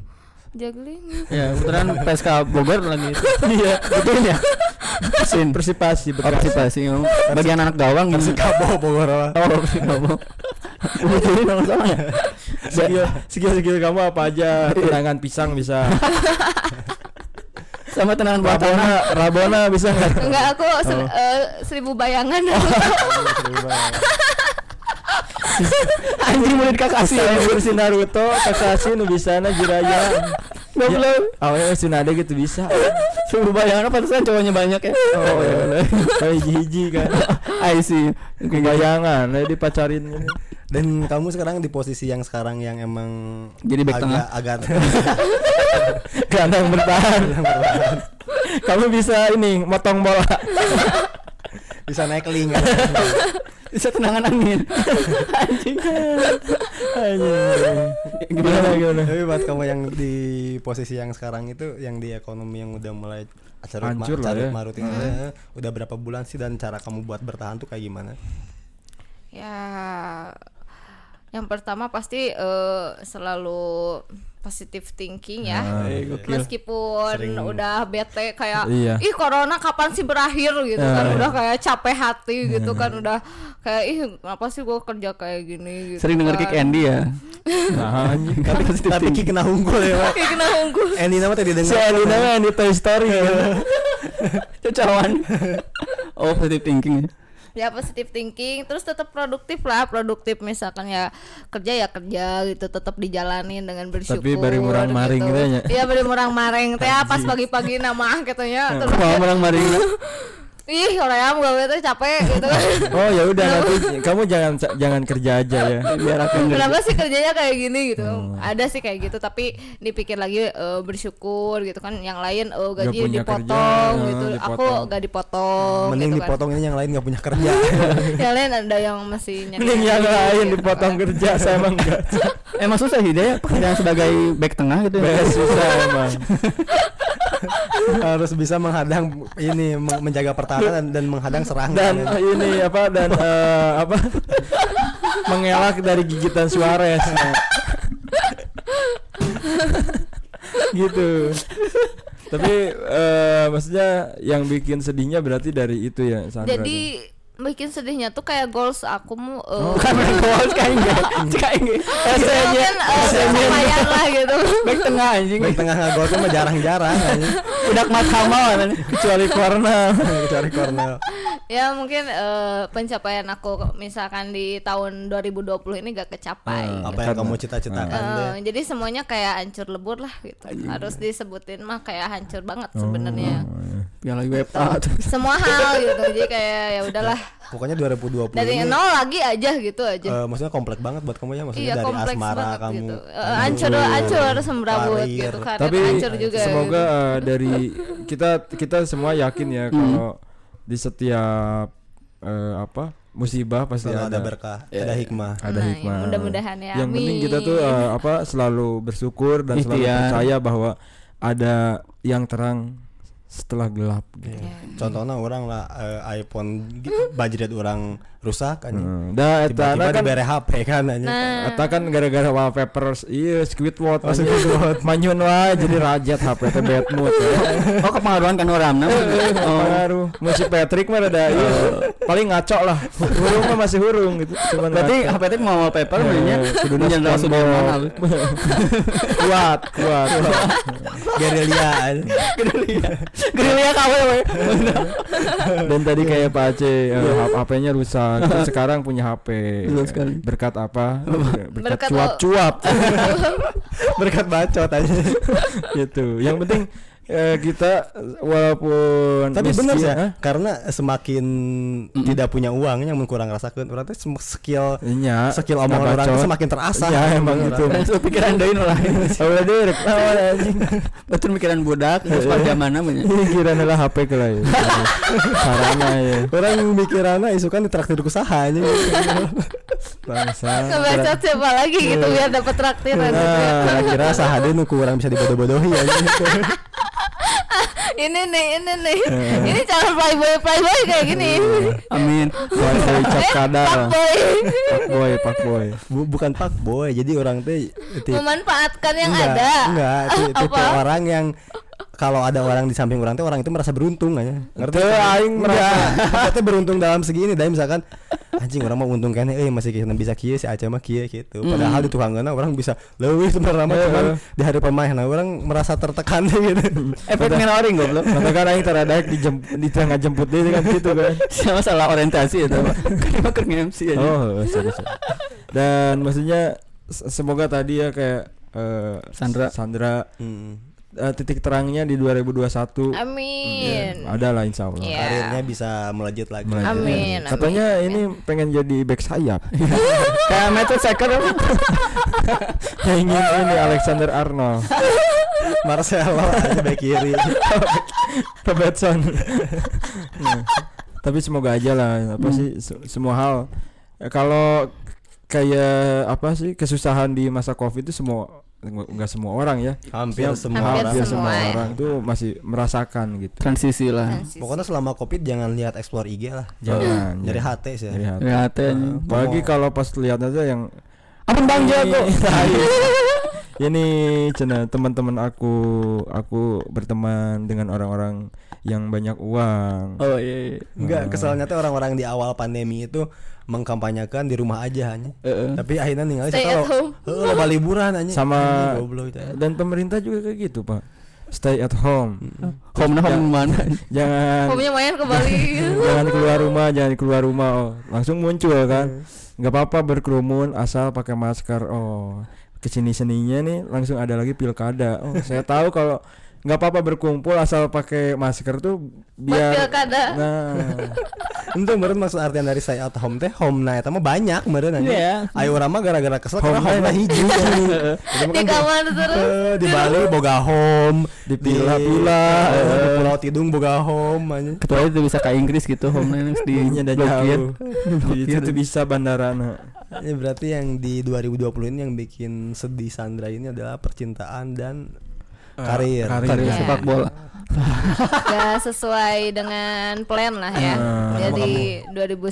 [SPEAKER 4] Juggling.
[SPEAKER 3] ya kebetulan PSK Bogor lagi iya betul ya Persin
[SPEAKER 2] Persipasi
[SPEAKER 3] oh, persipasi ngomong. bagian anak gawang gitu
[SPEAKER 1] Kabo Bogor.
[SPEAKER 3] oh persik ngomong Lu jadi nomor sama ya
[SPEAKER 2] skill skill skill kamu apa aja tendangan pisang bisa
[SPEAKER 3] sama tenangan buat
[SPEAKER 2] rabona
[SPEAKER 3] tanah
[SPEAKER 2] rabona bisa nggak
[SPEAKER 4] Enggak aku
[SPEAKER 2] Oh.
[SPEAKER 4] ser- eh, seribu bayangan.
[SPEAKER 3] anjing murid kakak sih
[SPEAKER 2] Kursi Naruto, Kakashi, Nubisana, Jiraya
[SPEAKER 3] goblok
[SPEAKER 2] Awalnya Tsunade gitu bisa
[SPEAKER 3] suruh bayangan apa pantesan cowoknya banyak ya
[SPEAKER 2] Oh ya udah. Kayak
[SPEAKER 3] iya
[SPEAKER 2] hiji-hiji kan
[SPEAKER 3] I see Oke, gitu.
[SPEAKER 2] Bayangan, nah dipacarin ini.
[SPEAKER 1] Dan kamu sekarang di posisi yang sekarang yang emang
[SPEAKER 3] Jadi back
[SPEAKER 1] agak,
[SPEAKER 3] tengah.
[SPEAKER 1] agak
[SPEAKER 2] Gelandang bertahan Kamu bisa ini, motong bola
[SPEAKER 1] bisa naik link. ya.
[SPEAKER 3] bisa tenangan angin anjing
[SPEAKER 2] Anjing.
[SPEAKER 3] gimana
[SPEAKER 2] gimana?
[SPEAKER 1] Tapi buat kamu yang di posisi yang sekarang itu yang di ekonomi yang udah mulai acarut
[SPEAKER 2] Hancur lah ya.
[SPEAKER 1] marut ini, eh, udah berapa bulan sih dan cara kamu buat bertahan tuh kayak gimana?
[SPEAKER 4] ya yang pertama pasti eh, selalu positive thinking ya.
[SPEAKER 1] Eh,
[SPEAKER 2] Ah,
[SPEAKER 4] Meskipun udah bete kayak
[SPEAKER 2] Iya.
[SPEAKER 4] ih corona kapan sih berakhir gitu kan
[SPEAKER 2] Ah, Iya.
[SPEAKER 4] udah kayak capek hati gitu kan udah kayak ih kenapa sih gua kerja kayak gini gitu.
[SPEAKER 3] sering denger
[SPEAKER 4] kan.
[SPEAKER 3] kick Andy ya
[SPEAKER 2] Nah, anjing.
[SPEAKER 1] tapi tapi Ki kena unggul ya, Pak.
[SPEAKER 4] Kayak kena unggul.
[SPEAKER 1] Eni nama tadi dengar.
[SPEAKER 2] Si
[SPEAKER 3] Nah,
[SPEAKER 2] Elina mah yang di Toy Story kan?
[SPEAKER 3] kecawan oh positive thinking ya
[SPEAKER 4] ya positive thinking terus tetap produktif lah produktif misalkan ya kerja ya kerja gitu tetap dijalanin dengan bersyukur
[SPEAKER 2] Tapi bari murang maring gitu ya.
[SPEAKER 4] iya bari murang maring teh pas pagi-pagi nama
[SPEAKER 2] Hmm.
[SPEAKER 4] katanya terus
[SPEAKER 3] mau menang mari
[SPEAKER 4] ih orang gue tuh capek gitu kan
[SPEAKER 2] Oh ya udah nanti kamu jangan jangan kerja aja ya.
[SPEAKER 3] biar aku yang
[SPEAKER 4] kenapa sih kerjanya kayak gini gitu
[SPEAKER 2] Hmm.
[SPEAKER 4] ada sih kayak gitu tapi dipikir lagi eh, bersyukur gitu kan yang lain eh,
[SPEAKER 2] Nggak
[SPEAKER 4] gaji
[SPEAKER 2] punya
[SPEAKER 4] dipotong
[SPEAKER 2] kerja,
[SPEAKER 4] gitu aku
[SPEAKER 2] dipotong.
[SPEAKER 4] gak dipotong
[SPEAKER 1] Mending
[SPEAKER 4] gitu kan.
[SPEAKER 1] dipotong ini yang lain gak punya kerja.
[SPEAKER 4] yang lain ada yang masih nyari
[SPEAKER 2] Mending yang
[SPEAKER 4] gitu
[SPEAKER 2] lain
[SPEAKER 4] kan.
[SPEAKER 2] dipotong kerja saya emang enggak.
[SPEAKER 3] emang susah sih dia pekerjaan sebagai back tengah gitu ya
[SPEAKER 2] Beres susah emang.
[SPEAKER 1] Harus bisa menghadang ini men- menjaga pertahanan dan menghadang serangan.
[SPEAKER 2] Dan eh, ini apa dan eh, apa mengelak dari gigitan Suarez. nah. gitu. Tapi eh, maksudnya yang bikin sedihnya berarti dari itu ya Sandra.
[SPEAKER 4] Jadi bikin sedihnya tuh kayak goals aku mu eh,
[SPEAKER 3] bukan main gol kayak kan, ya? enggak kayak enggak
[SPEAKER 4] mungkin,
[SPEAKER 3] nya
[SPEAKER 4] eh, lumayan lah gitu.
[SPEAKER 3] back tengah anjing
[SPEAKER 1] Back tengah ngagol tuh mah jarang-jarang anjing.
[SPEAKER 3] udah mat sama kan
[SPEAKER 2] kecuali Cornell.
[SPEAKER 1] Kecuali Cornell.
[SPEAKER 4] ya mungkin eh, pencapaian aku misalkan di tahun 2020 ini gak
[SPEAKER 2] Eh,
[SPEAKER 4] kecapai.
[SPEAKER 1] Apa yang
[SPEAKER 2] karena-
[SPEAKER 1] kamu cita-citakan deh?
[SPEAKER 4] Eh, jadi semuanya kayak hancur lebur lah gitu. Harus disebutin mah kayak hancur banget
[SPEAKER 2] Oh.
[SPEAKER 4] sebenarnya.
[SPEAKER 2] iya.
[SPEAKER 3] piala UEFA ah, tuh
[SPEAKER 4] Semua hal gitu. Jadi kayak ya udahlah
[SPEAKER 1] Pokoknya 2020
[SPEAKER 4] dari
[SPEAKER 1] ini
[SPEAKER 4] nol lagi aja gitu
[SPEAKER 1] eh,
[SPEAKER 4] aja.
[SPEAKER 1] maksudnya kompleks banget buat kamu ya maksudnya
[SPEAKER 4] iya
[SPEAKER 1] dari
[SPEAKER 4] kompleks
[SPEAKER 1] asmara
[SPEAKER 4] banget
[SPEAKER 1] kamu.
[SPEAKER 4] gitu. Eh, hancur hancur semrawut
[SPEAKER 1] karir.
[SPEAKER 4] gitu karir
[SPEAKER 2] tapi
[SPEAKER 4] hancur juga.
[SPEAKER 2] semoga
[SPEAKER 4] gitu.
[SPEAKER 2] eh, dari kita kita semua yakin ya kalau di setiap eh, apa musibah pasti
[SPEAKER 1] Selalu
[SPEAKER 2] ada
[SPEAKER 1] ada berkah,
[SPEAKER 2] Iya,
[SPEAKER 1] ada hikmah.
[SPEAKER 2] ada
[SPEAKER 4] Nah, ya,
[SPEAKER 2] hikmah
[SPEAKER 4] mudah-mudahan ya,
[SPEAKER 2] yang penting kita tuh
[SPEAKER 4] amin.
[SPEAKER 2] eh, apa selalu bersyukur dan selalu
[SPEAKER 3] Ikhtiar.
[SPEAKER 2] percaya bahwa ada yang terang setelah gelap
[SPEAKER 1] Iya,
[SPEAKER 2] gitu.
[SPEAKER 1] Contohnya orang lah eh, iPhone gitu, budget orang rusak anjing.
[SPEAKER 2] Heeh. Nah, Dah eta
[SPEAKER 1] Tiba-tiba
[SPEAKER 2] kan
[SPEAKER 1] dibere HP kan anjing.
[SPEAKER 4] Nah.
[SPEAKER 2] eta kan gara-gara wallpaper iya Squidward oh, Squidward manyun wae jadi rajat HP teh bad mood ya.
[SPEAKER 3] oh kepengaruhan kan orang nah
[SPEAKER 2] Oh. Pengaruh. Masih Patrick mah ada iya. paling ngaco lah. Hurung mah masih hurung gitu. Cuman
[SPEAKER 3] berarti Iya,
[SPEAKER 2] ngaco.
[SPEAKER 3] HP itu mau wallpaper
[SPEAKER 2] Eh,
[SPEAKER 3] belinya
[SPEAKER 2] kuduna
[SPEAKER 3] Jenderal
[SPEAKER 2] SpongeBob.
[SPEAKER 3] Sudirman apa?
[SPEAKER 2] kuat, kuat. kuat.
[SPEAKER 1] Gerilya. anjing.
[SPEAKER 3] gerilya ya, kawe we
[SPEAKER 2] Dan tadi
[SPEAKER 1] Iya.
[SPEAKER 2] kayak Pak Aceh eh, HP-nya rusak. Terus sekarang punya HP.
[SPEAKER 3] Betul sekali.
[SPEAKER 2] Berkat apa? Berkat
[SPEAKER 4] Berkat
[SPEAKER 2] cuap-cuap
[SPEAKER 1] Berkat bacot aja.
[SPEAKER 2] gitu. Yang penting eh, kita walaupun ya,
[SPEAKER 1] Tapi benar
[SPEAKER 2] miskin,
[SPEAKER 1] sih
[SPEAKER 2] Hah?
[SPEAKER 1] karena semakin tidak punya uang yang kurang rasakan berarti sem- skill
[SPEAKER 2] Iya.
[SPEAKER 1] skill omongan orang tuh semakin terasa.
[SPEAKER 2] Iya, emang
[SPEAKER 1] Bener,
[SPEAKER 2] gitu.
[SPEAKER 1] orang.
[SPEAKER 3] Terus pikiran deui nu lain
[SPEAKER 2] Awalnya dia rek- "Ah, awalnya anjing.
[SPEAKER 3] Oh, betul pikiran budak
[SPEAKER 2] Ya,
[SPEAKER 3] terus pada mana punya
[SPEAKER 2] Ini kirana lah HP ke lah ya. Sarana ya.
[SPEAKER 1] Orang mikirannya isukan ditraktir ku saha anjing.
[SPEAKER 2] Bangsa.
[SPEAKER 4] Ngebaca siapa lagi gitu biar dapat traktiran gitu ya.
[SPEAKER 1] Nah, kira-kira saha deui nu ku urang bisa dibodoh-bodohi anjing.
[SPEAKER 4] ini nih ini nih ini calon playboy playboy kayak gini Eh,
[SPEAKER 3] Amin. Boy cap kadal.
[SPEAKER 4] fuckboy
[SPEAKER 2] Pak boy, pak boy.
[SPEAKER 1] Bu- bukan pak boy jadi orang teh tip-
[SPEAKER 4] memanfaatkan yang
[SPEAKER 1] enggak,
[SPEAKER 4] ada
[SPEAKER 1] enggak ti- tipe
[SPEAKER 4] Apa?
[SPEAKER 1] orang yang kalau ada orang di samping orang teh orang itu merasa beruntung aja ngerti
[SPEAKER 2] Teu, aing merasa.
[SPEAKER 1] kita beruntung dalam segini dari misalkan anjing orang mau untung kene eh masih kita bisa kieu si Aca mah kieu gitu padahal di tukangana orang bisa leuwih sebenarnya
[SPEAKER 2] Heeh.
[SPEAKER 1] cuman di hari pemain nah, orang merasa tertekan gitu
[SPEAKER 3] Efek mirroring goblok.
[SPEAKER 2] Katakan aing teradaek di jem, di tengah jemput dia kan gitu kan.
[SPEAKER 3] Sama salah orientasi itu. Kan emang ke MC aja.
[SPEAKER 2] Oh, sorry, sorry. Dan maksudnya se- semoga tadi ya kayak eh,
[SPEAKER 3] Sandra.
[SPEAKER 2] Sandra eh, titik terangnya di 2021
[SPEAKER 4] amin
[SPEAKER 2] Ya, ada lah insya Allah.
[SPEAKER 4] Iya.
[SPEAKER 1] karirnya bisa melejit lagi
[SPEAKER 2] Melejit.
[SPEAKER 4] Amin, amin.
[SPEAKER 2] Katanya ini pengen jadi back sayap.
[SPEAKER 3] Kayak method second apa?
[SPEAKER 2] Pengen ini Alexander Arnold,
[SPEAKER 1] Marcelo aja back kiri
[SPEAKER 2] Robertson. Nah, Tapi semoga aja lah apa sih se- semua hal eh, kalau kayak apa sih kesusahan di masa Covid itu semua nggak semua orang ya.
[SPEAKER 1] hampir
[SPEAKER 2] Yang-
[SPEAKER 1] semua
[SPEAKER 4] Hampir
[SPEAKER 1] orang.
[SPEAKER 2] hampir semua
[SPEAKER 4] semua ya.
[SPEAKER 2] orang itu masih merasakan gitu.
[SPEAKER 3] Transisi lah.
[SPEAKER 4] Transisi.
[SPEAKER 1] pokoknya selama covid jangan lihat explore IG lah
[SPEAKER 2] Jangan.
[SPEAKER 1] jadi HT sih
[SPEAKER 2] iya. Jadi hati.
[SPEAKER 3] Ya hati aja.
[SPEAKER 2] Apalagi kalau pas lihat aja yang
[SPEAKER 3] Apa Bang Jago?
[SPEAKER 2] Tai. Ini cina teman-teman aku aku berteman dengan orang-orang yang banyak uang.
[SPEAKER 3] Oh iya. iya.
[SPEAKER 1] Enggak, kesalnya tuh orang-orang di awal pandemi itu mengkampanyekan di rumah aja hanya.
[SPEAKER 2] Iya.
[SPEAKER 3] Heeh.
[SPEAKER 1] Tapi akhirnya ninggalin
[SPEAKER 4] Stay
[SPEAKER 1] kalau
[SPEAKER 4] at home.
[SPEAKER 1] heeh loba Eh, liburan hanya.
[SPEAKER 2] Sama-
[SPEAKER 1] Anjing, goblok itu.
[SPEAKER 2] Dan pemerintah juga kayak gitu, Pak. Stay at home.
[SPEAKER 3] Home nah, home mana?
[SPEAKER 2] Jangan
[SPEAKER 4] Hobinya main ke Bali
[SPEAKER 2] jangan keluar rumah, jangan keluar rumah. Oh, langsung muncul kan. nggak apa-apa berkerumun asal pakai masker. Oh, kesini seninya nih langsung ada lagi pilkada. Oh, saya tahu kalau nggak apa-apa berkumpul asal pakai masker tuh
[SPEAKER 4] buat
[SPEAKER 2] biar
[SPEAKER 4] pilkada
[SPEAKER 2] Nah,
[SPEAKER 1] Itu meureun maksud artian dari stay at home teh home na eta mah banyak meureun anjing.
[SPEAKER 3] Iya.
[SPEAKER 1] Ayo urang mah gara-gara kesel karena
[SPEAKER 2] Home
[SPEAKER 1] home na
[SPEAKER 2] na-
[SPEAKER 1] hiji.
[SPEAKER 4] di kamar terus
[SPEAKER 1] Heeh, di Bali boga home,
[SPEAKER 2] Di villa-villa,
[SPEAKER 1] heeh, di
[SPEAKER 2] heeh.
[SPEAKER 1] Pulau Tidung boga home anjing.
[SPEAKER 3] Ketua itu bisa ke Inggris gitu, home nya harus di
[SPEAKER 2] Nya udah
[SPEAKER 3] blokir.
[SPEAKER 2] jauh. Itu tuh bisa bandara nah.
[SPEAKER 1] Ya, berarti yang di 2020 ini yang bikin sedih Sandra ini adalah percintaan dan karir.
[SPEAKER 2] karir.
[SPEAKER 3] Karir
[SPEAKER 4] Iya.
[SPEAKER 3] sepak bola.
[SPEAKER 4] gak sesuai dengan plan lah ya.
[SPEAKER 2] Hmm.
[SPEAKER 4] Jadi 2019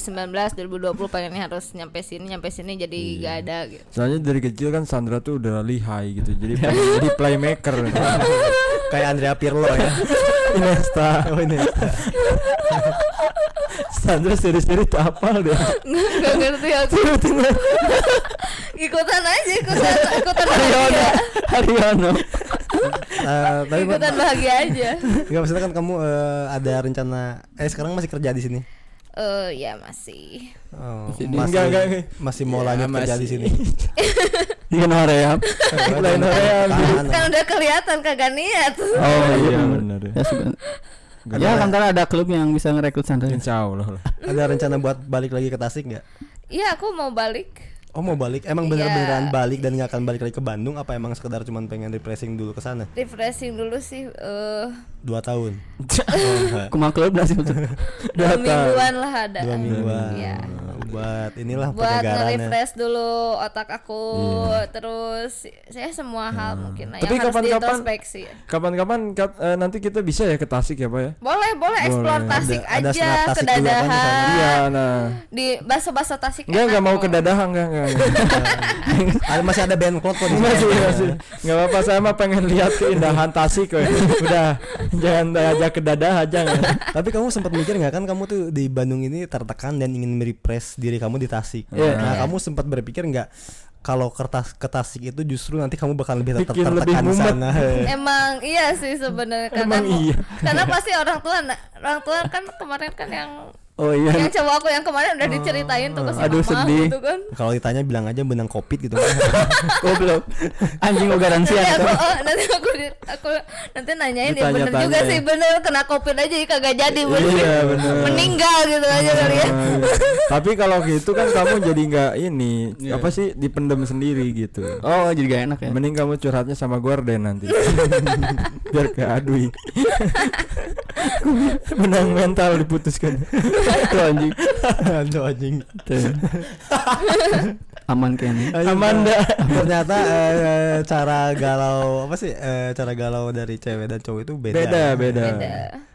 [SPEAKER 4] 2020 pengennya harus nyampe sini nyampe sini jadi gak ada gitu.
[SPEAKER 2] Soalnya dari kecil kan Sandra tuh udah lihai gitu. Jadi pengen jadi playmaker.
[SPEAKER 1] Kayak Andrea Pirlo ya. Iniesta. Oh, Iniesta.
[SPEAKER 2] Sandra seri-seri tak hafal deh.
[SPEAKER 4] Gak ngerti aku. ikutan aja ikutan ikutan
[SPEAKER 1] Iya,
[SPEAKER 4] bahagia.
[SPEAKER 3] Haryono, Haryono.
[SPEAKER 1] Eh, tapi
[SPEAKER 4] Ikutan bahagia aja.
[SPEAKER 1] Enggak maksudnya kan kamu eh, ada rencana eh sekarang masih kerja di sini.
[SPEAKER 4] Eh ya masih.
[SPEAKER 1] Oh,
[SPEAKER 3] Masih di-
[SPEAKER 1] masih,
[SPEAKER 2] Enggak, enggak, enggak.
[SPEAKER 1] masih mau
[SPEAKER 2] Ya,
[SPEAKER 1] lanjut kerja
[SPEAKER 2] masih.
[SPEAKER 1] di sini.
[SPEAKER 3] Dengan Hoream.
[SPEAKER 1] Lain
[SPEAKER 2] orang.
[SPEAKER 1] Tahan,
[SPEAKER 4] Kan udah kelihatan kagak niat.
[SPEAKER 2] Oh iya benar.
[SPEAKER 3] Ya, sudah. ya kan ntar ada klub yang bisa ngerekrut Sandra.
[SPEAKER 2] Insya Allah lah.
[SPEAKER 1] Ada rencana buat balik lagi ke Tasik nggak?
[SPEAKER 4] Iya aku mau balik.
[SPEAKER 1] Oh mau balik? Emang
[SPEAKER 4] Iya.
[SPEAKER 1] bener-beneran balik dan nggak akan balik lagi ke Bandung? Apa emang sekedar cuman pengen refreshing dulu ke sana?
[SPEAKER 4] Refreshing dulu sih eh
[SPEAKER 1] Dua tahun. Oh,
[SPEAKER 3] Kuma klub dah sih betul.
[SPEAKER 4] dua mingguan lah ada.
[SPEAKER 1] kan? Dua mingguan.
[SPEAKER 4] Iya.
[SPEAKER 1] Buat inilah
[SPEAKER 4] buat
[SPEAKER 1] penegaran ya.
[SPEAKER 4] nge-refresh dulu otak aku
[SPEAKER 1] Iya.
[SPEAKER 4] terus saya
[SPEAKER 1] Nah.
[SPEAKER 4] semua hal mungkin lah
[SPEAKER 2] Tapi
[SPEAKER 4] yang harus
[SPEAKER 2] kapan-kapan-
[SPEAKER 4] diintrospeksi
[SPEAKER 2] Kapan-kapan kat- eh, nanti kita bisa ya ke Tasik ya Pak ya?
[SPEAKER 4] boleh boleh eksplor
[SPEAKER 2] Boleh.
[SPEAKER 4] tasik
[SPEAKER 1] Ada- ada
[SPEAKER 4] aja
[SPEAKER 1] senap Tasik juga kan di sana?
[SPEAKER 4] kedadahan
[SPEAKER 2] Iya, nah.
[SPEAKER 4] di bahasa bahasa tasik
[SPEAKER 2] Enggak
[SPEAKER 4] enak
[SPEAKER 2] enggak mau
[SPEAKER 4] kok.
[SPEAKER 2] ke Dadahan enggak enggak.
[SPEAKER 1] Ada- Ah, masih ada band klot kok di sana.
[SPEAKER 2] Masih masih. Enggak iya, apa-apa saya mah pengen lihat keindahan Tasik we. Udah jangan ajak ke Dadah aja. nggak?
[SPEAKER 1] Tapi kamu sempat mikir nggak kan kamu tuh di Bandung ini tertekan dan ingin merepress diri kamu di Tasik.
[SPEAKER 2] Iya.
[SPEAKER 1] Nah, kamu sempat berpikir nggak kalau kertas ke Tasik itu justru nanti kamu bakal lebih ter-
[SPEAKER 2] Bikin
[SPEAKER 1] tertekan
[SPEAKER 2] lebih
[SPEAKER 1] di
[SPEAKER 2] mumet.
[SPEAKER 1] sana.
[SPEAKER 4] emang iya sih sebenarnya karena
[SPEAKER 2] Emang iya.
[SPEAKER 4] karena pasti orang tua na- orang tua kan kemarin kan yang
[SPEAKER 3] Oh
[SPEAKER 4] yang
[SPEAKER 3] iya.
[SPEAKER 4] cowok aku yang kemarin udah diceritain tuh ke si
[SPEAKER 3] Aduh,
[SPEAKER 4] mama
[SPEAKER 3] sedih.
[SPEAKER 4] gitu kan
[SPEAKER 1] kalau ditanya bilang aja benang kopit gitu.
[SPEAKER 3] Goblok. Anjing garansi
[SPEAKER 4] nanti aku
[SPEAKER 3] atau
[SPEAKER 4] eh, nanti aku di- aku nanti nanyain ya bener
[SPEAKER 2] Ditanya-tanya
[SPEAKER 4] juga
[SPEAKER 2] ya.
[SPEAKER 4] sih bener kena covid aja ya kagak jadi bener
[SPEAKER 2] Iya, bener. Iya,
[SPEAKER 4] meninggal gitu aja kali ya
[SPEAKER 2] Oh, Tapi kalau gitu kan kamu jadi nggak ini apa sih dipendem sendiri gitu.
[SPEAKER 3] Oh jadi gak enak ya.
[SPEAKER 2] Mending kamu curhatnya sama Gorden nanti. Biar keadui. Benang mental diputuskan.
[SPEAKER 3] Tuh anjing.
[SPEAKER 1] Aduh anjing.
[SPEAKER 3] Tuh. aman ya. kayaknya
[SPEAKER 1] Amanda ternyata eh, cara galau apa sih eh, cara galau dari cewek dan cowok itu beda
[SPEAKER 2] Beda, beda.
[SPEAKER 4] Beda.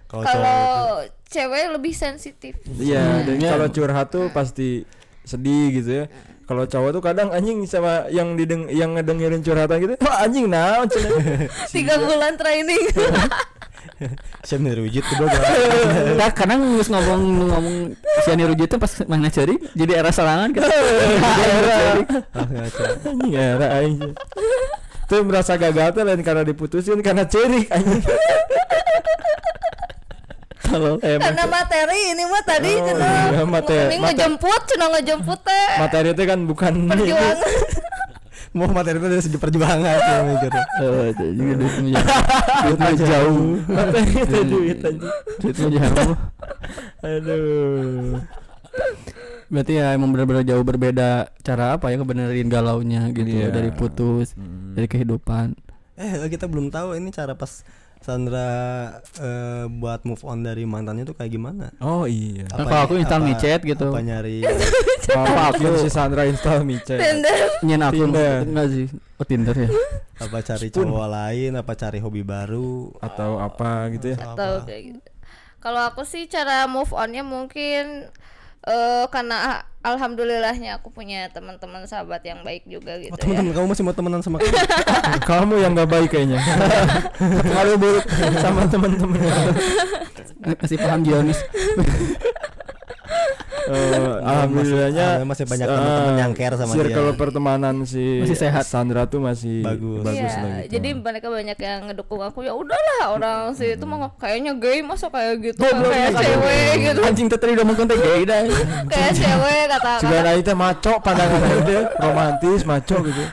[SPEAKER 1] Kalau
[SPEAKER 4] Kalau
[SPEAKER 1] cowok
[SPEAKER 4] cewek lebih sensitif.
[SPEAKER 2] Iya, dan kalau curhat tuh pasti sedih gitu ya. Kalau cowok tuh kadang anjing sama yang dideng yang ngedengerin curhatan gitu, wah anjing naon cenah."
[SPEAKER 4] Tiga bulan training.
[SPEAKER 2] Iya.
[SPEAKER 1] saya menurut kedua
[SPEAKER 3] Nah, karena ngus ngomong ngomong si Ani Ruji itu pas mana cari jadi era serangan kan. Ah,
[SPEAKER 2] Anjing era anjing. Tuh merasa gagal tuh lain karena diputusin karena cerik anjing.
[SPEAKER 3] Tolol.
[SPEAKER 2] Emang
[SPEAKER 4] Karena materi ini mah tadi
[SPEAKER 2] Oh,
[SPEAKER 4] cenah.
[SPEAKER 2] iya, materi-
[SPEAKER 4] Ini
[SPEAKER 2] materi.
[SPEAKER 4] ngejemput, cenah ngejemput teh.
[SPEAKER 2] materi itu kan bukan
[SPEAKER 4] Perjuangan.
[SPEAKER 1] mau materi itu dari segi perjuangan gitu. saya mikirnya.
[SPEAKER 3] Oh, itu juga duitnya jauh. Duitnya jauh. Iya,
[SPEAKER 2] materi itu duit anjing.
[SPEAKER 3] Duitnya jauh.
[SPEAKER 2] Aduh.
[SPEAKER 3] Berarti ya emang benar-benar jauh berbeda cara apa ya kebenerin galaunya gitu
[SPEAKER 2] Iya.
[SPEAKER 3] dari putus,
[SPEAKER 4] Hmm.
[SPEAKER 3] dari kehidupan.
[SPEAKER 1] eh kita belum tahu ini cara pas Sandra eh, buat move on dari mantannya tuh kayak gimana
[SPEAKER 2] Oh iya.
[SPEAKER 3] Nah, kalau aku install micet gitu.
[SPEAKER 1] apa nyari
[SPEAKER 2] Apa aku si Sandra install mice.
[SPEAKER 3] Nyen akun
[SPEAKER 2] Tinder.
[SPEAKER 3] enggak sih? Oh, Tinder ya.
[SPEAKER 1] apa cari cowok lain apa cari hobi baru
[SPEAKER 2] atau apa gitu ya.
[SPEAKER 4] atau kayak gitu. Kalau aku sih cara move onnya mungkin eh karena a- alhamdulillahnya aku punya teman-teman sahabat yang baik juga gitu
[SPEAKER 1] oh,
[SPEAKER 4] ya.
[SPEAKER 1] teman-teman kamu masih mau temenan sama kamu
[SPEAKER 2] Kamu yang gak baik kayaknya. Pengaruh buruk sama teman-teman.
[SPEAKER 3] Kasih paham Jonis.
[SPEAKER 2] Eh, alhamdulillahnya
[SPEAKER 1] Masih- masih banyak
[SPEAKER 2] eh,
[SPEAKER 1] teman-teman yang care sama
[SPEAKER 2] circle
[SPEAKER 1] dia.
[SPEAKER 2] pertemanan si
[SPEAKER 3] Masih sehat.
[SPEAKER 2] Sandra tuh masih
[SPEAKER 1] Bagus.
[SPEAKER 2] bagus lah
[SPEAKER 4] Iya,
[SPEAKER 2] gitu.
[SPEAKER 4] jadi mereka banyak yang ngedukung aku ya udahlah orang sih itu mah kayaknya gay masa kayak gitu kan, kayak cewek gitu
[SPEAKER 3] Anjing teteri udah mengkontek gay dah.
[SPEAKER 4] kayak cewek kata
[SPEAKER 2] Juga
[SPEAKER 4] kata-
[SPEAKER 2] nah itu maco pandangan dia romantis maco gitu.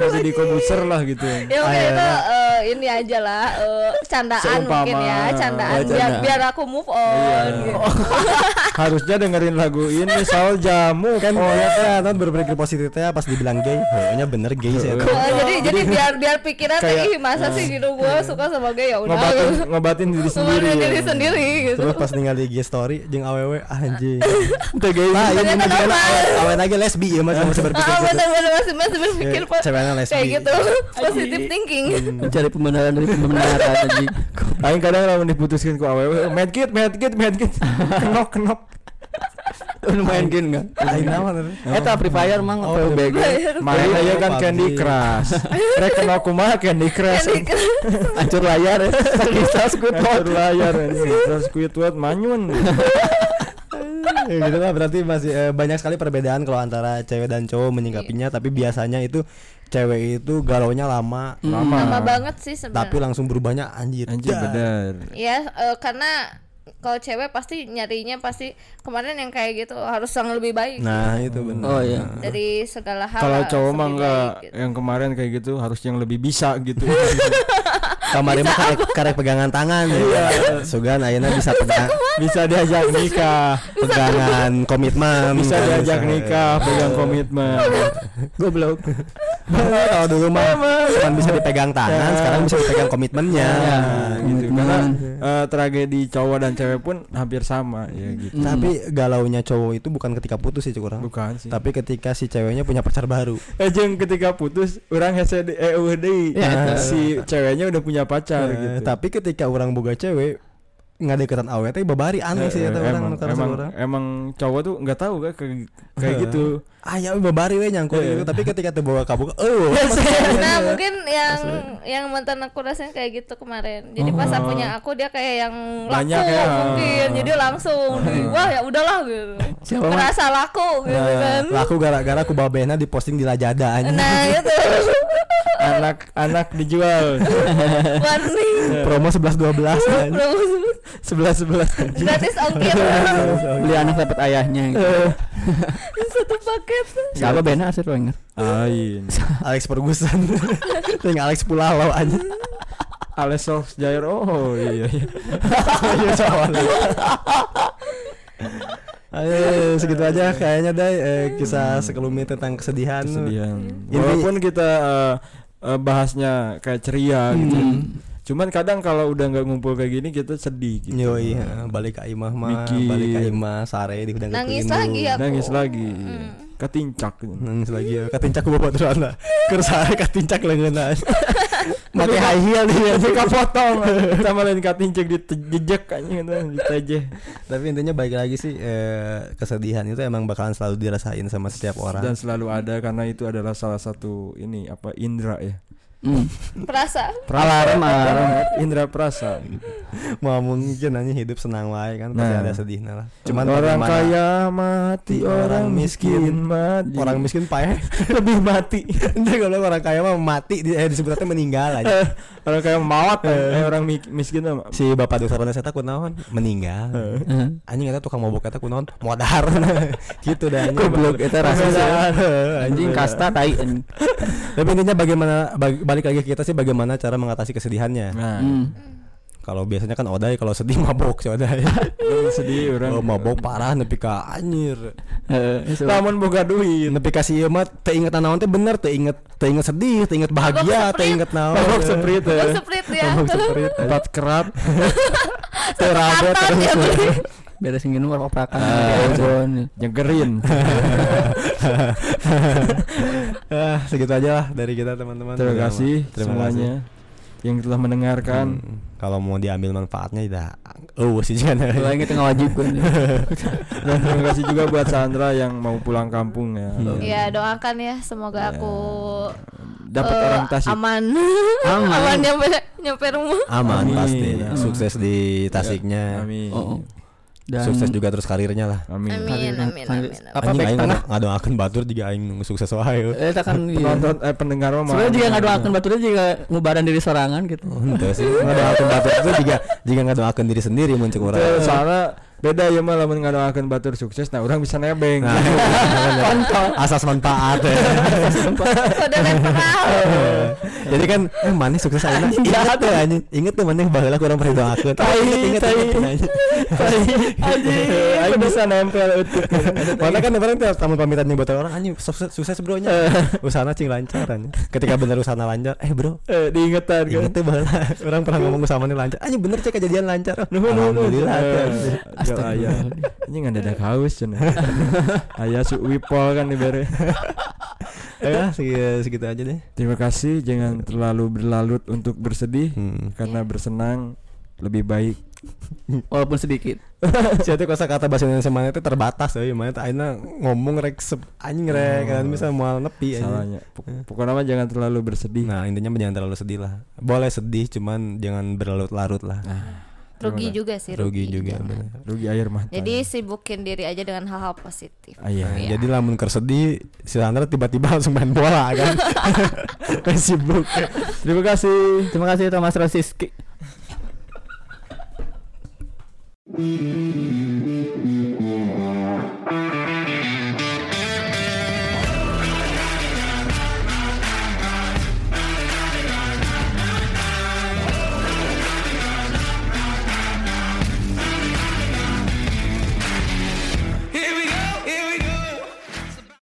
[SPEAKER 2] Kayak jadi komputer lah gitu.
[SPEAKER 4] ya oke itu eh, ini aja lah eh, candaan
[SPEAKER 2] Seumpama.
[SPEAKER 4] mungkin ya candaan
[SPEAKER 2] Oh,
[SPEAKER 4] biar
[SPEAKER 2] candaan.
[SPEAKER 4] biar aku move on gitu.
[SPEAKER 2] Harusnya dengerin lagu ini soal jamu kan.
[SPEAKER 1] oh ya kan berpikir positifnya pas dibilang gay kayaknya bener gay sih aku.
[SPEAKER 4] Eh, jadi jadi biar biar pikiran
[SPEAKER 2] Kayak,
[SPEAKER 4] kayak, ih masa sih gitu gue suka sama gay ya udah
[SPEAKER 2] ngobatin ngobatin diri
[SPEAKER 4] Cuma
[SPEAKER 2] sendiri.
[SPEAKER 4] dia
[SPEAKER 2] ya.
[SPEAKER 4] diri sendiri gitu
[SPEAKER 1] terus pas ningali IG story jeung aww ah, anjing
[SPEAKER 3] Teh gay.
[SPEAKER 1] lah ini
[SPEAKER 4] Ternyata
[SPEAKER 1] menunjukkan
[SPEAKER 4] normal.
[SPEAKER 1] awet- awet lagi lesbi ya mas masih berpikir Iya,
[SPEAKER 4] ah
[SPEAKER 1] gitu
[SPEAKER 4] bener bener masih masih berpikir
[SPEAKER 1] Kayak ceweknya lesbi. Hmm.
[SPEAKER 4] kayak gitu positive thinking
[SPEAKER 3] Mencari pembenaran dari pembenaran anjing.
[SPEAKER 2] Aing kadang lamun diputuskan ku awewe, medkit, medkit, medkit. Kenok, kenok.
[SPEAKER 3] Lu main game enggak?
[SPEAKER 1] Lain nama bener.
[SPEAKER 3] Eh, Eta Free Fire mang
[SPEAKER 1] Oh,
[SPEAKER 3] PUBG.
[SPEAKER 2] Mana
[SPEAKER 1] Iya,
[SPEAKER 2] ya kan
[SPEAKER 1] PUBG.
[SPEAKER 2] Candy Crush. Rek kenok kumaha Candy
[SPEAKER 1] Iya,
[SPEAKER 2] Crush.
[SPEAKER 4] Candy Crush.
[SPEAKER 3] Hancur layar ya. Bisa Squidward.
[SPEAKER 2] Hancur layar ini. Terus Iya, Squidward manyun.
[SPEAKER 1] Ya, gitu lah berarti masih eh, banyak sekali perbedaan kalau antara cewek dan cowok menyingkapinya tapi biasanya itu cewek itu galaunya lama
[SPEAKER 2] Lama.
[SPEAKER 4] lama banget sih
[SPEAKER 1] tapi
[SPEAKER 4] sebenarnya
[SPEAKER 1] langsung berubahnya anjir
[SPEAKER 2] Anjir
[SPEAKER 1] Dah.
[SPEAKER 2] bener.
[SPEAKER 4] ya eh, karena kalau cewek pasti nyarinya pasti kemarin yang kayak gitu harus yang lebih baik
[SPEAKER 1] nah itu benar
[SPEAKER 3] Oh iya.
[SPEAKER 4] dari segala hal
[SPEAKER 2] Kalau
[SPEAKER 4] harus
[SPEAKER 2] cowok
[SPEAKER 4] lebih
[SPEAKER 2] mah enggak
[SPEAKER 4] baik, gitu.
[SPEAKER 2] yang kemarin kayak gitu harus yang lebih bisa gitu.
[SPEAKER 1] kemarin mah karek, karek pegangan tangan iya sugan ayeuna bisa pegang
[SPEAKER 2] bisa diajak nikah,
[SPEAKER 1] pegangan komitmen
[SPEAKER 2] bisa
[SPEAKER 1] kan,
[SPEAKER 2] diajak nikah, pegang komitmen.
[SPEAKER 3] Goblok.
[SPEAKER 1] kalau dulu mah cuma bisa dipegang tangan sekarang bisa dipegang komitmennya
[SPEAKER 2] Ya, gitu.
[SPEAKER 3] komitmen.
[SPEAKER 2] Karena eh, tragedi cowok dan cewek pun hampir sama ya gitu.
[SPEAKER 1] tapi galaunya cowok itu bukan ketika putus sih kurang
[SPEAKER 2] Bukan sih.
[SPEAKER 1] tapi ketika si ceweknya punya pacar baru
[SPEAKER 2] Eh jeung ketika putus orang hese di eh eueuh deui. Nah,
[SPEAKER 3] Ya,
[SPEAKER 2] si ceweknya udah punya pacar
[SPEAKER 1] Eh,
[SPEAKER 2] gitu.
[SPEAKER 1] tapi ketika orang boga cewek nggak deketan awet tapi babari aneh sih
[SPEAKER 2] Eh,
[SPEAKER 1] eta orang
[SPEAKER 2] emang,
[SPEAKER 1] nu karasa
[SPEAKER 2] emang,
[SPEAKER 1] orang
[SPEAKER 2] emang cowok tuh nggak tahu kan kayak, kayak gitu.
[SPEAKER 1] aya we Ah, ya, babari we nyangkul
[SPEAKER 2] Eh.
[SPEAKER 1] gitu tapi ketika teu bawa eh, kabuka eueuh
[SPEAKER 2] Iya,
[SPEAKER 4] nah mungkin yang yang mantan aku rasanya kayak gitu kemarin
[SPEAKER 1] Oh.
[SPEAKER 4] jadi pas aku punya aku dia kayak yang laku
[SPEAKER 2] Banyak ya.
[SPEAKER 4] mungkin
[SPEAKER 1] ah.
[SPEAKER 4] jadi langsung di- wah ya udahlah gitu
[SPEAKER 3] Siapa mah?
[SPEAKER 4] merasa laku
[SPEAKER 2] iya,
[SPEAKER 4] gitu kan
[SPEAKER 1] Nah, laku gara-gara ku babehna diposting di lajada anjing
[SPEAKER 4] nah itu
[SPEAKER 2] Anak-anak dijual.
[SPEAKER 4] warning
[SPEAKER 1] promo 11
[SPEAKER 2] Iya,
[SPEAKER 1] 12
[SPEAKER 2] sebelas sebelas
[SPEAKER 4] gratis ongkir
[SPEAKER 3] Beli anak dapat ayahnya. gitu.
[SPEAKER 4] satu paket
[SPEAKER 3] Siapa Bena Asir Wenger?
[SPEAKER 2] Lain.
[SPEAKER 1] Alex Ferguson Ting Alex Pulalo anjing
[SPEAKER 2] Alex Solskjaer. Oh iya iya.
[SPEAKER 1] Ayo soal. Ayo segitu aja kayaknya deh eh, kisah sekelumit tentang kesedihan.
[SPEAKER 2] Hmm. Kesedihan.
[SPEAKER 1] Inti-
[SPEAKER 2] Iya. Walaupun kita eh, eh, bahasnya kayak ceria gitu. Cuman kadang kalau udah nggak ngumpul kayak gini kita sedih gitu.
[SPEAKER 1] Yoi, eh, balik ke Imah mah,
[SPEAKER 2] Mikir.
[SPEAKER 1] balik ke Imah sare di gudang
[SPEAKER 4] nangis
[SPEAKER 1] ketuin dulu.
[SPEAKER 4] lagi ya? aku
[SPEAKER 2] Nangis lagi.
[SPEAKER 4] Mm.
[SPEAKER 2] katincak gitu.
[SPEAKER 1] Nangis lagi ya. Katincak ku bapak terus lah. Kersare katincak lengenan.
[SPEAKER 3] Mati high heel dia.
[SPEAKER 2] Tapi kapotong sama lain katincak dijejek anjing gitu, ditajeh.
[SPEAKER 1] Tapi intinya baik lagi sih eh, kesedihan itu emang bakalan selalu dirasain sama setiap
[SPEAKER 2] Dan
[SPEAKER 1] orang.
[SPEAKER 2] selalu ada karena itu adalah salah satu ini apa indra ya.
[SPEAKER 3] Hmm.
[SPEAKER 4] Perasa.
[SPEAKER 3] Alarm alarm.
[SPEAKER 2] Indra perasa.
[SPEAKER 1] Mau mungkin hanya hidup senang wae kan pasti
[SPEAKER 2] Nah.
[SPEAKER 1] ada sedihnya lah.
[SPEAKER 2] Cuman orang
[SPEAKER 1] bagaimana-
[SPEAKER 2] kaya mati, orang miskin mati.
[SPEAKER 1] orang miskin paeh.
[SPEAKER 2] lebih mati.
[SPEAKER 1] Entar kalau orang kaya mah mati di- eh, disebutnya meninggal aja.
[SPEAKER 2] Eh, orang kaya mawat eh, orang mi- miskin mah
[SPEAKER 1] Si bapak dokter panas eta kunaon? Meninggal.
[SPEAKER 3] Heeh.
[SPEAKER 1] Anjing eta tukang mabok eta kunaon? Modar. gitu dah anjing.
[SPEAKER 3] Goblok eta rasis ya. Anjing
[SPEAKER 1] Anjing
[SPEAKER 3] kasta tai. anjing.
[SPEAKER 1] Tapi intinya bagaimana bag- balik lagi ke kita sih bagaimana cara mengatasi kesedihannya.
[SPEAKER 2] Nah,
[SPEAKER 3] Hmm.
[SPEAKER 1] Kalau biasanya kan odai kalau sedih mabok sih odai.
[SPEAKER 2] orang sedih orang.
[SPEAKER 1] Kalau Oh, mabok parah nepi ka anjir.
[SPEAKER 3] Heeh. so-
[SPEAKER 2] Lamun boga duit.
[SPEAKER 1] Nepi ka si ieu mah teu inget naon teh bener, teu inget teu inget sedih, teu inget bahagia,
[SPEAKER 4] Mabok
[SPEAKER 1] teu inget naon.
[SPEAKER 2] Mabok
[SPEAKER 3] eh.
[SPEAKER 2] seprit
[SPEAKER 1] Gitu
[SPEAKER 4] Gue
[SPEAKER 2] ya.
[SPEAKER 4] split ya.
[SPEAKER 1] Mabok seprit.
[SPEAKER 2] Empat kerat.
[SPEAKER 1] Teu rabet
[SPEAKER 4] Karton
[SPEAKER 1] terus.
[SPEAKER 4] ya beli.
[SPEAKER 3] Beres nginu oprakan
[SPEAKER 2] Ah.
[SPEAKER 3] di Ambon.
[SPEAKER 2] Nyegerin.
[SPEAKER 1] Ah, segitu aja lah dari kita teman-teman.
[SPEAKER 2] Terima kasih
[SPEAKER 1] Terima
[SPEAKER 2] semuanya yang telah mendengarkan.
[SPEAKER 1] kan kalau mau diambil manfaatnya tidak oh sih jangan
[SPEAKER 3] Kalau inget ngewajibkan.
[SPEAKER 2] Iya. Dan terima kasih juga buat Sandra yang mau pulang kampung ya.
[SPEAKER 4] Ya doakan ya
[SPEAKER 2] Ya.
[SPEAKER 4] semoga aku
[SPEAKER 2] Dapat
[SPEAKER 4] eh,
[SPEAKER 2] orang Tasik.
[SPEAKER 4] aman.
[SPEAKER 3] Aman.
[SPEAKER 4] aman nyampe nyampe rumah.
[SPEAKER 1] aman
[SPEAKER 2] Amin.
[SPEAKER 1] pasti
[SPEAKER 2] Amin. Iya.
[SPEAKER 1] sukses di Tasiknya
[SPEAKER 2] Ya, Amin.
[SPEAKER 3] Oh, oh. Dan
[SPEAKER 1] sukses juga terus karirnya lah
[SPEAKER 2] Amin.
[SPEAKER 4] Amin.
[SPEAKER 3] karir-
[SPEAKER 4] amin,
[SPEAKER 3] karir-
[SPEAKER 4] amin.
[SPEAKER 3] Apa
[SPEAKER 1] anjing
[SPEAKER 3] back
[SPEAKER 1] aing
[SPEAKER 3] tengah?
[SPEAKER 1] ngado- ngadoakeun batur juga aing nunggu sukses wae
[SPEAKER 3] Eta kan iya.
[SPEAKER 2] Penonton eh pendengar mah.
[SPEAKER 3] Sebenarnya juga
[SPEAKER 2] maaf.
[SPEAKER 3] ngadoakeun baturnya juga ngubaran diri sorangan gitu.
[SPEAKER 2] Oh.
[SPEAKER 1] Henteu sih ngadoakeun batur itu juga juga ngadoakeun diri sendiri mun cek urang.
[SPEAKER 2] Teu, Soalnya beda ya mah lamun ngadoakeun batur sukses nah orang bisa nebeng.
[SPEAKER 1] Nah, asas manfaat ya.
[SPEAKER 4] Kode referral.
[SPEAKER 1] Jadi kan eh mana sukses ayeuna. Ingat tuh anjing. Ingat tuh mana baheula kurang perhitungakeun.
[SPEAKER 2] Tai,
[SPEAKER 1] Ingat, ingat,
[SPEAKER 2] tai.
[SPEAKER 1] ingat, anjing.
[SPEAKER 2] Aing bisa nempel utuh.
[SPEAKER 1] Mana kan kemarin tiap tamu pamitan nih buat orang anjing sukses, sukses bro nya.
[SPEAKER 2] Eh.
[SPEAKER 1] Usahana cing lancar anjing. Ketika bener usahana lancar, eh bro,
[SPEAKER 2] Eh, diingetan kan.
[SPEAKER 1] inget tuh baheula orang pernah ngomong usahana nih lancar. Anjing bener cek kejadian lancar.
[SPEAKER 2] Nuhun Eh. nuhun.
[SPEAKER 1] Alhamdulillah. tuh, anjing.
[SPEAKER 2] Astaga. Ini nggak ada haus cenah. Aya su wipol kan dibere.
[SPEAKER 1] Eh, lah, segi- segitu aja deh.
[SPEAKER 2] Terima kasih jangan terlalu berlarut untuk bersedih
[SPEAKER 1] Hmm.
[SPEAKER 2] karena bersenang lebih baik.
[SPEAKER 3] Walaupun sedikit.
[SPEAKER 1] Siapa kosa kata bahasa Indonesia mana itu terbatas eh. euy, mana teh ayeuna ngomong rek sep- anjing rek kan bisa moal
[SPEAKER 2] Iya,
[SPEAKER 1] nepi anjing.
[SPEAKER 2] Oh. Salahnya. Pok- Pokoknya mah jangan terlalu bersedih.
[SPEAKER 1] Nah, intinya jangan terlalu sedih lah. Boleh sedih cuman jangan berlarut-larut lah.
[SPEAKER 4] Rugi juga sih.
[SPEAKER 1] Rugi juga Oh, bener.
[SPEAKER 2] Ah, Rugi air mata.
[SPEAKER 4] Jadi sibukin diri aja dengan hal-hal positif. Iya.
[SPEAKER 2] Aya.
[SPEAKER 1] Nah, Jadi lamun kersedih si Sandra tiba-tiba langsung main bola kan. Kan sibuk.
[SPEAKER 2] Terima kasih.
[SPEAKER 3] Terima kasih Thomas Rosiski.